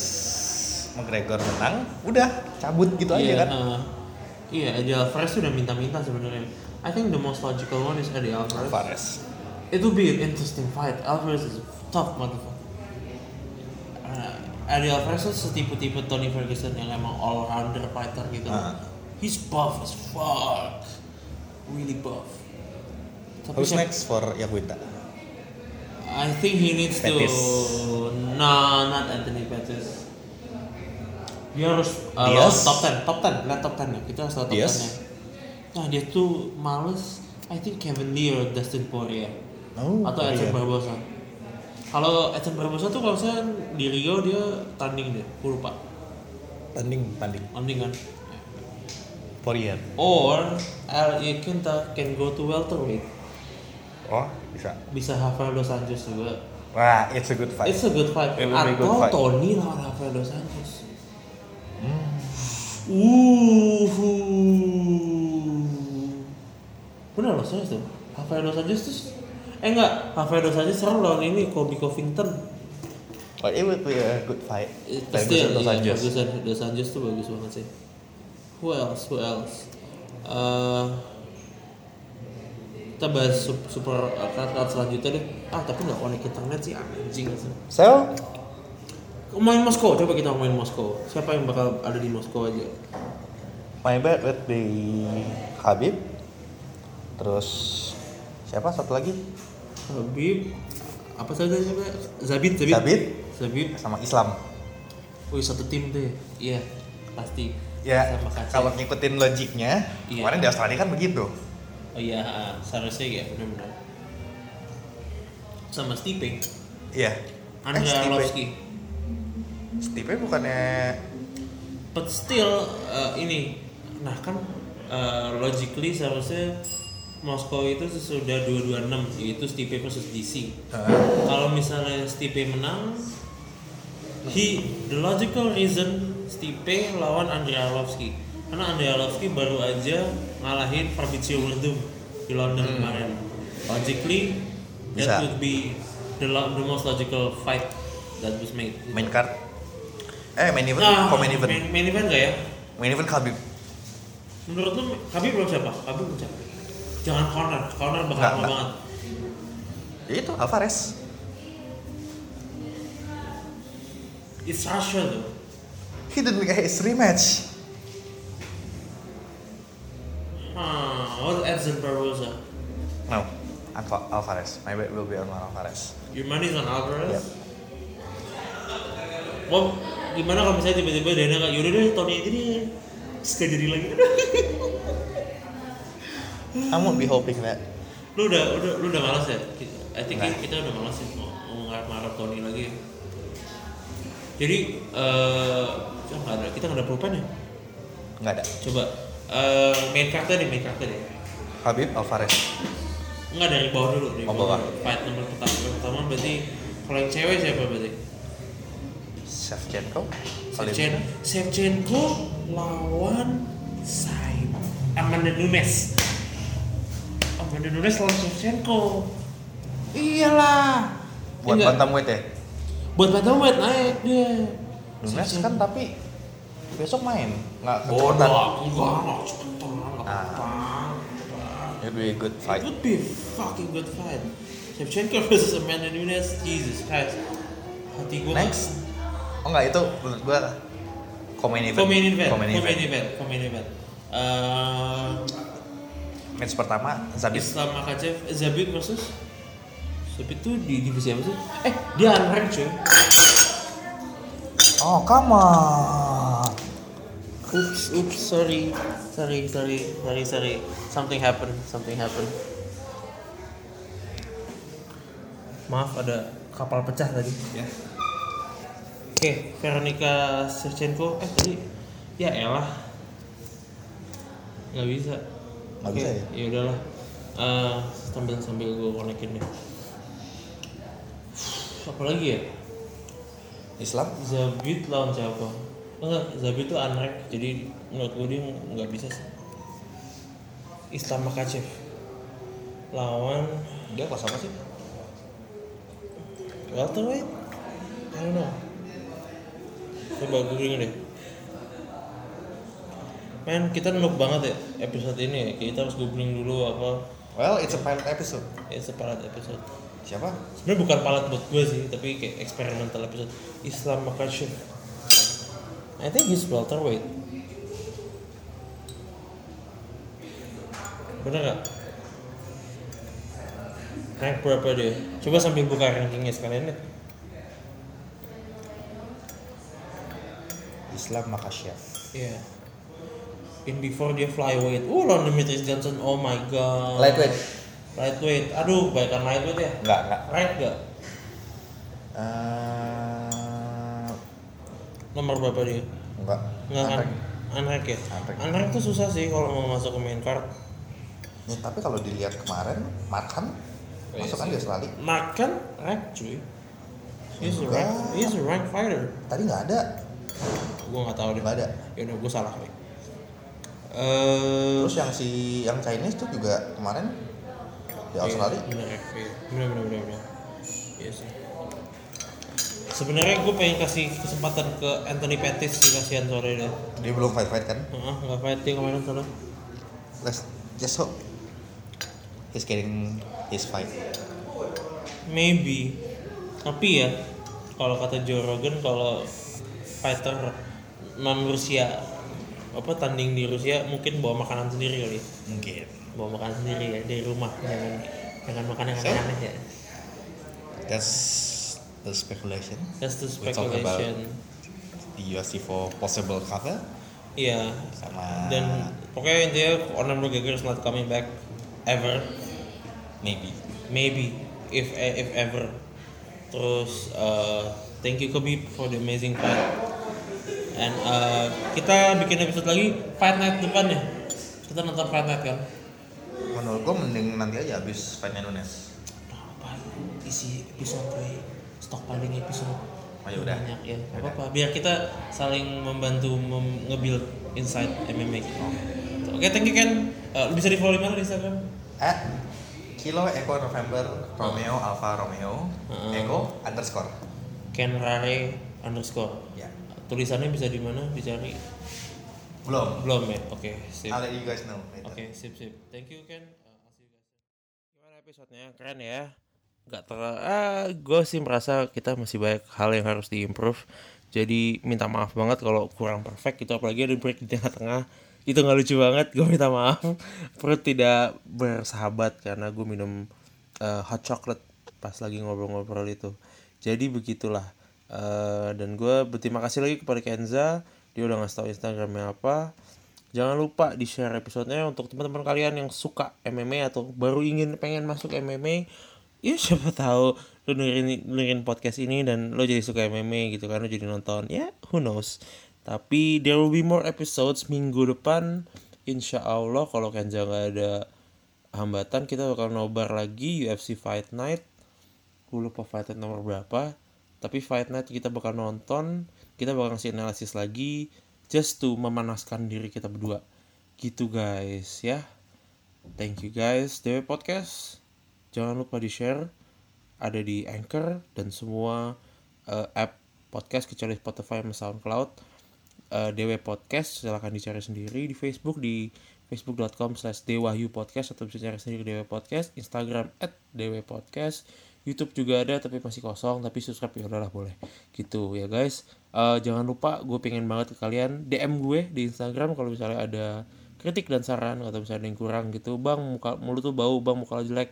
Speaker 3: McGregor menang, udah cabut gitu aja kan?
Speaker 4: uh, iya, Eddie Alvarez sudah minta-minta sebenarnya. I think the most logical one is Eddie Alvarez.
Speaker 3: Alvarez.
Speaker 4: It will be an interesting fight. Alvarez is a tough motherfucker. Uh, Eddie Alvarez tuh setipe-tipe Tony Ferguson yang emang all rounder fighter gitu.
Speaker 3: Ah.
Speaker 4: He's buff as fuck, really buff. Tapi
Speaker 3: Who's
Speaker 4: siapa-
Speaker 3: next for Yakuita?
Speaker 4: I think he needs
Speaker 3: Pettis.
Speaker 4: to. Nah, not Anthony Pettis. Dia harus uh,
Speaker 3: Diaz.
Speaker 4: lawan top 10, top 10, lihat top 10 ya. Kita harus lihat top
Speaker 3: Diaz.
Speaker 4: 10 -nya. Nah, dia tuh males. I think Kevin Lee or Dustin Poirier
Speaker 3: Oh,
Speaker 4: atau
Speaker 3: Poirier.
Speaker 4: Edson Barbosa. Kalau Edson Barbosa tuh kalau saya di Rio dia tanding deh, gue lupa.
Speaker 3: Tanding, tanding.
Speaker 4: Tanding kan.
Speaker 3: Korean.
Speaker 4: Or L.A. Quinta can go to welterweight.
Speaker 3: Oh, bisa.
Speaker 4: Bisa Rafael Dos Anjos juga.
Speaker 3: Wah, it's a good fight.
Speaker 4: It's a good fight.
Speaker 3: It will be
Speaker 4: Atau
Speaker 3: good fight.
Speaker 4: Tony lawan Rafael Dos Anjos. Uh. Bener loh serius tuh. Rafael Dos Anjos terus eh enggak, Rafael Dos Anjos sekarang lawan ini Kobe Covington.
Speaker 3: Oh, it would be a good fight.
Speaker 4: Eh,
Speaker 3: Bagus,
Speaker 4: Pasti ya,
Speaker 3: Los
Speaker 4: iya,
Speaker 3: Angeles.
Speaker 4: bagus An- Dos Anjos tuh bagus banget sih. Who else? Who else? Eh, kita bahas sup- super card selanjutnya deh. Ah tapi nggak connect kita net sih anjing sih.
Speaker 3: So,
Speaker 4: Main Moskow, coba kita main Moskow. Siapa yang bakal ada di Moskow aja?
Speaker 3: my bet would be Habib. Terus siapa satu lagi?
Speaker 4: Habib apa saja siapa? Zabit, Zabit.
Speaker 3: Zabit.
Speaker 4: Zabit.
Speaker 3: Sama Islam.
Speaker 4: Wih, satu tim deh. Iya, pasti.
Speaker 3: Ya,
Speaker 4: Sama Kaci.
Speaker 3: kalau ngikutin logiknya,
Speaker 4: Iya.
Speaker 3: kemarin di Australia kan begitu.
Speaker 4: Oh iya, ah, seharusnya ya benar-benar. Sama Stipe.
Speaker 3: Iya.
Speaker 4: Andra
Speaker 3: Eh, Stipe.
Speaker 4: Arlovski.
Speaker 3: Stipe bukannya
Speaker 4: But still eh, ini nah kan eh, logically seharusnya Moskow itu sesudah 226 yaitu Stipe versus DC. Kalau misalnya Stipe menang he the logical reason Stipe lawan Andrei Arlovski. Karena Andrei Arlovski baru aja ngalahin Fabrizio Werdum di London kemarin. Logically
Speaker 3: Hmm. Bisa.
Speaker 4: that would be the, lo- the most logical fight that was made.
Speaker 3: main card? Eh, main event,
Speaker 4: Ah,
Speaker 3: kok main event?
Speaker 4: Main, main event nggak ya?
Speaker 3: Main event Habib.
Speaker 4: Menurut lu Khabib belum siapa? Khabib belum siapa? Jangan corner, corner bakal
Speaker 3: Nggak,
Speaker 4: lama
Speaker 3: nggak.
Speaker 4: banget.
Speaker 3: Ya itu Alvarez.
Speaker 4: It's Russia tuh.
Speaker 3: He didn't get his rematch.
Speaker 4: Ah, what Edson Barboza?
Speaker 3: No, Al- Alvarez. My bet will be on Alvarez.
Speaker 4: Your money's on
Speaker 3: Yep.
Speaker 4: Alvarez. Bob, gimana kalau misalnya tiba-tiba Dana kayak yaudah deh Tony aja deh Terus nggak jadi lagi
Speaker 3: I won't be hoping that.
Speaker 4: Lu udah, udah, lu udah malas ya? I think
Speaker 3: Nggak.
Speaker 4: kita udah malas sih mau, mau ngarep-ngarep Tony lagi ya Jadi, eh oh, nggak ada, kita nggak ada pulpen ya?
Speaker 3: Nggak ada.
Speaker 4: Coba, eh main kartu deh, main kartu deh
Speaker 3: Habib Alvarez.
Speaker 4: Enggak dari bawah dulu, dari
Speaker 3: Oh, bawah.
Speaker 4: dulu. Fight nomor pertama, nomor pertama berarti kalau yang cewek siapa berarti?
Speaker 3: Shevchenko. Salim.
Speaker 4: Shevchen Shevchenko lawan Saib Amanda Nunes. Amanda Nunes lawan Shevchenko. Iyalah.
Speaker 3: Buat
Speaker 4: Enggak.
Speaker 3: bantamweight ya.
Speaker 4: Buat bantamweight naik dia.
Speaker 3: Nunes
Speaker 4: Shevchenko.
Speaker 3: kan tapi besok main. Nggak
Speaker 4: bodoh,
Speaker 3: kekuatan.
Speaker 4: enggak, enggak cepetan, enggak
Speaker 3: Oh, Ah.
Speaker 4: apa-apa.
Speaker 3: It will be a good
Speaker 4: It
Speaker 3: fight.
Speaker 4: would be a fucking good fight. Shevchenko versus Amanda Nunes, Jesus Christ. Hati gue
Speaker 3: Next. Oh nggak itu menurut gua komen event.
Speaker 4: Komen event,
Speaker 3: Komen
Speaker 4: komen
Speaker 3: event.
Speaker 4: event, komen event. Eh,
Speaker 3: Match pertama Zabit.
Speaker 4: Islam Makachev, Zabit versus Zabit tuh di divisi apa sih? Eh, dia unranked cuy.
Speaker 3: Oh come on.
Speaker 4: Oops, oops, sorry, sorry, sorry, sorry, sorry. Something happened, something happened. Maaf ada kapal pecah tadi. Ya. Oke, Veronica Shevchenko, eh tadi ya elah. Gak bisa.
Speaker 3: Nggak bisa ya?
Speaker 4: Ya udahlah. Eh, sambil sambil gue konekin deh. Apa lagi ya?
Speaker 3: Islam.
Speaker 4: Zabit lawan siapa? Enggak, Zabit itu unranked, jadi menurut gue dia nggak bisa sih. Islam Makachev lawan
Speaker 3: Dia kelas apa sih?
Speaker 4: welterweight? I don't know. Coba googling deh. Men, kita noob banget ya episode ini ya. Kita harus googling dulu apa
Speaker 3: Well, it's a pilot episode.
Speaker 4: ya separat episode.
Speaker 3: Siapa?
Speaker 4: Sebenarnya bukan palat buat gue sih, tapi kayak eksperimental episode Islam Makachev. I think he's welterweight. Bener gak? Rank berapa dia? Coba sambil buka rankingnya sekalian deh.
Speaker 3: Islam Makasyev.
Speaker 4: Iya. In before dia flyweight. Uh, lawan Demetrius Johnson. Oh my god.
Speaker 3: Lightweight. Nah.
Speaker 4: Lightweight. Aduh, baikan lightweight ya.
Speaker 3: Enggak, enggak.
Speaker 4: Rank gak?
Speaker 3: Eh,
Speaker 4: Nomor berapa dia?
Speaker 3: enggak.
Speaker 4: Enggak kan?
Speaker 3: Unranked.
Speaker 6: Anrek ya?
Speaker 3: Anrek.
Speaker 6: Anrek tuh susah sih kalau mau masuk ke main card
Speaker 3: Nih, tapi kalau dilihat kemarin makan
Speaker 4: Iya
Speaker 3: masuk kan di Australia.
Speaker 6: Mark kan rank cuy He's a
Speaker 3: Enggak.
Speaker 6: rank, he's a rank fighter
Speaker 3: Tadi nggak ada.
Speaker 6: Gue gak tau deh
Speaker 3: Nggak ada.
Speaker 6: Ya udah gue salah kali Eh,
Speaker 3: Terus yang si yang Chinese tuh juga kemarin di
Speaker 6: Iya,
Speaker 3: Australia.
Speaker 6: bener ya, iya. bener bener bener bener iya sih sebenarnya gue pengen kasih kesempatan ke Anthony Pettis sih kasihan sore deh
Speaker 3: Dia belum fight fight kan?
Speaker 6: Heeh, nggak fight dia kemarin soalnya
Speaker 3: Let's just hope he's getting his fight.
Speaker 6: maybe tapi ya kalau kata Joe Rogan kalau fighter non Rusia apa tanding di Rusia mungkin bawa makanan sendiri kali ya.
Speaker 3: Mungkin.
Speaker 6: bawa makanan sendiri ya dari rumah jangan jangan makan yang
Speaker 3: Saya-
Speaker 6: aneh-aneh ya
Speaker 3: That's the speculation.
Speaker 6: that's the
Speaker 3: We talk about-
Speaker 6: speculation
Speaker 3: The UFC for possible cover
Speaker 6: iya
Speaker 3: sama
Speaker 6: dan pokoknya intinya Conor McGregor is not coming back ever
Speaker 3: maybe.
Speaker 6: maybe if if ever terus uh, thank you Khabib for the amazing fight and uh, kita bikin episode lagi fight night depan ya kita nonton fight night kan
Speaker 3: Menurut gua mending nanti aja abis fightnya Nunes.
Speaker 6: apa isi episode gue stockpiling episode
Speaker 3: Oh, ya udah.
Speaker 6: banyak ya apa apa biar kita saling membantu mem- nge-build insight MMA kita.
Speaker 3: Oh.
Speaker 6: oke thank you Ken Uh, bisa di follow di mana di Instagram
Speaker 3: At Kilo Eko November Romeo Alfa Romeo
Speaker 6: Hmm.
Speaker 3: Eko underscore.
Speaker 6: Ken Rare underscore
Speaker 3: Ya.
Speaker 6: tulisannya bisa di mana dicari
Speaker 3: Belum.
Speaker 6: belum ya oke sip
Speaker 3: I'll
Speaker 6: oke
Speaker 3: let you guys know later.
Speaker 6: sip sip thank you Ken Uh, I'll see you guys. gimana episodenya keren ya
Speaker 4: nggak ter ah gue sih merasa kita masih banyak hal yang harus diimprove jadi minta maaf banget kalau kurang perfect gitu apalagi ada break di tengah-tengah itu nggak lucu banget gue minta maaf perut tidak bersahabat karena gue minum eh, hot chocolate pas lagi ngobrol-ngobrol itu jadi begitulah Eh, dan gue berterima kasih lagi kepada Kenza dia udah ngasih tau instagramnya apa Jangan lupa di share episodenya untuk teman-teman kalian yang suka MMA atau baru ingin pengen masuk MMA. Ya siapa tahu lu dengerin, dengerin podcast ini dan lo jadi suka MMA gitu kan lo jadi nonton. Ya who knows. Tapi there will be more episodes minggu depan. Insya Allah kalau Kenja nggak ada hambatan kita bakal nobar lagi UFC Fight Night gue lupa Fight Night nomor berapa tapi Fight Night kita bakal nonton kita bakal ngasih analisis lagi just to memanaskan diri kita berdua gitu guys ya thank you guys DW Podcast jangan lupa di share ada di Anchor dan semua eh, app podcast kecuali Spotify sama SoundCloud Eh, DW Podcast silahkan dicari sendiri di Facebook di facebook.com slash Dewayu Podcast atau bisa cari sendiri DW Podcast Instagram at DW Podcast Youtube juga ada tapi masih kosong tapi subscribe ya udahlah boleh gitu ya guys Eh, jangan lupa gue pengen banget ke kalian DM gue di Instagram kalau misalnya ada kritik dan saran atau misalnya ada yang kurang gitu bang muka mulut tuh bau bang muka lo jelek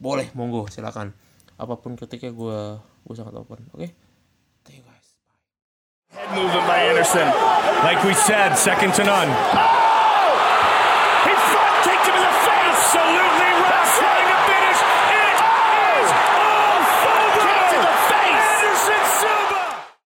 Speaker 4: boleh monggo silakan apapun kritiknya gue gue sangat open oke thank you guys
Speaker 1: Head movement by Anderson. Like we said, second to none. Oh!